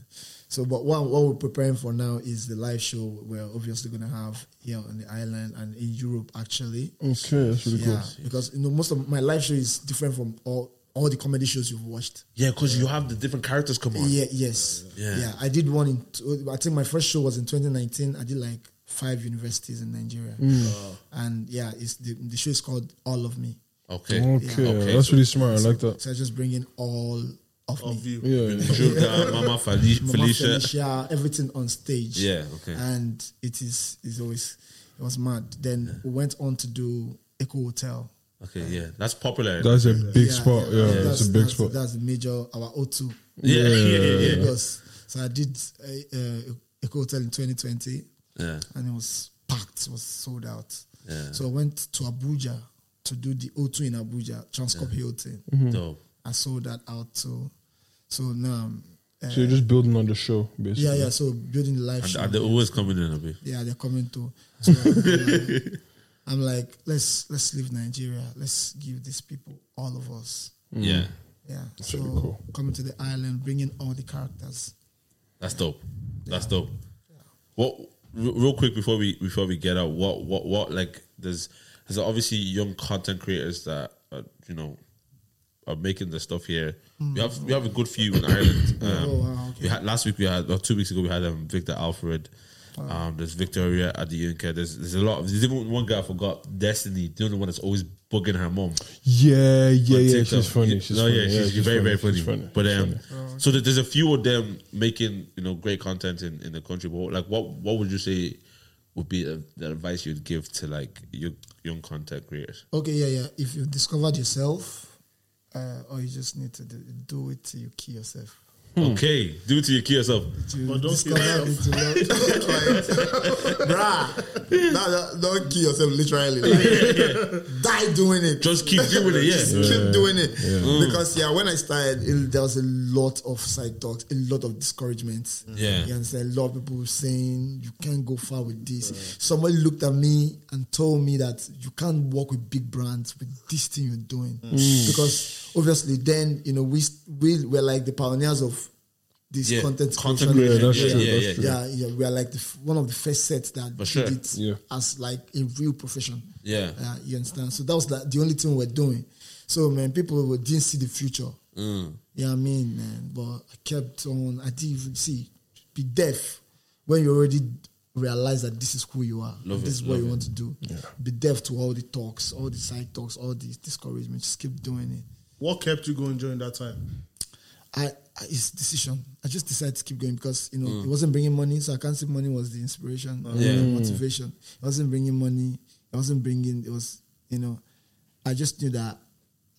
[SPEAKER 5] So, but what, what we're preparing for now is the live show we're obviously going to have here on the island and in Europe, actually.
[SPEAKER 4] Okay, that's really
[SPEAKER 5] Yeah,
[SPEAKER 4] cool.
[SPEAKER 5] because you know most of my live show is different from all all the comedy shows you've watched.
[SPEAKER 3] Yeah, because you have the different characters come on.
[SPEAKER 5] Yeah, yes, yeah. I did one in. t- I think my first show was in 2019. I did like five universities in Nigeria,
[SPEAKER 4] Mm.
[SPEAKER 5] and yeah, it's the the show is called All of Me.
[SPEAKER 3] Okay.
[SPEAKER 4] Okay,
[SPEAKER 3] Okay,
[SPEAKER 4] that's
[SPEAKER 3] so-
[SPEAKER 4] really smart. I like that.
[SPEAKER 5] So I just bring in all of, me.
[SPEAKER 6] Of you.
[SPEAKER 4] Yeah,
[SPEAKER 3] Sugar, Mama Feli-
[SPEAKER 5] Mama
[SPEAKER 3] Felicia.
[SPEAKER 5] Felicia, everything on stage.
[SPEAKER 3] Yeah, okay.
[SPEAKER 5] And it is is always it was mad. Then we went on to do Echo Hotel.
[SPEAKER 3] Okay, yeah. That's popular.
[SPEAKER 4] that's a big spot. Yeah,
[SPEAKER 5] that's,
[SPEAKER 4] that's a big
[SPEAKER 5] that's,
[SPEAKER 4] spot.
[SPEAKER 5] That's the major our O2
[SPEAKER 3] yeah, yeah, yeah, yeah.
[SPEAKER 5] Lagos. So I did uh, uh, Echo Hotel in 2020,
[SPEAKER 3] Yeah.
[SPEAKER 5] and it was packed. It was sold out.
[SPEAKER 3] Yeah.
[SPEAKER 5] So I went to Abuja to do the O2 in Abuja, Transcorp Hilton.
[SPEAKER 4] Mm-hmm.
[SPEAKER 3] Dope.
[SPEAKER 5] I sold that out too. So now. um, Uh,
[SPEAKER 4] So you're just building on the show, basically.
[SPEAKER 5] yeah, yeah. So building the live show.
[SPEAKER 3] And they're always coming in a bit.
[SPEAKER 5] yeah, they're coming to. So I'm, like, I'm like, let's let's leave Nigeria. Let's give these people all of us.
[SPEAKER 3] Yeah.
[SPEAKER 5] Yeah. so
[SPEAKER 4] really cool.
[SPEAKER 5] coming to the island, bringing all the characters.
[SPEAKER 3] That's dope. That's dope. What re- real quick before we before we get out, what what what like there's there's obviously young content creators that are, you know are making the stuff here. We have we have a good few in Ireland. Um,
[SPEAKER 5] Hmm. Oh, wow, okay.
[SPEAKER 3] We had last week we had or two weeks ago we had um, Victor Alfred. Um, there's Victoria at the Yinka. There's there's a lot. Of, there's even one guy I forgot. Destiny, the only one that's always bugging her mom.
[SPEAKER 4] Yeah, yeah,
[SPEAKER 3] on
[SPEAKER 4] yeah.
[SPEAKER 3] TikTok.
[SPEAKER 4] She's funny. She's
[SPEAKER 3] no,
[SPEAKER 4] funny.
[SPEAKER 3] yeah, she's, very, very funny.
[SPEAKER 4] she's
[SPEAKER 3] But
[SPEAKER 4] she's
[SPEAKER 3] um,
[SPEAKER 4] funny.
[SPEAKER 3] so that there's a few of them making you know great content in, in the country. But like, what what would you say would be the the advice you'd give to like your young content creators?
[SPEAKER 5] Okay, yeah, yeah. If you discovered yourself, uh, or you just need to do, do it till you kill yourself.
[SPEAKER 3] Okay, do it to your kid yourself.
[SPEAKER 5] To
[SPEAKER 6] But don't kill
[SPEAKER 5] discover it to love. Bruh, no, no, don't kill yourself literally. Like, Die doing it.
[SPEAKER 3] Just keep doing it.
[SPEAKER 5] Just
[SPEAKER 3] Yeah.
[SPEAKER 5] keep doing it
[SPEAKER 3] Mm.
[SPEAKER 5] because yeah, when I started, it, there was a lot of side talks, a lot of discouragement.
[SPEAKER 3] Yeah.
[SPEAKER 5] you understand? A lot of people saying you can't go far with this. Somebody looked at me and told me that you can't work with big brands with this thing you're doing
[SPEAKER 3] Mm.
[SPEAKER 4] Mm.
[SPEAKER 5] because obviously, then you know we we were like the pioneers of this
[SPEAKER 3] Yeah.
[SPEAKER 5] content
[SPEAKER 3] Content
[SPEAKER 5] creation.
[SPEAKER 3] creation. Yeah,
[SPEAKER 4] Yeah, that's true.
[SPEAKER 3] yeah,
[SPEAKER 4] that's
[SPEAKER 3] yeah.
[SPEAKER 4] true.
[SPEAKER 5] Yeah, yeah, we are like the, f- one of the first sets that
[SPEAKER 3] For sure.
[SPEAKER 5] did it
[SPEAKER 4] Yeah.
[SPEAKER 5] as like a real profession.
[SPEAKER 3] Yeah.
[SPEAKER 5] uh, you understand. So that was like the only thing we're doing. So man, people were, didn't see the future.
[SPEAKER 3] Mm.
[SPEAKER 5] Yeah, I mean, man, but I kept on. I didn't even see be deaf when you already realize that this is who you are.
[SPEAKER 3] Love it,
[SPEAKER 5] this is what
[SPEAKER 3] love
[SPEAKER 5] you
[SPEAKER 3] it.
[SPEAKER 5] want to do. Be deaf to all the talks, all the side talks, all the discouragement. Just keep doing it.
[SPEAKER 6] What kept you going during that time?
[SPEAKER 5] Hmm. I, I it's decision. I just decided to keep going because you know it wasn't bringing money, so I can't say money was the inspiration, or
[SPEAKER 3] Yeah.
[SPEAKER 5] the motivation. It wasn't bringing money. It wasn't bringing. It was you know, I just knew that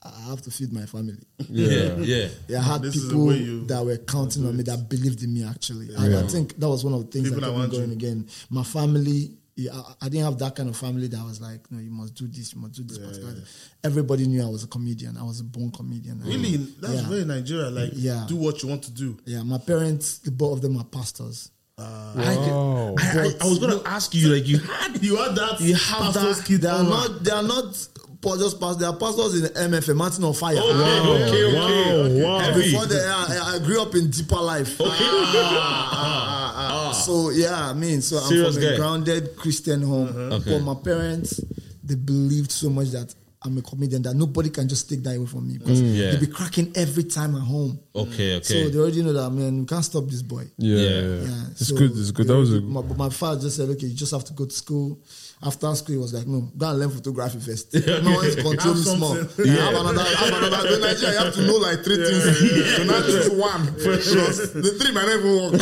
[SPEAKER 5] I have to feed my family.
[SPEAKER 3] Yeah, yeah.
[SPEAKER 5] Yeah, I had
[SPEAKER 6] This is the
[SPEAKER 5] people
[SPEAKER 6] way you
[SPEAKER 5] that were counting on me that believed in me actually. And I think that was one of the things
[SPEAKER 6] People
[SPEAKER 5] that
[SPEAKER 6] that
[SPEAKER 5] kept me
[SPEAKER 6] want you.
[SPEAKER 5] going again. My family, yeah, I, I didn't have that kind of family that was like, no, you must do this, you must do this. particular thing. Everybody knew I was a comedian. I was a born comedian.
[SPEAKER 6] Really, that's
[SPEAKER 5] Yeah.
[SPEAKER 6] very Nigeria. Like,
[SPEAKER 5] Yeah.
[SPEAKER 6] do what you want to do.
[SPEAKER 5] Yeah, my parents, the both of them are pastors.
[SPEAKER 3] Uh,
[SPEAKER 4] Wow.
[SPEAKER 3] I, I, I was gonna ask you like you had
[SPEAKER 6] You had that.
[SPEAKER 3] You have
[SPEAKER 6] pastor's
[SPEAKER 3] that-
[SPEAKER 6] kid
[SPEAKER 5] They are
[SPEAKER 6] aura.
[SPEAKER 5] not. They are not pa- just pastors. They are pastors in MFA, Mountain on Fire.
[SPEAKER 3] okay, okay, okay, okay.
[SPEAKER 4] wow.
[SPEAKER 3] Heavy.
[SPEAKER 5] Before they, I, I grew up in deeper life. Ah, So yeah, I mean, so I'm
[SPEAKER 3] Serious
[SPEAKER 5] from
[SPEAKER 3] guy. Uh-huh.
[SPEAKER 5] a grounded Christian home,
[SPEAKER 3] Okay.
[SPEAKER 5] but my parents they believed so much that I'm a comedian that nobody can just take that away from me because
[SPEAKER 3] Mm, yeah.
[SPEAKER 5] they be cracking every time at home.
[SPEAKER 3] Okay,
[SPEAKER 5] So
[SPEAKER 3] okay.
[SPEAKER 5] they already know that man, we can't stop this boy.
[SPEAKER 4] Yeah,
[SPEAKER 3] Yeah.
[SPEAKER 4] yeah.
[SPEAKER 5] Yeah,
[SPEAKER 4] It's
[SPEAKER 5] so
[SPEAKER 4] good. It's good.
[SPEAKER 5] they
[SPEAKER 4] That was
[SPEAKER 5] already-
[SPEAKER 4] a
[SPEAKER 5] my, but my father just said, okay, you just have to go to school. After school, he was like, no, go and learn photography first. No one's control me
[SPEAKER 6] Have
[SPEAKER 5] small.
[SPEAKER 6] something.
[SPEAKER 5] Yeah. Have another, have another. In Nigeria, you have to know like three things. You not choose one. Because The three might not even work.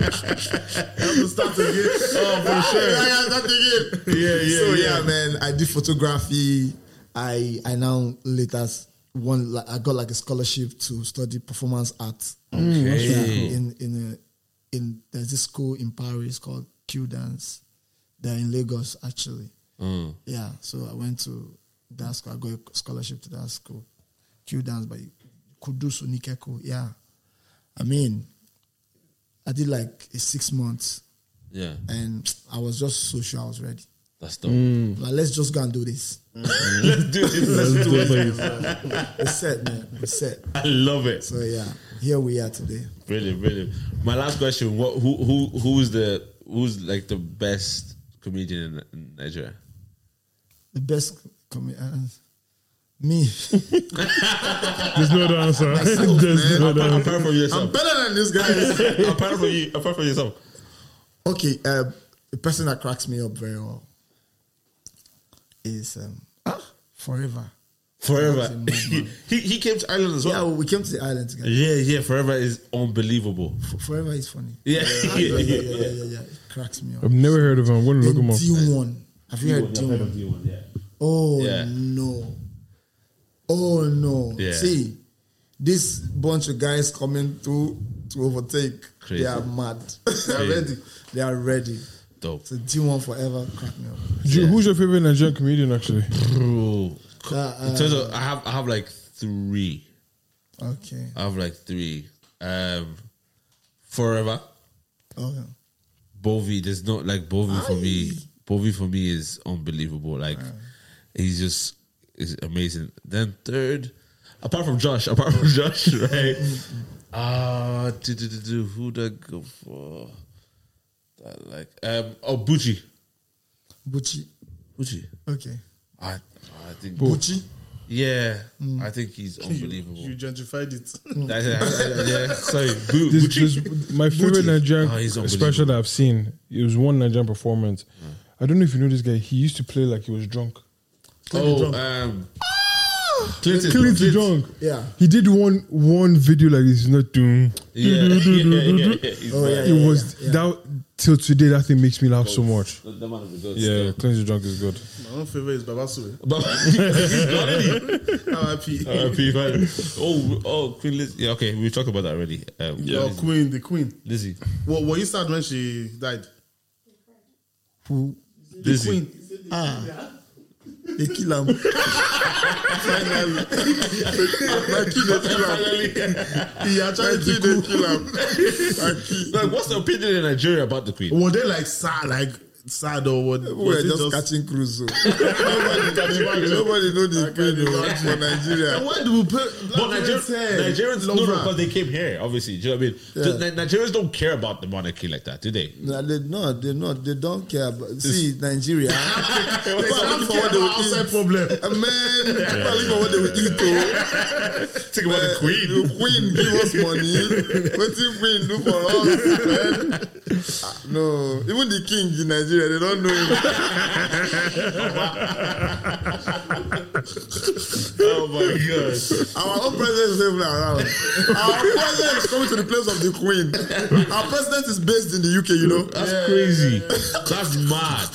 [SPEAKER 6] to start again.
[SPEAKER 5] for sure. Yeah, yeah. So yeah, man, I did photography. I I now later s- won. Like, I got like a scholarship to study performance art. Yeah, in in a, in there's this school in Paris called Q Dance. They're in Lagos actually. Yeah, so I went to that school. I got a scholarship to that school, Q Dance by Kudusu Nikeko. Yeah, I mean, I did like a six months
[SPEAKER 3] Yeah,
[SPEAKER 5] and I was just so sure I was ready.
[SPEAKER 3] that's dope.
[SPEAKER 5] Like, let's just go and do this.
[SPEAKER 3] Let's do this. Let's do it.
[SPEAKER 5] It's set, man. It's set.
[SPEAKER 3] I love it.
[SPEAKER 5] So yeah, here we are today.
[SPEAKER 3] Brilliant, brilliant. My last question: What? Who? Who? Who's the? Who's like the best comedian in- in Nigeria?
[SPEAKER 5] The best coming. Uh, me,
[SPEAKER 4] There's no other answer. There's no other
[SPEAKER 3] Apart
[SPEAKER 4] answer.
[SPEAKER 3] apart from yourself.
[SPEAKER 5] better than these guys.
[SPEAKER 3] apart from you. Apart from yourself.
[SPEAKER 5] okay, uh, the person that cracks me up very well is um, ah, forever. That's a
[SPEAKER 3] Forever.
[SPEAKER 5] madman.
[SPEAKER 3] he he came to Ireland as
[SPEAKER 5] Yeah,
[SPEAKER 3] well.
[SPEAKER 5] we came to the island together.
[SPEAKER 3] Yeah, yeah. Forever is unbelievable.
[SPEAKER 5] F- Forever is funny.
[SPEAKER 3] Yeah,
[SPEAKER 5] yeah, yeah, yeah, yeah, yeah, yeah. It cracks me up.
[SPEAKER 4] I've never heard of him. I'm gonna look
[SPEAKER 5] Then
[SPEAKER 4] him up.
[SPEAKER 5] D1. Have you heard D1? Oh
[SPEAKER 3] Yeah.
[SPEAKER 5] no. Oh no.
[SPEAKER 3] Yeah.
[SPEAKER 5] See, this bunch of guys coming through to overtake.
[SPEAKER 3] Crazy.
[SPEAKER 5] They are mad. they are
[SPEAKER 3] Crazy.
[SPEAKER 5] ready. They are ready.
[SPEAKER 3] Dope.
[SPEAKER 5] So D1 forever crack me up.
[SPEAKER 4] Do you- Who's your favorite Nigerian comedian? Actually,
[SPEAKER 3] Bro.
[SPEAKER 5] That, um,
[SPEAKER 3] In terms of, I have I have like three.
[SPEAKER 5] Okay.
[SPEAKER 3] I have like three. Um, forever.
[SPEAKER 5] Okay.
[SPEAKER 3] Bovi, there's not like Bovi for me. Bovi for me is unbelievable. Like he's just is amazing. Then third, apart from Josh, apart from Josh, right? Ah, uh, who did I go for? That like um oh Bucci,
[SPEAKER 5] Bucci.
[SPEAKER 3] Bucci.
[SPEAKER 5] Okay.
[SPEAKER 3] I I think
[SPEAKER 5] Bucci.
[SPEAKER 3] Yeah, I think he's unbelievable.
[SPEAKER 6] You gentrified it.
[SPEAKER 3] That's it. I- I- yeah, sorry, Boo,
[SPEAKER 4] This,
[SPEAKER 3] Gucci.
[SPEAKER 4] this, my favorite Nigerian
[SPEAKER 3] Ah, he's
[SPEAKER 4] special that I've seen, it was one Nigerian performance. I don't know if you know this guy. He used to play like he was drunk.
[SPEAKER 3] Oh, um, Clinton.
[SPEAKER 4] Clearly he's drunk.
[SPEAKER 5] Yeah.
[SPEAKER 4] He did one one video like this. You know, doing.
[SPEAKER 3] Yeah, yeah, yeah, yeah, yeah. He's
[SPEAKER 5] Oh, yeah,
[SPEAKER 4] It
[SPEAKER 5] yeah,
[SPEAKER 4] was
[SPEAKER 5] yeah, yeah.
[SPEAKER 4] that till today. That thing makes me laugh so much.
[SPEAKER 1] That man is good.
[SPEAKER 4] Yeah, Cleanse the Drunk is good.
[SPEAKER 6] My own favorite is Babasube.
[SPEAKER 3] But he's not any.
[SPEAKER 6] RIP.
[SPEAKER 3] RIP, man. Oh, oh, Queen Liz. Yeah, okay, we talked about that already. Um,
[SPEAKER 6] Your
[SPEAKER 3] Lizzie.
[SPEAKER 6] queen, the queen.
[SPEAKER 3] Lizzie.
[SPEAKER 6] What were you sad when she died?
[SPEAKER 5] Who? Ah.
[SPEAKER 6] The queen. Ah.
[SPEAKER 5] They kill him.
[SPEAKER 6] He actually did the kill him.
[SPEAKER 3] Like, what's the opinion in Nigeria about the Queen?
[SPEAKER 6] Were they like sad, like sad or what?
[SPEAKER 5] We
[SPEAKER 6] was
[SPEAKER 5] were
[SPEAKER 6] it
[SPEAKER 5] just, catching cruise. so. nobody, nobody know the queen oh, for Nigeria.
[SPEAKER 6] And why do we put black
[SPEAKER 3] But Nigerians,
[SPEAKER 6] parents here?
[SPEAKER 3] Nigerians no, no, because they came here, obviously. Do you know what I mean? So Ni- Nigerians don't care about the monarchy like that, do they?
[SPEAKER 5] No, they no, they not. They don't care. About, see Nigeria.
[SPEAKER 6] They
[SPEAKER 5] People are looking
[SPEAKER 6] don't
[SPEAKER 5] for
[SPEAKER 6] care
[SPEAKER 5] what they
[SPEAKER 6] about
[SPEAKER 5] will
[SPEAKER 6] outside
[SPEAKER 5] eat.
[SPEAKER 6] problem.
[SPEAKER 5] Uh, Man, people are looking for what they will eat. Oh,
[SPEAKER 3] Think about the Queen.
[SPEAKER 5] the queen give us money. What the queen do for us? Man? Ah, No, even the king in Nigeria, they don't know him.
[SPEAKER 3] Oh my god.
[SPEAKER 5] Our own president is even around. Our president is coming to the place of the queen. Our president is based in the UK, you know.
[SPEAKER 3] That's crazy. That's mad.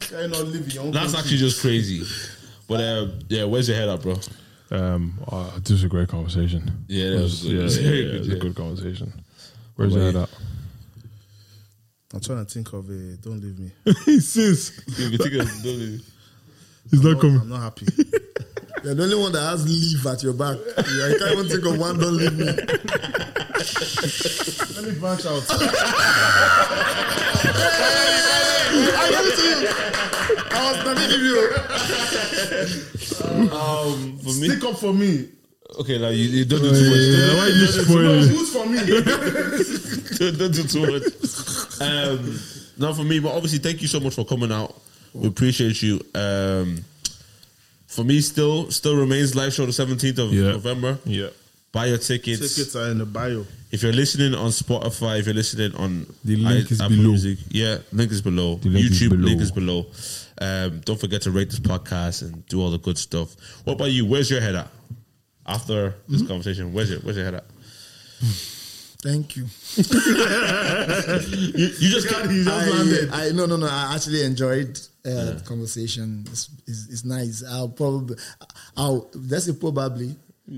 [SPEAKER 6] Cannot live in your own
[SPEAKER 3] That's
[SPEAKER 6] country.
[SPEAKER 3] actually just crazy. But uh, yeah, where's your head up, bro?
[SPEAKER 4] Um, uh, this was a great conversation.
[SPEAKER 3] Yeah, that
[SPEAKER 4] It
[SPEAKER 3] was good.
[SPEAKER 4] yeah,
[SPEAKER 3] It was
[SPEAKER 4] yeah,
[SPEAKER 3] very
[SPEAKER 4] yeah,
[SPEAKER 3] good,
[SPEAKER 4] it was a
[SPEAKER 3] yeah.
[SPEAKER 4] good conversation. Where's
[SPEAKER 3] What
[SPEAKER 4] that
[SPEAKER 3] about
[SPEAKER 4] at?
[SPEAKER 6] I'm trying to think of a. Don't leave me.
[SPEAKER 4] He says
[SPEAKER 3] You can think of- don't you-
[SPEAKER 4] he's not
[SPEAKER 6] I'm
[SPEAKER 4] coming.
[SPEAKER 6] not happy.
[SPEAKER 5] You're the only one that has leave at your back. Yeah, I can't even think of one. Don't leave me.
[SPEAKER 6] Let me branch out.
[SPEAKER 5] I gave it to you. I was not giving you.
[SPEAKER 3] um, for me,
[SPEAKER 6] Stick up for me.
[SPEAKER 3] okay, now you, you don't do too much.
[SPEAKER 4] Yeah, why you spoil it?
[SPEAKER 6] Who's for me?
[SPEAKER 3] don't, don't do too much. Um, not for me, but obviously, thank you so much for coming out. We appreciate you. Um, for me, still still remains live show the seventeenth of
[SPEAKER 4] Yeah.
[SPEAKER 3] November.
[SPEAKER 4] Yeah,
[SPEAKER 3] Buy your tickets.
[SPEAKER 6] Tickets are in the bio.
[SPEAKER 3] If you're listening on Spotify, if you're listening on
[SPEAKER 4] The link is
[SPEAKER 3] Apple
[SPEAKER 4] below.
[SPEAKER 3] Music, yeah, link is below.
[SPEAKER 4] link
[SPEAKER 3] YouTube
[SPEAKER 4] is below.
[SPEAKER 3] link is below. Um, don't forget to rate this podcast and do all the good stuff. What about you? Where's your head at after this
[SPEAKER 4] Hmm?
[SPEAKER 3] conversation? Where's your Where's your head at?
[SPEAKER 5] Thank you.
[SPEAKER 3] You, you just got
[SPEAKER 6] He's just landed.
[SPEAKER 5] I, I no no no. I actually enjoyed uh, the conversation. It's, it's, it's nice. I'll probably, I'll that's it probably.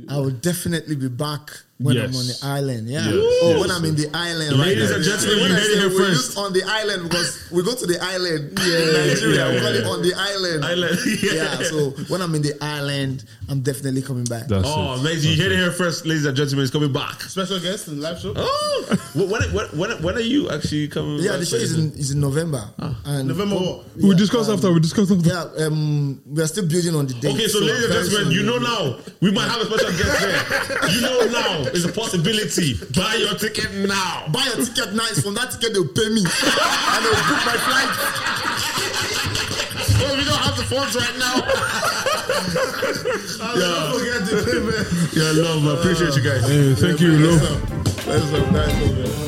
[SPEAKER 5] I will definitely be back when I'm on
[SPEAKER 4] Yes.
[SPEAKER 5] the island. Yeah.
[SPEAKER 4] Yes,
[SPEAKER 5] Or
[SPEAKER 4] yes,
[SPEAKER 5] when I'm in the island.
[SPEAKER 4] Ladies
[SPEAKER 5] right
[SPEAKER 4] and
[SPEAKER 5] now.
[SPEAKER 4] gentlemen,
[SPEAKER 5] When
[SPEAKER 4] you
[SPEAKER 5] I
[SPEAKER 4] heard it
[SPEAKER 5] say
[SPEAKER 4] here
[SPEAKER 5] we
[SPEAKER 4] first.
[SPEAKER 5] use on the island because we go to the island in Nigeria. we call it on the island.
[SPEAKER 3] Island, yeah.
[SPEAKER 5] yeah. So when I'm in the island, I'm definitely coming back.
[SPEAKER 4] that's
[SPEAKER 3] Oh,
[SPEAKER 4] it.
[SPEAKER 3] amazing! You hear it here first, ladies and gentlemen. It's coming back.
[SPEAKER 6] Special guest in live show.
[SPEAKER 3] Oh, when, when, when, when are you actually coming?
[SPEAKER 5] yeah,
[SPEAKER 3] back
[SPEAKER 5] the show
[SPEAKER 3] for
[SPEAKER 5] is
[SPEAKER 3] this?
[SPEAKER 5] in, is in November. And oh,
[SPEAKER 6] November what?
[SPEAKER 4] We discussed after. We discussed after.
[SPEAKER 5] Yeah, um, we are still building on the date.
[SPEAKER 3] Okay, so ladies and
[SPEAKER 5] very
[SPEAKER 3] gentlemen, you
[SPEAKER 5] soon we-
[SPEAKER 3] know now we might have a special guest there. You know now it's a possibility. Buy your ticket now.
[SPEAKER 5] Buy a ticket now. It's from that ticket they'll pay me, and they'll book my flight.
[SPEAKER 3] Oh, we don't have the funds right now.
[SPEAKER 6] Don't forget the payment.
[SPEAKER 3] Yeah, love. I appreciate you guys.
[SPEAKER 4] Hey, thank you, love.
[SPEAKER 5] That's so nice of you.